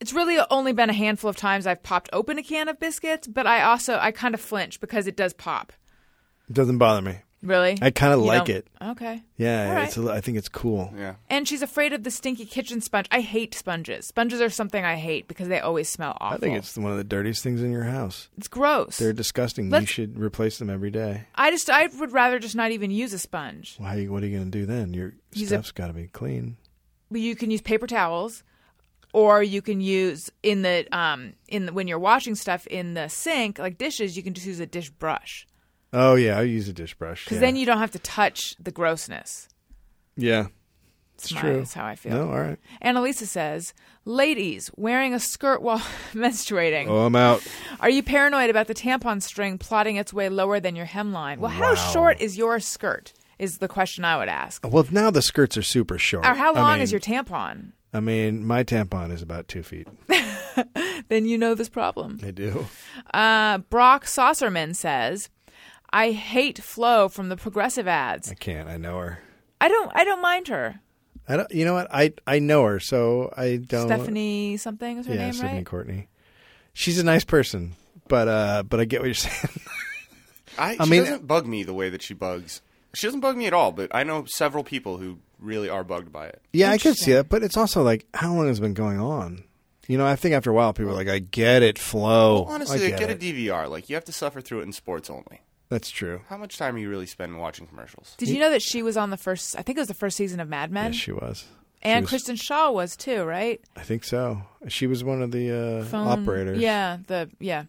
[SPEAKER 2] it's really only been a handful of times I've popped open a can of biscuits, but I also, I kind of flinch because it does pop.
[SPEAKER 7] It doesn't bother me.
[SPEAKER 2] Really?
[SPEAKER 7] I kinda
[SPEAKER 2] You
[SPEAKER 7] like
[SPEAKER 2] don't-
[SPEAKER 7] it.
[SPEAKER 2] Okay.
[SPEAKER 7] Yeah,
[SPEAKER 2] All right.
[SPEAKER 7] it's a, I think it's cool.
[SPEAKER 3] Yeah.
[SPEAKER 2] And she's afraid of the stinky kitchen sponge. I hate sponges. Sponges are something I hate because they always smell awful.
[SPEAKER 7] I think it's one of the dirtiest things in your house.
[SPEAKER 2] it's gross.
[SPEAKER 7] They're disgusting. you
[SPEAKER 2] Let's-
[SPEAKER 7] should replace them every day.
[SPEAKER 2] I just I would rather just not even use a sponge.
[SPEAKER 7] Why? What are you going to do then? Your
[SPEAKER 2] Use a-
[SPEAKER 7] stuff's got to be clean.
[SPEAKER 2] You can use paper towels, or you can use in the um in the, when you're washing stuff in the sink like dishes. You can just use a dish brush
[SPEAKER 7] Oh yeah, I use a dish brush.
[SPEAKER 2] because
[SPEAKER 7] yeah.
[SPEAKER 2] then you don't have to touch the grossness.
[SPEAKER 7] yeah,
[SPEAKER 2] It's
[SPEAKER 7] true.
[SPEAKER 2] That's how I feel.
[SPEAKER 7] no, all right.
[SPEAKER 2] Annalisa says, "Ladies wearing a skirt while menstruating."
[SPEAKER 7] Oh, I'm out.
[SPEAKER 2] Are you paranoid about the tampon string plotting its way lower than your hemline? Well, how short is your skirt? Is the question I would ask.
[SPEAKER 7] Well, now the skirts are super short.
[SPEAKER 2] Or how
[SPEAKER 7] I
[SPEAKER 2] long is
[SPEAKER 7] mean-
[SPEAKER 2] your tampon?
[SPEAKER 7] I mean, my tampon is about two feet.
[SPEAKER 2] Then you know this problem.
[SPEAKER 7] I do.
[SPEAKER 2] Uh, Brock Saucerman says, "I hate Flo from the progressive ads.
[SPEAKER 7] I can't. I know her.
[SPEAKER 2] I don't. I don't mind her.
[SPEAKER 7] I don't. You know what? I I know her, so I don't.
[SPEAKER 2] Stephanie something is her
[SPEAKER 7] Yeah,
[SPEAKER 2] name,
[SPEAKER 7] Stephanie
[SPEAKER 2] right?
[SPEAKER 7] Courtney. She's a nice person, but uh, but I get what you're saying.
[SPEAKER 3] I, she
[SPEAKER 7] mean-
[SPEAKER 3] doesn't bug me the way that she bugs. She doesn't bug me at all, but I know several people who really are bugged by it.
[SPEAKER 7] yeah, I could see that, but it's also like how long has it been going on? You know, I think after a while, people are like, "I get it, flow."
[SPEAKER 3] Honestly,
[SPEAKER 7] I
[SPEAKER 3] like,
[SPEAKER 7] get,
[SPEAKER 3] get,
[SPEAKER 7] it.
[SPEAKER 3] a DVR. Like you have to suffer through it in sports only.
[SPEAKER 7] That's true.
[SPEAKER 3] How much time you really spend watching commercials?
[SPEAKER 2] Did you know that she was on the first? I think it was the first season of Mad Men,
[SPEAKER 7] Yes, she was. She
[SPEAKER 2] and
[SPEAKER 7] was-
[SPEAKER 2] Kristen Shaw was too, right?
[SPEAKER 7] I think so. She was one of the uh,
[SPEAKER 2] Phone
[SPEAKER 7] operators.
[SPEAKER 2] Yeah, the yeah,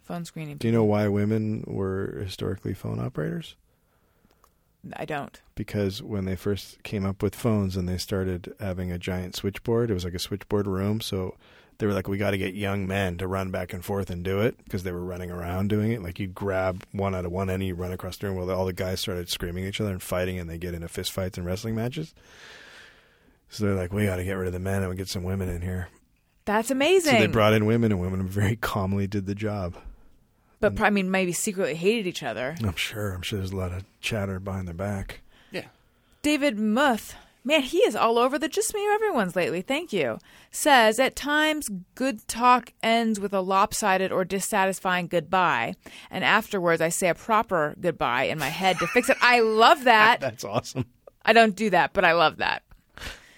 [SPEAKER 2] phone screening.
[SPEAKER 7] Do you know why women were historically phone operators?
[SPEAKER 2] I don't.
[SPEAKER 7] Because when they first came up with phones and they started having a giant switchboard, it was like a switchboard room. So they were like, we got to get young men to run back and forth and do it because they were running around doing it. Like you'd grab one out of one end and you run across the room while all the guys started screaming at each other and fighting and they get into fistfights and wrestling matches. So they're like, we got to get rid of the men and we get some women in here.
[SPEAKER 2] That's amazing.
[SPEAKER 7] So they brought in women, and women very calmly did the job.
[SPEAKER 2] but pro- I mean, maybe secretly hated each other.
[SPEAKER 7] I'm sure. I'm sure there's a lot of chatter behind their back.
[SPEAKER 3] Yeah.
[SPEAKER 2] David Muth, man, he is all over the just me or everyone's lately. Thank you. Says at times good talk ends with a lopsided or dissatisfying goodbye, and afterwards I say a proper goodbye in my head to fix it. I love that.
[SPEAKER 7] That's awesome.
[SPEAKER 2] I don't do that, but I love that.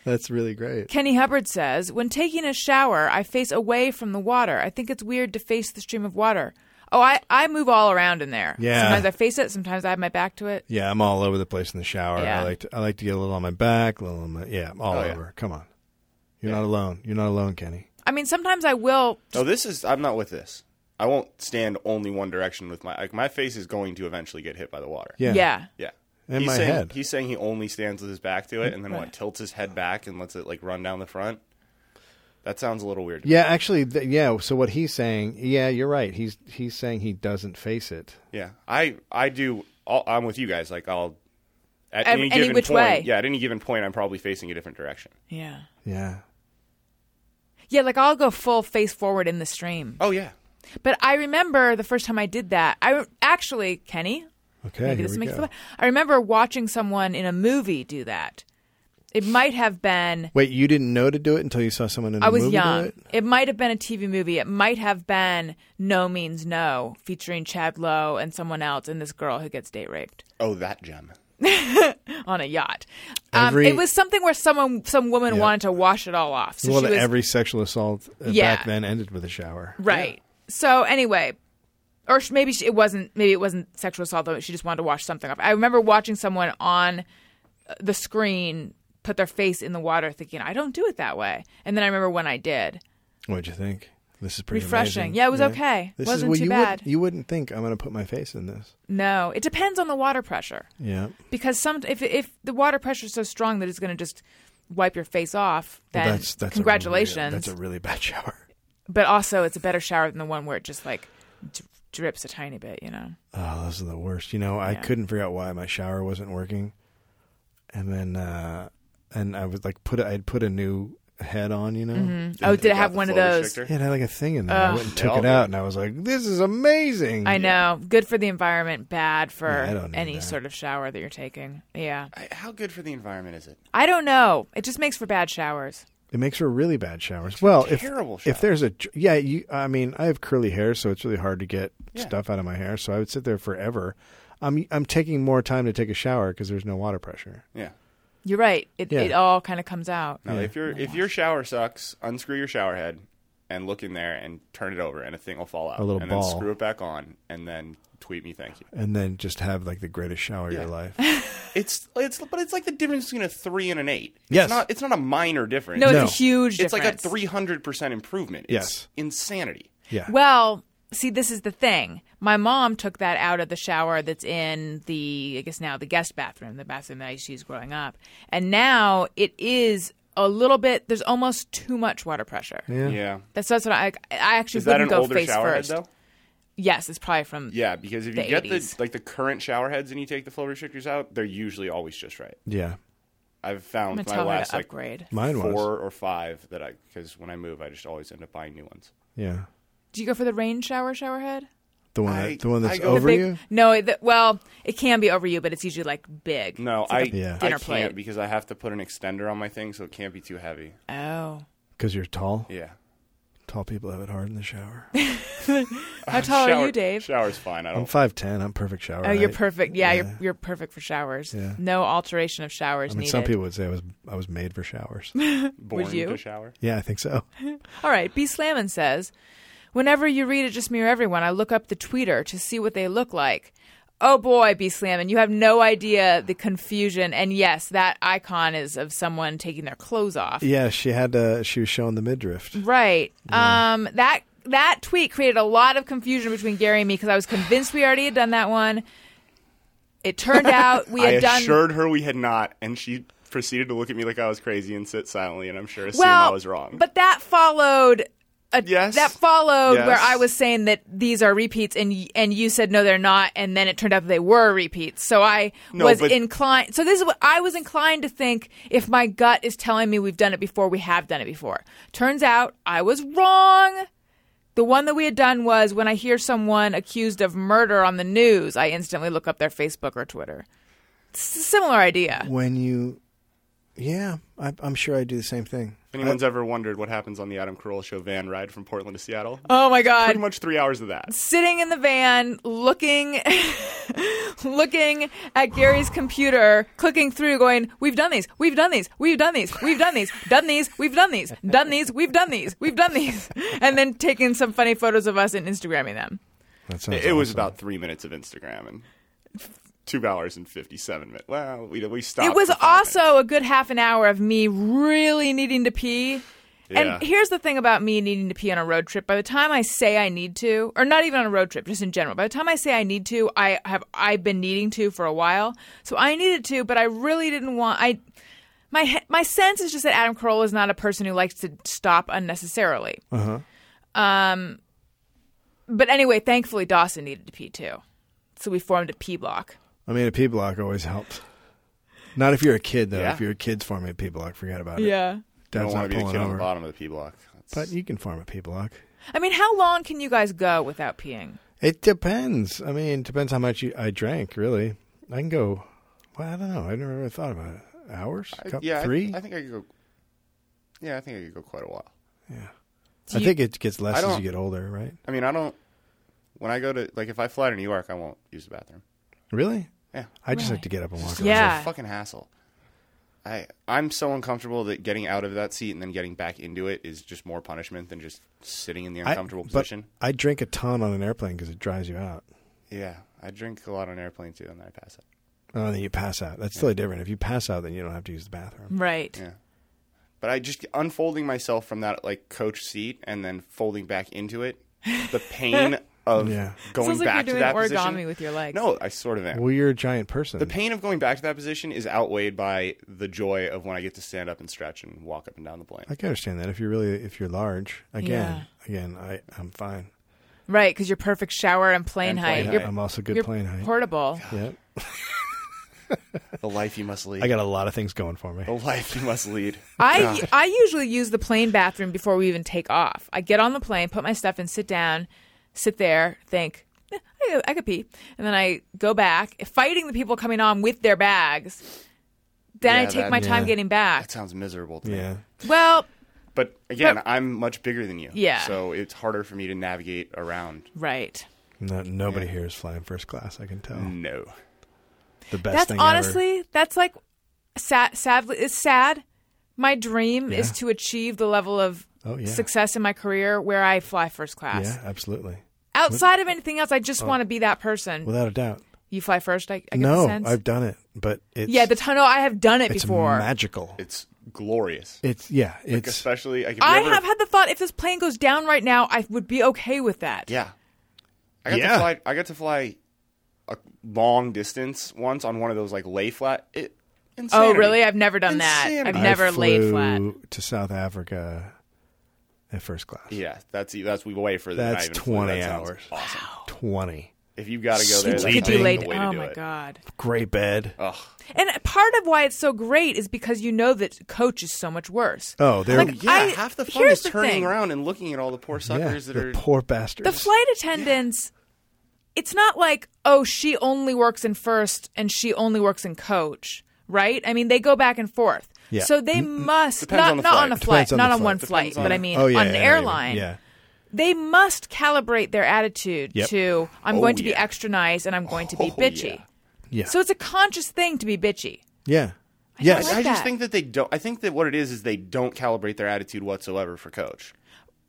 [SPEAKER 7] That's really great.
[SPEAKER 2] Kenny Hubbard says, When taking a shower, I face away from the water. I think it's weird to face the stream of water. Oh, I, I move all around in there.
[SPEAKER 7] Yeah.
[SPEAKER 2] Sometimes I face it, sometimes I have my back to it.
[SPEAKER 7] Yeah, I'm all over the place in the shower.
[SPEAKER 2] Yeah.
[SPEAKER 7] I like to, I like to get a little on my back, a little on my yeah, I'm all
[SPEAKER 3] Oh, yeah.
[SPEAKER 7] over. Come on, you're not alone. You're not alone, Kenny.
[SPEAKER 2] I mean, sometimes I will
[SPEAKER 3] No, Oh, this is. I'm not with this. I won't stand only one direction with my. Like my face is going to eventually get hit by the water.
[SPEAKER 7] Yeah,
[SPEAKER 2] yeah.
[SPEAKER 3] Yeah.
[SPEAKER 7] In
[SPEAKER 3] he's
[SPEAKER 7] my
[SPEAKER 3] saying,
[SPEAKER 7] head.
[SPEAKER 3] He's saying he only stands with his back to it and then what tilts his head back and lets it like run down the front. That sounds a little weird. to me.
[SPEAKER 7] Yeah, actually, th- yeah. So what he's saying, yeah, you're right. He's he's saying he doesn't face it.
[SPEAKER 3] Yeah. I I do all, I'm with you guys like I'll at
[SPEAKER 2] Ev-
[SPEAKER 3] any,
[SPEAKER 2] any
[SPEAKER 3] given
[SPEAKER 2] which
[SPEAKER 3] point.
[SPEAKER 2] way.
[SPEAKER 3] Yeah, at any given point I'm probably facing a different direction.
[SPEAKER 2] Yeah.
[SPEAKER 7] Yeah,
[SPEAKER 2] Yeah, like I'll go full face forward in the stream.
[SPEAKER 3] Oh yeah.
[SPEAKER 2] But I remember the first time I did that. I actually, Kenny,
[SPEAKER 7] okay.
[SPEAKER 2] maybe
[SPEAKER 7] here
[SPEAKER 2] this
[SPEAKER 7] we
[SPEAKER 2] makes
[SPEAKER 7] go.
[SPEAKER 2] feel bad. I remember watching someone in a movie do that. It might have been
[SPEAKER 7] Wait, you didn't know to do it until you saw someone in a
[SPEAKER 2] I was
[SPEAKER 7] movie
[SPEAKER 2] young.
[SPEAKER 7] do it.
[SPEAKER 2] It? might have been a TV movie. It might have been No Means No, featuring Chad Lowe and someone else, and this girl who gets date raped
[SPEAKER 3] Oh, that gem.
[SPEAKER 2] on a yacht. Um,
[SPEAKER 7] Every-
[SPEAKER 2] it was something where someone, some woman
[SPEAKER 7] Yeah.
[SPEAKER 2] wanted to wash it all off. So
[SPEAKER 7] well,
[SPEAKER 2] she was
[SPEAKER 7] every sexual assault uh,
[SPEAKER 2] Yeah.
[SPEAKER 7] back then ended with a shower.
[SPEAKER 2] right. So anyway, or sh- maybe she, it wasn't. Maybe it wasn't sexual assault. Though she just wanted to wash something off. I remember watching someone on uh, the screen put their face in the water, thinking, "I don't do it that way." And then I remember when I did.
[SPEAKER 7] What'd you think? This is pretty
[SPEAKER 2] Refreshing.
[SPEAKER 7] amazing.
[SPEAKER 2] Yeah, it was okay.
[SPEAKER 7] This
[SPEAKER 2] Wasn't
[SPEAKER 7] is, well,
[SPEAKER 2] too
[SPEAKER 7] you
[SPEAKER 2] bad.
[SPEAKER 7] Would, you wouldn't think I'm going to put my face in this.
[SPEAKER 2] No, it depends on the water pressure.
[SPEAKER 7] Yeah.
[SPEAKER 2] because some if if the water pressure is so strong that it's going to just wipe your face off, then
[SPEAKER 7] that's that's a really-
[SPEAKER 2] congratulations.
[SPEAKER 7] that's a really bad shower.
[SPEAKER 2] but also, it's a better shower than the one where it just like d- drips a tiny bit. You know,
[SPEAKER 7] Oh, those are the worst. You know, I
[SPEAKER 2] Yeah.
[SPEAKER 7] couldn't figure out why my shower wasn't working, and then uh and I was like, put a- I'd put a new head on. You know,
[SPEAKER 2] oh, did it
[SPEAKER 3] Got
[SPEAKER 2] have
[SPEAKER 3] the
[SPEAKER 2] one of
[SPEAKER 3] flow
[SPEAKER 2] those?
[SPEAKER 3] restrictor.
[SPEAKER 7] it had like a thing in there. I went and took
[SPEAKER 3] all
[SPEAKER 7] it
[SPEAKER 3] do.
[SPEAKER 7] out, and I was like, this is amazing.
[SPEAKER 2] I know, good for the environment, bad for
[SPEAKER 7] Yeah, I don't need
[SPEAKER 2] any
[SPEAKER 7] that.
[SPEAKER 2] sort of shower that you're taking. Yeah,
[SPEAKER 3] I- How good for the environment is it?
[SPEAKER 2] I don't know. It just makes for bad showers.
[SPEAKER 7] It makes for really bad showers. Well, if
[SPEAKER 3] terrible
[SPEAKER 7] if there's a yeah, you, I mean, I have curly hair, so it's really hard to get
[SPEAKER 3] Yeah.
[SPEAKER 7] stuff out of my hair. So I would sit there forever. I'm I'm taking more time to take a shower because there's no water pressure.
[SPEAKER 3] Yeah.
[SPEAKER 2] You're right. It
[SPEAKER 7] Yeah.
[SPEAKER 2] it all kind of comes out.
[SPEAKER 3] No, if your if your shower sucks, unscrew your shower head and look in there and turn it over, and a thing will fall out.
[SPEAKER 7] A little
[SPEAKER 3] and
[SPEAKER 7] ball.
[SPEAKER 3] then screw it back on, and then tweet me thank you.
[SPEAKER 7] And then just have like the greatest shower of
[SPEAKER 3] Yeah.
[SPEAKER 7] your life.
[SPEAKER 3] It's it's but it's like the difference between a three and an eight.
[SPEAKER 7] Yes.
[SPEAKER 3] It's not it's not a minor difference.
[SPEAKER 2] No, it's
[SPEAKER 7] No.
[SPEAKER 2] a huge.
[SPEAKER 3] it's
[SPEAKER 2] Difference.
[SPEAKER 3] like a three hundred percent improvement. It's
[SPEAKER 7] Yes.
[SPEAKER 3] insanity.
[SPEAKER 7] Yeah.
[SPEAKER 2] Well, see, this is the thing. My mom took that out of the shower that's in the, I guess now the guest bathroom, the bathroom that I used to use growing up. And now it is a little bit, there's almost too much water pressure.
[SPEAKER 7] Yeah.
[SPEAKER 2] That's, that's what I, I actually
[SPEAKER 3] Is that
[SPEAKER 2] wouldn't
[SPEAKER 3] an
[SPEAKER 2] go
[SPEAKER 3] older
[SPEAKER 2] face
[SPEAKER 3] shower
[SPEAKER 2] first.
[SPEAKER 3] head though?
[SPEAKER 2] Yes, it's probably from,
[SPEAKER 3] Yeah, because if you
[SPEAKER 2] The
[SPEAKER 3] get
[SPEAKER 2] 80s.
[SPEAKER 3] the like the current shower heads and you take the flow restrictors out, they're usually always just right.
[SPEAKER 7] yeah.
[SPEAKER 3] I've
[SPEAKER 2] I'm
[SPEAKER 3] found
[SPEAKER 2] going to
[SPEAKER 3] my
[SPEAKER 2] tell her
[SPEAKER 3] last
[SPEAKER 2] to
[SPEAKER 3] like
[SPEAKER 2] upgrade.
[SPEAKER 7] Mine
[SPEAKER 3] four
[SPEAKER 7] was.
[SPEAKER 3] or five that I because when I move, I just always end up buying new ones.
[SPEAKER 7] Yeah.
[SPEAKER 2] Do you go for the rain shower shower head?
[SPEAKER 7] The one
[SPEAKER 3] I-
[SPEAKER 7] that, the one that's
[SPEAKER 3] I go- The
[SPEAKER 7] over
[SPEAKER 2] Big-
[SPEAKER 7] you.
[SPEAKER 2] No, it- well, it can be over you, but it's usually like big.
[SPEAKER 3] No,
[SPEAKER 2] It's like
[SPEAKER 3] I,
[SPEAKER 2] a
[SPEAKER 7] Yeah.
[SPEAKER 3] I
[SPEAKER 2] dinner
[SPEAKER 3] can't
[SPEAKER 2] plate.
[SPEAKER 3] because I have to put an extender on my thing, so it can't be too heavy.
[SPEAKER 2] Oh.
[SPEAKER 7] Because you're tall.
[SPEAKER 3] Yeah.
[SPEAKER 7] Tall people have it hard in the shower.
[SPEAKER 2] How tall are
[SPEAKER 3] Shower-
[SPEAKER 2] you, Dave?
[SPEAKER 3] Shower's fine. I
[SPEAKER 7] I'm
[SPEAKER 3] don't.
[SPEAKER 7] five ten. I'm perfect shower.
[SPEAKER 2] Oh, you're
[SPEAKER 7] height.
[SPEAKER 2] perfect. Yeah,
[SPEAKER 7] Yeah.
[SPEAKER 2] you're you're perfect for showers.
[SPEAKER 7] Yeah.
[SPEAKER 2] No alteration of showers
[SPEAKER 7] I mean,
[SPEAKER 2] needed.
[SPEAKER 7] some people would say I was I was made for showers.
[SPEAKER 3] Born
[SPEAKER 2] you?
[SPEAKER 3] to shower.
[SPEAKER 7] yeah, I think so.
[SPEAKER 2] All right, B Slammin says, whenever you read it, just mirror everyone. I look up the tweeter to see what they look like. Oh boy, B Slammin, you have no idea the confusion. And yes, that icon is of someone taking their clothes off.
[SPEAKER 7] Yeah, she had uh, she was showing the midriff.
[SPEAKER 2] Right. Um. That that tweet created a lot of confusion between Gary and me because I was convinced we already had done that one. It turned out we
[SPEAKER 3] I
[SPEAKER 2] had done.
[SPEAKER 3] assured her we had not, and she proceeded to look at me like I was crazy and sit silently, and I'm sure assume
[SPEAKER 2] well,
[SPEAKER 3] I was wrong.
[SPEAKER 2] But that followed. A,
[SPEAKER 3] Yes.
[SPEAKER 2] That followed
[SPEAKER 3] Yes.
[SPEAKER 2] where I was saying that these are repeats, and y- and you said no, they're not, and then it turned out they were repeats. So I
[SPEAKER 3] No,
[SPEAKER 2] was
[SPEAKER 3] but-
[SPEAKER 2] inclined. So this is what I was inclined to think. If my gut is telling me we've done it before, we have done it before. Turns out I was wrong. The one that we had done was when I hear someone accused of murder on the news, I instantly look up their Facebook or Twitter. It's a similar idea.
[SPEAKER 7] When you, yeah, I, I'm sure I do the same thing.
[SPEAKER 3] if anyone's ever wondered what happens on the Adam Carolla show van ride from Portland to Seattle,
[SPEAKER 2] Oh my God!
[SPEAKER 3] pretty much three hours of that.
[SPEAKER 2] sitting in the van looking looking at Gary's computer, clicking through going, "We've done these. We've done these. We've done these. We've done these. Done these. We've done these. Done these. We've done these. We've done these." And then taking some funny photos of us and Instagramming them.
[SPEAKER 7] That sounds
[SPEAKER 3] It, it was
[SPEAKER 7] awesome.
[SPEAKER 3] about three minutes of Instagram and two hours and fifty-seven minutes. Well, we we stopped.
[SPEAKER 2] It was
[SPEAKER 3] for five minutes.
[SPEAKER 2] also a good half an hour of me really needing to pee.
[SPEAKER 3] Yeah.
[SPEAKER 2] And here's the thing about me needing to pee on a road trip. By the time I say I need to, or not even on a road trip, just in general. By the time I say I need to, I have I've been needing to for a while. So I needed to, but I really didn't want I my he- my sense is just that Adam Carolla is not a person who likes to stop unnecessarily. Uh-huh. Um but anyway, thankfully Dawson needed to pee too. So we formed a pee block.
[SPEAKER 7] I mean, a P block always helps. Not if you're a kid though.
[SPEAKER 3] Yeah.
[SPEAKER 7] If you're a kid's forming a P block, forget about it.
[SPEAKER 2] Yeah.
[SPEAKER 3] You don't
[SPEAKER 7] Dad's not
[SPEAKER 3] want to be the
[SPEAKER 7] pulling
[SPEAKER 3] kid on the
[SPEAKER 7] over.
[SPEAKER 3] bottom of the P block. That's-
[SPEAKER 7] But you can form a P block.
[SPEAKER 2] I mean, how long can you guys go without peeing?
[SPEAKER 7] It depends. I mean, it depends how much you, I drank. Really, I can go. Well, I don't know. I never really thought about it. Hours?
[SPEAKER 3] I-
[SPEAKER 7] Cup-
[SPEAKER 3] yeah, I-
[SPEAKER 7] three?
[SPEAKER 3] I, think I could go. Yeah, I think I could go quite a while.
[SPEAKER 7] I think it gets
[SPEAKER 3] I
[SPEAKER 7] less as
[SPEAKER 3] don't-
[SPEAKER 7] you get older, right?
[SPEAKER 3] I mean, I don't. When I go to like, if I fly to New York, I won't use the bathroom.
[SPEAKER 7] Really?
[SPEAKER 3] Yeah,
[SPEAKER 7] I just like to get up and walk. around.
[SPEAKER 2] Yeah.
[SPEAKER 3] fucking hassle. I I'm so uncomfortable that getting out of that seat and then getting back into it is just more punishment than just sitting in the
[SPEAKER 7] I-
[SPEAKER 3] uncomfortable
[SPEAKER 7] but
[SPEAKER 3] position.
[SPEAKER 7] I drink a ton on an airplane because it drives you out.
[SPEAKER 3] Yeah, I drink a lot on airplane too, and then I pass out.
[SPEAKER 7] Oh, and then you pass out. That's totally different. If you pass out, then you don't have to use the bathroom.
[SPEAKER 2] Right.
[SPEAKER 3] Yeah. But I just unfolding myself from that like coach seat and then folding back into it, the pain of
[SPEAKER 7] Yeah.
[SPEAKER 3] going
[SPEAKER 2] Sounds like
[SPEAKER 3] back
[SPEAKER 2] you're doing
[SPEAKER 3] to that
[SPEAKER 2] origami
[SPEAKER 3] position.
[SPEAKER 2] with your legs.
[SPEAKER 3] No, I sort of am.
[SPEAKER 7] Well, you're a giant person.
[SPEAKER 3] the pain of going back to that position is outweighed by the joy of when I get to stand up and stretch and walk up and down the plane.
[SPEAKER 7] I can understand that if you're really if you're large. Again, again, I I'm fine.
[SPEAKER 2] Right, because you're perfect shower and plane
[SPEAKER 3] And
[SPEAKER 2] height.
[SPEAKER 3] plane
[SPEAKER 2] You're,
[SPEAKER 3] height.
[SPEAKER 7] I'm also good
[SPEAKER 2] you're
[SPEAKER 7] plane height.
[SPEAKER 2] portable.
[SPEAKER 7] yeah,
[SPEAKER 3] the life you must lead.
[SPEAKER 7] I got a lot of things going for me.
[SPEAKER 3] the life you must lead.
[SPEAKER 2] I I usually use the plane bathroom before we even take off. I get on the plane, put my stuff in, sit down, sit there, think. "Eh, I could, I could pee, and then I go back, fighting the people coming on with their bags. Then I
[SPEAKER 3] Yeah,
[SPEAKER 2] take
[SPEAKER 3] that-
[SPEAKER 2] my time
[SPEAKER 7] Yeah.
[SPEAKER 2] getting back.
[SPEAKER 3] That sounds miserable to me.
[SPEAKER 7] Yeah,
[SPEAKER 2] Well,
[SPEAKER 3] But again,
[SPEAKER 2] But-
[SPEAKER 3] I'm much bigger than you.
[SPEAKER 2] Yeah.
[SPEAKER 3] So it's harder for me to navigate around.
[SPEAKER 2] right.
[SPEAKER 7] no, nobody here is flying first class. I can tell.
[SPEAKER 3] No.
[SPEAKER 7] The best
[SPEAKER 2] Mm. That's
[SPEAKER 7] thing
[SPEAKER 2] honestly that's like sad, sadly it's sad. My dream is
[SPEAKER 7] Yeah.
[SPEAKER 2] to achieve the level of
[SPEAKER 7] Oh, yeah.
[SPEAKER 2] success in my career where I fly first
[SPEAKER 7] ever.
[SPEAKER 2] class.
[SPEAKER 7] Yeah, Oh. absolutely,
[SPEAKER 2] Outside of anything else, I just want to be that person.
[SPEAKER 7] without a doubt.
[SPEAKER 2] you fly first. I, I get
[SPEAKER 7] no,
[SPEAKER 2] the sense.
[SPEAKER 7] I've done it, but it's
[SPEAKER 2] yeah, the tunnel. I have done it
[SPEAKER 7] it's
[SPEAKER 2] before.
[SPEAKER 7] magical.
[SPEAKER 3] It's glorious.
[SPEAKER 7] It's yeah, it's
[SPEAKER 3] Especially, like, if you
[SPEAKER 2] I
[SPEAKER 3] ever-
[SPEAKER 2] have had the thought if this plane goes down right now, I would be okay with that.
[SPEAKER 3] Yeah. I got
[SPEAKER 7] Yeah.
[SPEAKER 3] to fly. I got to fly a long distance once on one of those like lay flat. It,
[SPEAKER 2] Oh,
[SPEAKER 3] insanity.
[SPEAKER 2] really? I've never done that.
[SPEAKER 3] Insanity.
[SPEAKER 2] I've never
[SPEAKER 7] I flew
[SPEAKER 2] laid flat.
[SPEAKER 7] to South Africa at first class.
[SPEAKER 3] Yeah, that's that's we way further.
[SPEAKER 7] That's
[SPEAKER 3] than I even flew.
[SPEAKER 7] 20
[SPEAKER 3] That sounds
[SPEAKER 7] hours.
[SPEAKER 3] Awesome.
[SPEAKER 7] Twenty
[SPEAKER 3] If you got to go there, that's
[SPEAKER 7] Sleeping.
[SPEAKER 3] not
[SPEAKER 2] Could you
[SPEAKER 3] the
[SPEAKER 2] lay
[SPEAKER 7] laid-
[SPEAKER 3] way to
[SPEAKER 2] Oh
[SPEAKER 3] do
[SPEAKER 2] my
[SPEAKER 3] it.
[SPEAKER 2] god!
[SPEAKER 7] great bed.
[SPEAKER 3] Ugh.
[SPEAKER 2] And part of why it's so great is because you know that coach is so much worse.
[SPEAKER 7] Oh, there.
[SPEAKER 2] Like,
[SPEAKER 3] Yeah,
[SPEAKER 2] I-
[SPEAKER 3] half the fun
[SPEAKER 2] here's
[SPEAKER 3] is
[SPEAKER 2] the
[SPEAKER 3] turning
[SPEAKER 2] thing.
[SPEAKER 3] around and looking at all the poor
[SPEAKER 7] yeah,
[SPEAKER 3] suckers that
[SPEAKER 7] the
[SPEAKER 3] are.
[SPEAKER 7] poor bastards.
[SPEAKER 2] the flight attendants it's not like oh she only works in first and she only works in coach right i mean they go back and forth
[SPEAKER 7] Yeah. Mm-hmm.
[SPEAKER 2] so they must
[SPEAKER 3] Depends
[SPEAKER 2] not
[SPEAKER 3] on the
[SPEAKER 2] not
[SPEAKER 3] flight.
[SPEAKER 2] on a
[SPEAKER 7] Depends
[SPEAKER 2] flight
[SPEAKER 7] on
[SPEAKER 2] not
[SPEAKER 7] the
[SPEAKER 2] on one
[SPEAKER 7] flight.
[SPEAKER 2] flight
[SPEAKER 3] on
[SPEAKER 2] but
[SPEAKER 3] the-
[SPEAKER 2] i mean
[SPEAKER 7] oh yeah,
[SPEAKER 2] on an
[SPEAKER 7] yeah, yeah,
[SPEAKER 2] airline
[SPEAKER 7] Yeah,
[SPEAKER 2] they must calibrate their attitude
[SPEAKER 7] Yep.
[SPEAKER 2] to i'm
[SPEAKER 3] Oh,
[SPEAKER 2] going to be
[SPEAKER 3] yeah.
[SPEAKER 2] extra nice and i'm going to be
[SPEAKER 3] Oh,
[SPEAKER 2] bitchy
[SPEAKER 3] yeah.
[SPEAKER 7] yeah.
[SPEAKER 2] so it's a conscious thing to be bitchy
[SPEAKER 7] yeah,
[SPEAKER 3] I,
[SPEAKER 7] yes.
[SPEAKER 2] like
[SPEAKER 3] I
[SPEAKER 2] that.
[SPEAKER 3] just think that they don't. I think that what it is is they don't calibrate their attitude whatsoever for coach.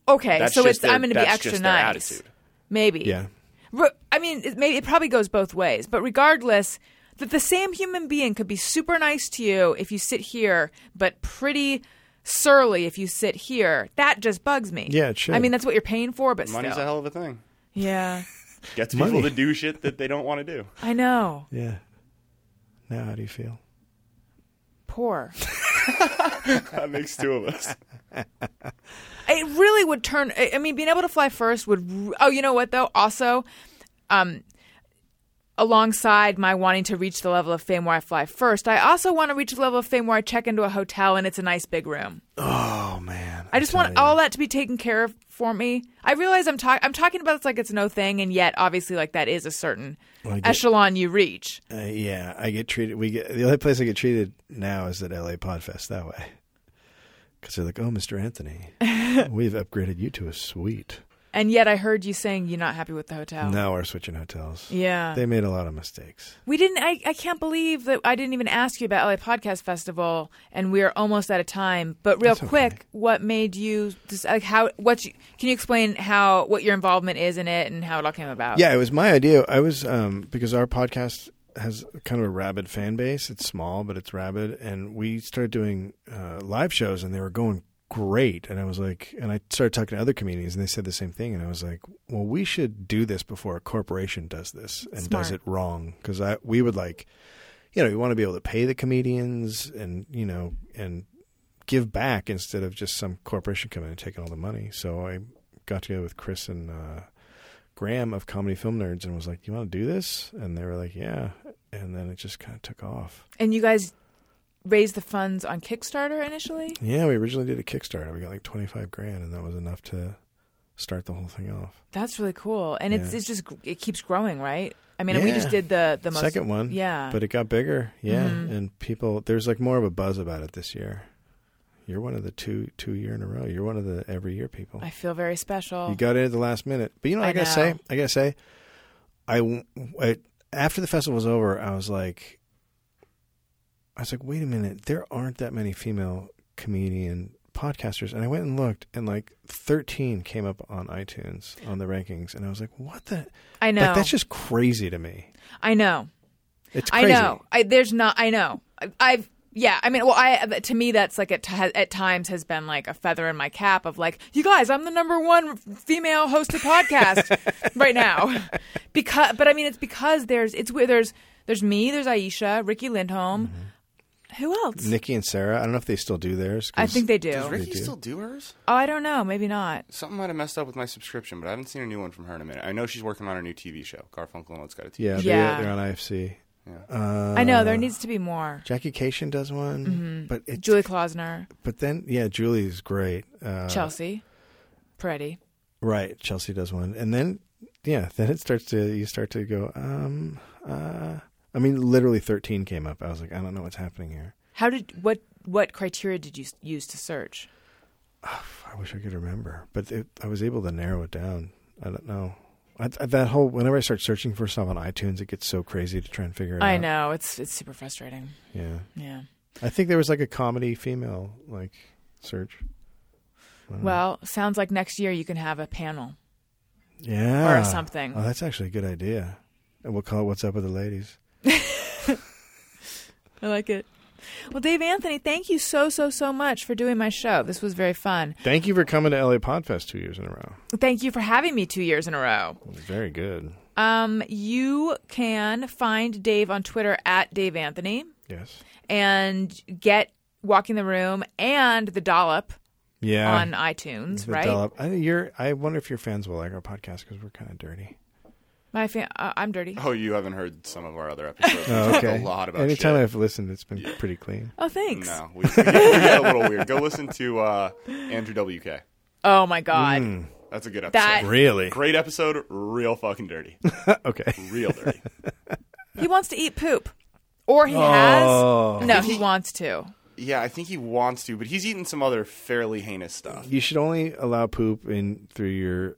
[SPEAKER 2] okay
[SPEAKER 3] That's
[SPEAKER 2] so
[SPEAKER 3] just
[SPEAKER 2] it's
[SPEAKER 3] their-
[SPEAKER 2] i'm going to be
[SPEAKER 3] that's
[SPEAKER 2] extra
[SPEAKER 3] just their
[SPEAKER 2] nice
[SPEAKER 3] attitude.
[SPEAKER 2] maybe
[SPEAKER 7] yeah.
[SPEAKER 2] Re- I mean, it, maybe it probably goes both ways, but regardless, that the same human being could be super nice to you if you sit here, but pretty surly if you sit here. That just bugs me.
[SPEAKER 7] Yeah, it should.
[SPEAKER 2] I mean, that's what you're paying for, but
[SPEAKER 3] Money's
[SPEAKER 2] still.
[SPEAKER 3] a hell of a thing.
[SPEAKER 2] Yeah,
[SPEAKER 3] Gets
[SPEAKER 7] Money.
[SPEAKER 3] people to do shit that they don't want to do.
[SPEAKER 2] I know.
[SPEAKER 7] Yeah. Now, how do you feel?
[SPEAKER 2] Poor.
[SPEAKER 3] That makes two of us.
[SPEAKER 2] It really would turn. I I mean, being able to fly first would. r- Oh, you know what though? Also, um, alongside my wanting to reach the level of fame where I fly first, I also want to reach the level of fame where I check into a hotel and it's a nice big room.
[SPEAKER 7] Oh man,
[SPEAKER 2] I just want all that to be taken care of for me. I realize I'm talking I'm talking about this like it's no thing, and yet obviously like that is a certain
[SPEAKER 7] Well, I get-
[SPEAKER 2] echelon you reach.
[SPEAKER 7] Uh, yeah, I get treated. We get the only place I get treated now is at LA Podfest that way. Because they're like, "Oh, Mr. Anthony, we've upgraded you to a suite.
[SPEAKER 2] And yet I heard you saying you're not happy with the hotel.
[SPEAKER 7] Now we're switching hotels."
[SPEAKER 2] Oh. Yeah.
[SPEAKER 7] They made a lot of mistakes.
[SPEAKER 2] we didn't I, I can't believe that I didn't even ask you about LA Podcast Festival and we're almost out of time. But real
[SPEAKER 7] That's okay.
[SPEAKER 2] quick, what made you just like how what you, can you explain how what your involvement is in it and how it all came about?
[SPEAKER 7] Yeah, it was my idea. I was um, because our podcast has kind of a rabid fan base. It's small, but it's rabid, and we started doing uh, live shows, and they were going great. And I was like, and I started talking to other comedians, and they said the same thing. And I was like, well, we should do this before a corporation does this and does
[SPEAKER 2] Smart.
[SPEAKER 7] it wrong, because I we would like, you know, we want to be able to pay the comedians, and you know, and give back instead of just some corporation coming and taking all the money. So I got together with Chris and uh, Graham of Comedy Film Nerds and was like, "You want to do this?" And they were like, "Yeah." And then it just kind of took off.
[SPEAKER 2] And you guys raised the funds on Kickstarter initially?
[SPEAKER 7] Yeah, we originally did a Kickstarter. We got like twenty five grand, and that was enough to start the whole thing off.
[SPEAKER 2] That's really cool, and it's
[SPEAKER 7] Yeah.
[SPEAKER 2] it's just it keeps growing, right? I mean, we
[SPEAKER 7] Yeah.
[SPEAKER 2] just did the the most,
[SPEAKER 7] Second one,
[SPEAKER 2] yeah. Mm-hmm.
[SPEAKER 7] but it got bigger, yeah. And people, there's like more of a buzz about it this year. You're one of the two two year in a row. You're one of the every year people.
[SPEAKER 2] I feel very special.
[SPEAKER 7] You got in at the last minute. But you know, what
[SPEAKER 2] I
[SPEAKER 7] I, gotta
[SPEAKER 2] know.
[SPEAKER 7] say, I gotta say, I, I after the festival was over, I was like, I was like, wait a minute, there aren't that many female comedian podcasters. And I went and looked, and like 13 came up on iTunes on the rankings. And I was like, what the?
[SPEAKER 2] I know.
[SPEAKER 7] Like, that's just crazy to me.
[SPEAKER 2] I know.
[SPEAKER 7] It's
[SPEAKER 2] I
[SPEAKER 7] crazy.
[SPEAKER 2] know. I there's not. I know. I, I've yeah. I mean, well, I to me that's like at t- at times has been like a feather in my cap of like you guys. I'm the number one female hosted podcast right now because. But I mean, it's because there's it's weird. There's there's me. There's Aisha, Ricky Lindholm.
[SPEAKER 7] Mm-hmm.
[SPEAKER 2] Who else?
[SPEAKER 7] Nikki and Sarah, I don't know if they still do theirs. 'cause
[SPEAKER 2] I think they do.
[SPEAKER 3] Does Ricky
[SPEAKER 7] do.
[SPEAKER 3] still do hers?
[SPEAKER 2] oh, I don't know. Maybe not.
[SPEAKER 3] Something might have messed up with my subscription, but I haven't seen a new one from her in a minute. I know she's working on her new TV show, Garfunkel and What's Got a TV.
[SPEAKER 7] Yeah, they,
[SPEAKER 2] Yeah.
[SPEAKER 7] they're on IFC.
[SPEAKER 2] I know
[SPEAKER 7] Uh,
[SPEAKER 2] there needs to be more.
[SPEAKER 7] Jackie Cation does one,
[SPEAKER 2] Mm-hmm.
[SPEAKER 7] but it,
[SPEAKER 2] Julie Klausner,
[SPEAKER 7] but then yeah, Julie's great. Uh,
[SPEAKER 2] Chelsea, Pretty.
[SPEAKER 7] Right, Chelsea does one, and then yeah, then it starts to you start to go. Um, uh, I mean, literally thirteen came up. I was like, I don't know what's happening here.
[SPEAKER 2] How did what what criteria did you s- use to search?
[SPEAKER 7] I wish I could remember, but it, I was able to narrow it down. I don't know. I, I- that whole whenever I start searching for stuff on iTunes, it gets so crazy to try and figure it out.
[SPEAKER 2] I know it's it's super frustrating.
[SPEAKER 7] Yeah,
[SPEAKER 2] Yeah.
[SPEAKER 7] I think there was like a comedy female like search.
[SPEAKER 2] Well, sounds like next year you can have a panel.
[SPEAKER 7] Yeah,
[SPEAKER 2] something.
[SPEAKER 7] Oh, that's actually a good idea. And we'll call it "What's Up with the Ladies."
[SPEAKER 2] I like it. Well, Dave Anthony, thank you so so so much for doing my show. This was very fun.
[SPEAKER 7] Thank you for coming to LA Podfest two years in a row.
[SPEAKER 2] Thank you for having me two years in a row.
[SPEAKER 7] It was very good.
[SPEAKER 2] Um, you can find Dave on Twitter at Dave Anthony
[SPEAKER 7] Yes.
[SPEAKER 2] and get Walking the Room and the Dollop
[SPEAKER 7] Yeah.
[SPEAKER 2] on iTunes,
[SPEAKER 7] Uh, The
[SPEAKER 2] right?
[SPEAKER 7] dollop. I, you're, I wonder if your fans will like our podcast because we're kind of dirty.
[SPEAKER 2] My fan, uh, I'm dirty.
[SPEAKER 3] Oh, you haven't heard some of our other episodes. We talk
[SPEAKER 7] okay.
[SPEAKER 3] a lot about
[SPEAKER 7] Anytime
[SPEAKER 3] shit.
[SPEAKER 7] I've listened, it's been pretty clean.
[SPEAKER 2] Oh, thanks.
[SPEAKER 3] No, we, we, we get a little weird. Go listen to uh, Andrew WK.
[SPEAKER 2] Oh my God,
[SPEAKER 3] That's a good episode.
[SPEAKER 2] that
[SPEAKER 7] Really?
[SPEAKER 3] Great episode, real fucking dirty.
[SPEAKER 7] Okay.
[SPEAKER 3] Real dirty.
[SPEAKER 2] he wants to eat poop, or he has. No, he wants to.
[SPEAKER 3] yeah, I think he wants to, but he's eaten some other fairly heinous stuff.
[SPEAKER 7] You should only allow poop in through your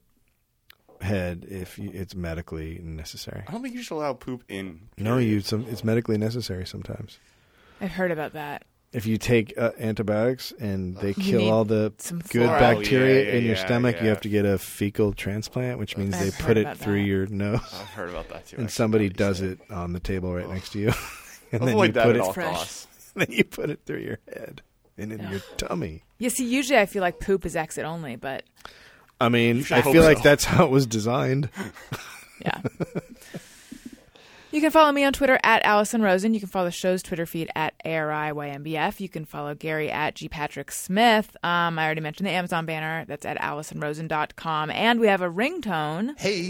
[SPEAKER 7] head if you, it's medically necessary.
[SPEAKER 3] I don't think you should allow poop in.
[SPEAKER 7] No, you. Some, it's medically necessary sometimes.
[SPEAKER 2] I've heard about that.
[SPEAKER 7] If you take uh, antibiotics and they kill
[SPEAKER 2] need
[SPEAKER 7] all the
[SPEAKER 2] some
[SPEAKER 7] good
[SPEAKER 2] fluoride.
[SPEAKER 7] bacteria
[SPEAKER 3] Oh, yeah,
[SPEAKER 7] in your
[SPEAKER 3] yeah,
[SPEAKER 7] stomach, you
[SPEAKER 3] yeah.
[SPEAKER 7] have to get a fecal transplant, which means
[SPEAKER 2] I've
[SPEAKER 7] they
[SPEAKER 2] heard
[SPEAKER 7] put it
[SPEAKER 2] about
[SPEAKER 7] through
[SPEAKER 2] that.
[SPEAKER 7] your nose.
[SPEAKER 3] I've heard about Oh, that too.
[SPEAKER 7] and
[SPEAKER 3] actually,
[SPEAKER 7] somebody
[SPEAKER 3] now that you
[SPEAKER 7] does
[SPEAKER 3] say
[SPEAKER 7] it on the table right next to you. and then you
[SPEAKER 3] Avoid Oh. that
[SPEAKER 7] put
[SPEAKER 3] at
[SPEAKER 7] it
[SPEAKER 3] all
[SPEAKER 2] fresh.
[SPEAKER 3] costs.
[SPEAKER 7] then you put it through your head and in your tummy.
[SPEAKER 2] Yeah, see, usually I feel like poop is exit only, but
[SPEAKER 7] I mean,
[SPEAKER 3] should
[SPEAKER 7] I
[SPEAKER 3] hope
[SPEAKER 7] feel like
[SPEAKER 3] so.
[SPEAKER 7] that's how it was designed.
[SPEAKER 2] yeah. you can follow me on Twitter at Allison Rosen. You can follow the show's Twitter feed at ARIYMBF. You can follow Gary at G. Patrick Smith. Um, I already mentioned the Amazon banner. That's at AllisonRosen.com. And we have a ringtone.
[SPEAKER 6] Hey,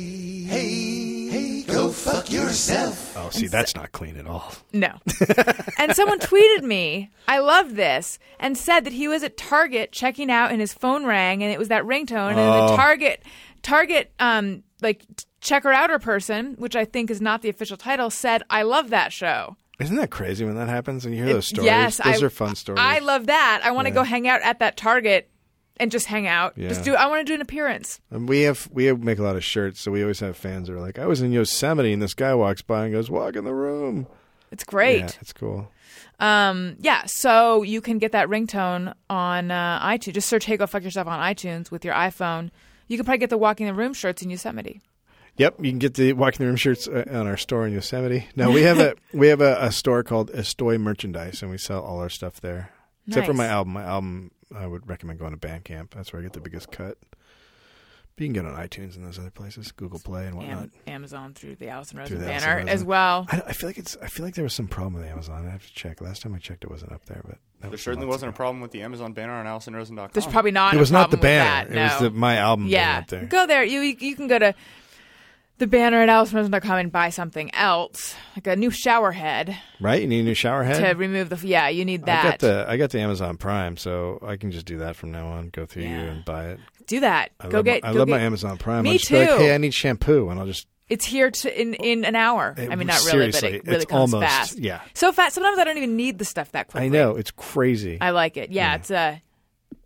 [SPEAKER 6] hey, hey, go fuck yourself.
[SPEAKER 7] Oh, see, that's not clean at all.
[SPEAKER 2] No. and someone tweeted me, I love this, and said that he was at Target checking out and his phone rang and it was that ringtone and
[SPEAKER 7] Oh.
[SPEAKER 2] the Target Target um like t- checker outer person, which I think is not the official title, said, I love that show.
[SPEAKER 7] Isn't that crazy when that happens? And you hear those stories.
[SPEAKER 2] Yes,
[SPEAKER 7] those
[SPEAKER 2] I,
[SPEAKER 7] are fun stories.
[SPEAKER 2] I love that. I want to go hang out at that Target and just hang out. Just
[SPEAKER 7] Yeah.
[SPEAKER 2] do I want to do an appearance.
[SPEAKER 7] And we have we have make a lot of shirts, so we always have fans that are like, "I was in Yosemite, and this guy walks by and goes, walk in the room.'"
[SPEAKER 2] It's
[SPEAKER 7] Yeah,
[SPEAKER 2] great.
[SPEAKER 7] it's cool.
[SPEAKER 2] Um, yeah. So you can get that ringtone on uh, iTunes. Just search "Hey Go Fuck Yourself" on iTunes with your iPhone. You can probably get the Walking the Room shirts in Yosemite.
[SPEAKER 7] Yep, you can get the walking the room shirts uh, on our store in Yosemite. No, we have a we have a, a store called Estoy Merchandise, and we sell all our stuff there, except for
[SPEAKER 2] Nice.
[SPEAKER 7] my album. My album, I would recommend going to Bandcamp. That's where I get the biggest cut. But you can get it on iTunes and those other places, Google Play and whatnot.
[SPEAKER 2] Am- Amazon through the Allison Rosen
[SPEAKER 7] Through the
[SPEAKER 2] banner
[SPEAKER 7] Allison Rosen.
[SPEAKER 2] as well.
[SPEAKER 7] I, I feel like it's. I feel like there was some problem with Amazon. I have to check. Last time I checked, it wasn't up there, but that
[SPEAKER 3] There
[SPEAKER 7] was
[SPEAKER 3] certainly
[SPEAKER 7] months
[SPEAKER 3] wasn't a
[SPEAKER 7] ago.
[SPEAKER 3] problem with the Amazon banner on AllisonRosen.com.
[SPEAKER 2] There's probably not.
[SPEAKER 7] It
[SPEAKER 2] a
[SPEAKER 7] was not the
[SPEAKER 2] problem with
[SPEAKER 7] banner.
[SPEAKER 2] That,
[SPEAKER 7] It was
[SPEAKER 2] no.
[SPEAKER 7] the my album.
[SPEAKER 2] yeah.
[SPEAKER 7] being up there.
[SPEAKER 2] Go there. You you can go to the banner at AllisonRosen.com and buy something else, like a new shower head
[SPEAKER 7] right. You need a new shower head.
[SPEAKER 2] to remove the. Yeah, you need
[SPEAKER 7] I
[SPEAKER 2] that.
[SPEAKER 7] got the I got the Amazon Prime, so I can just do that from now on. Go through you
[SPEAKER 2] Yeah.
[SPEAKER 7] and buy it.
[SPEAKER 2] do that.
[SPEAKER 7] I
[SPEAKER 2] go
[SPEAKER 7] love,
[SPEAKER 2] get.
[SPEAKER 7] my, I
[SPEAKER 2] go
[SPEAKER 7] love my
[SPEAKER 2] get-
[SPEAKER 7] Amazon Prime.
[SPEAKER 2] Me
[SPEAKER 7] I'll just be like,
[SPEAKER 2] too.
[SPEAKER 7] hey, I need shampoo, and I'll just
[SPEAKER 2] It's here to in in an hour. I mean, not really, but
[SPEAKER 7] seriously,
[SPEAKER 2] it really
[SPEAKER 7] it's
[SPEAKER 2] comes
[SPEAKER 7] almost-
[SPEAKER 2] fast.
[SPEAKER 7] yeah.
[SPEAKER 2] so fast. Sometimes I don't even need the stuff that quickly.
[SPEAKER 7] I know it's crazy.
[SPEAKER 2] I like it. Yeah, it's a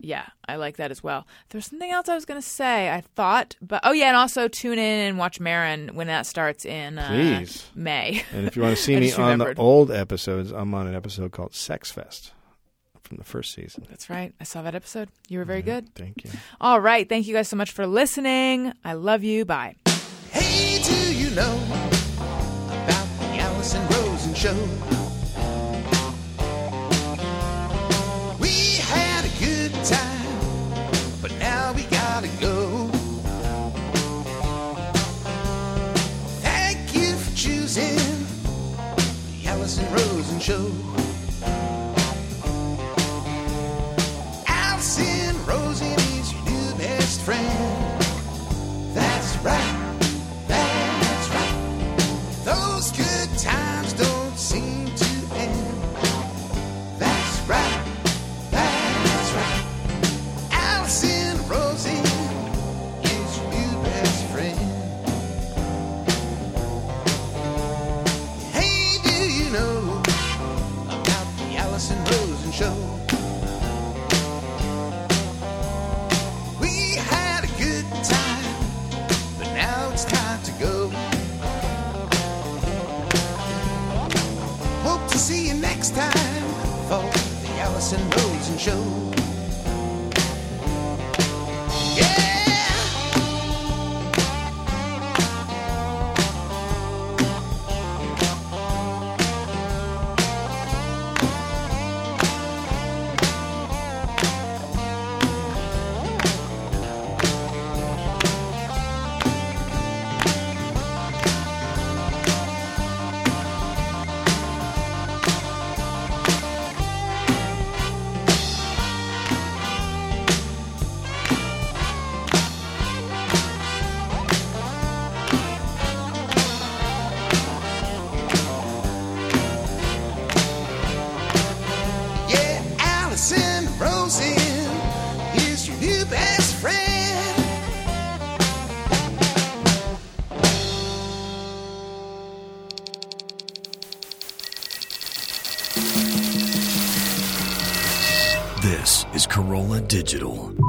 [SPEAKER 2] Yeah, I like that as well. There's something else I was going to say. I thought, but oh yeah, and also tune in and watch Marin when that starts in uh,
[SPEAKER 7] Please.
[SPEAKER 2] May.
[SPEAKER 7] And if you want to see
[SPEAKER 2] I
[SPEAKER 7] me
[SPEAKER 2] just
[SPEAKER 7] on the
[SPEAKER 2] remembered.
[SPEAKER 7] old episodes, I'm on an episode called Sex Fest from the first season.
[SPEAKER 2] That's right. I saw that episode. You were very good.
[SPEAKER 7] Thank you.
[SPEAKER 2] All right. Thank you guys so much for listening. I love you. Bye.
[SPEAKER 6] Hey, do you know about the Allison Rosen show? We had a good time, but now we gotta go. Thank you for choosing the Allison Rosen show. Allison Rosen is your new best friend. That's right. That's right. Those good times don't seem to end. That's right. That's right. Allison Rosie is your new best friend. Hey, do you know about the Allison Rosen show? We had a good time but now it's time to go. Hope to see you next time for the Allison Rosen Show. Yeah! Yeah, Allison Rosen is your new best friend.
[SPEAKER 1] This is Corolla Digital.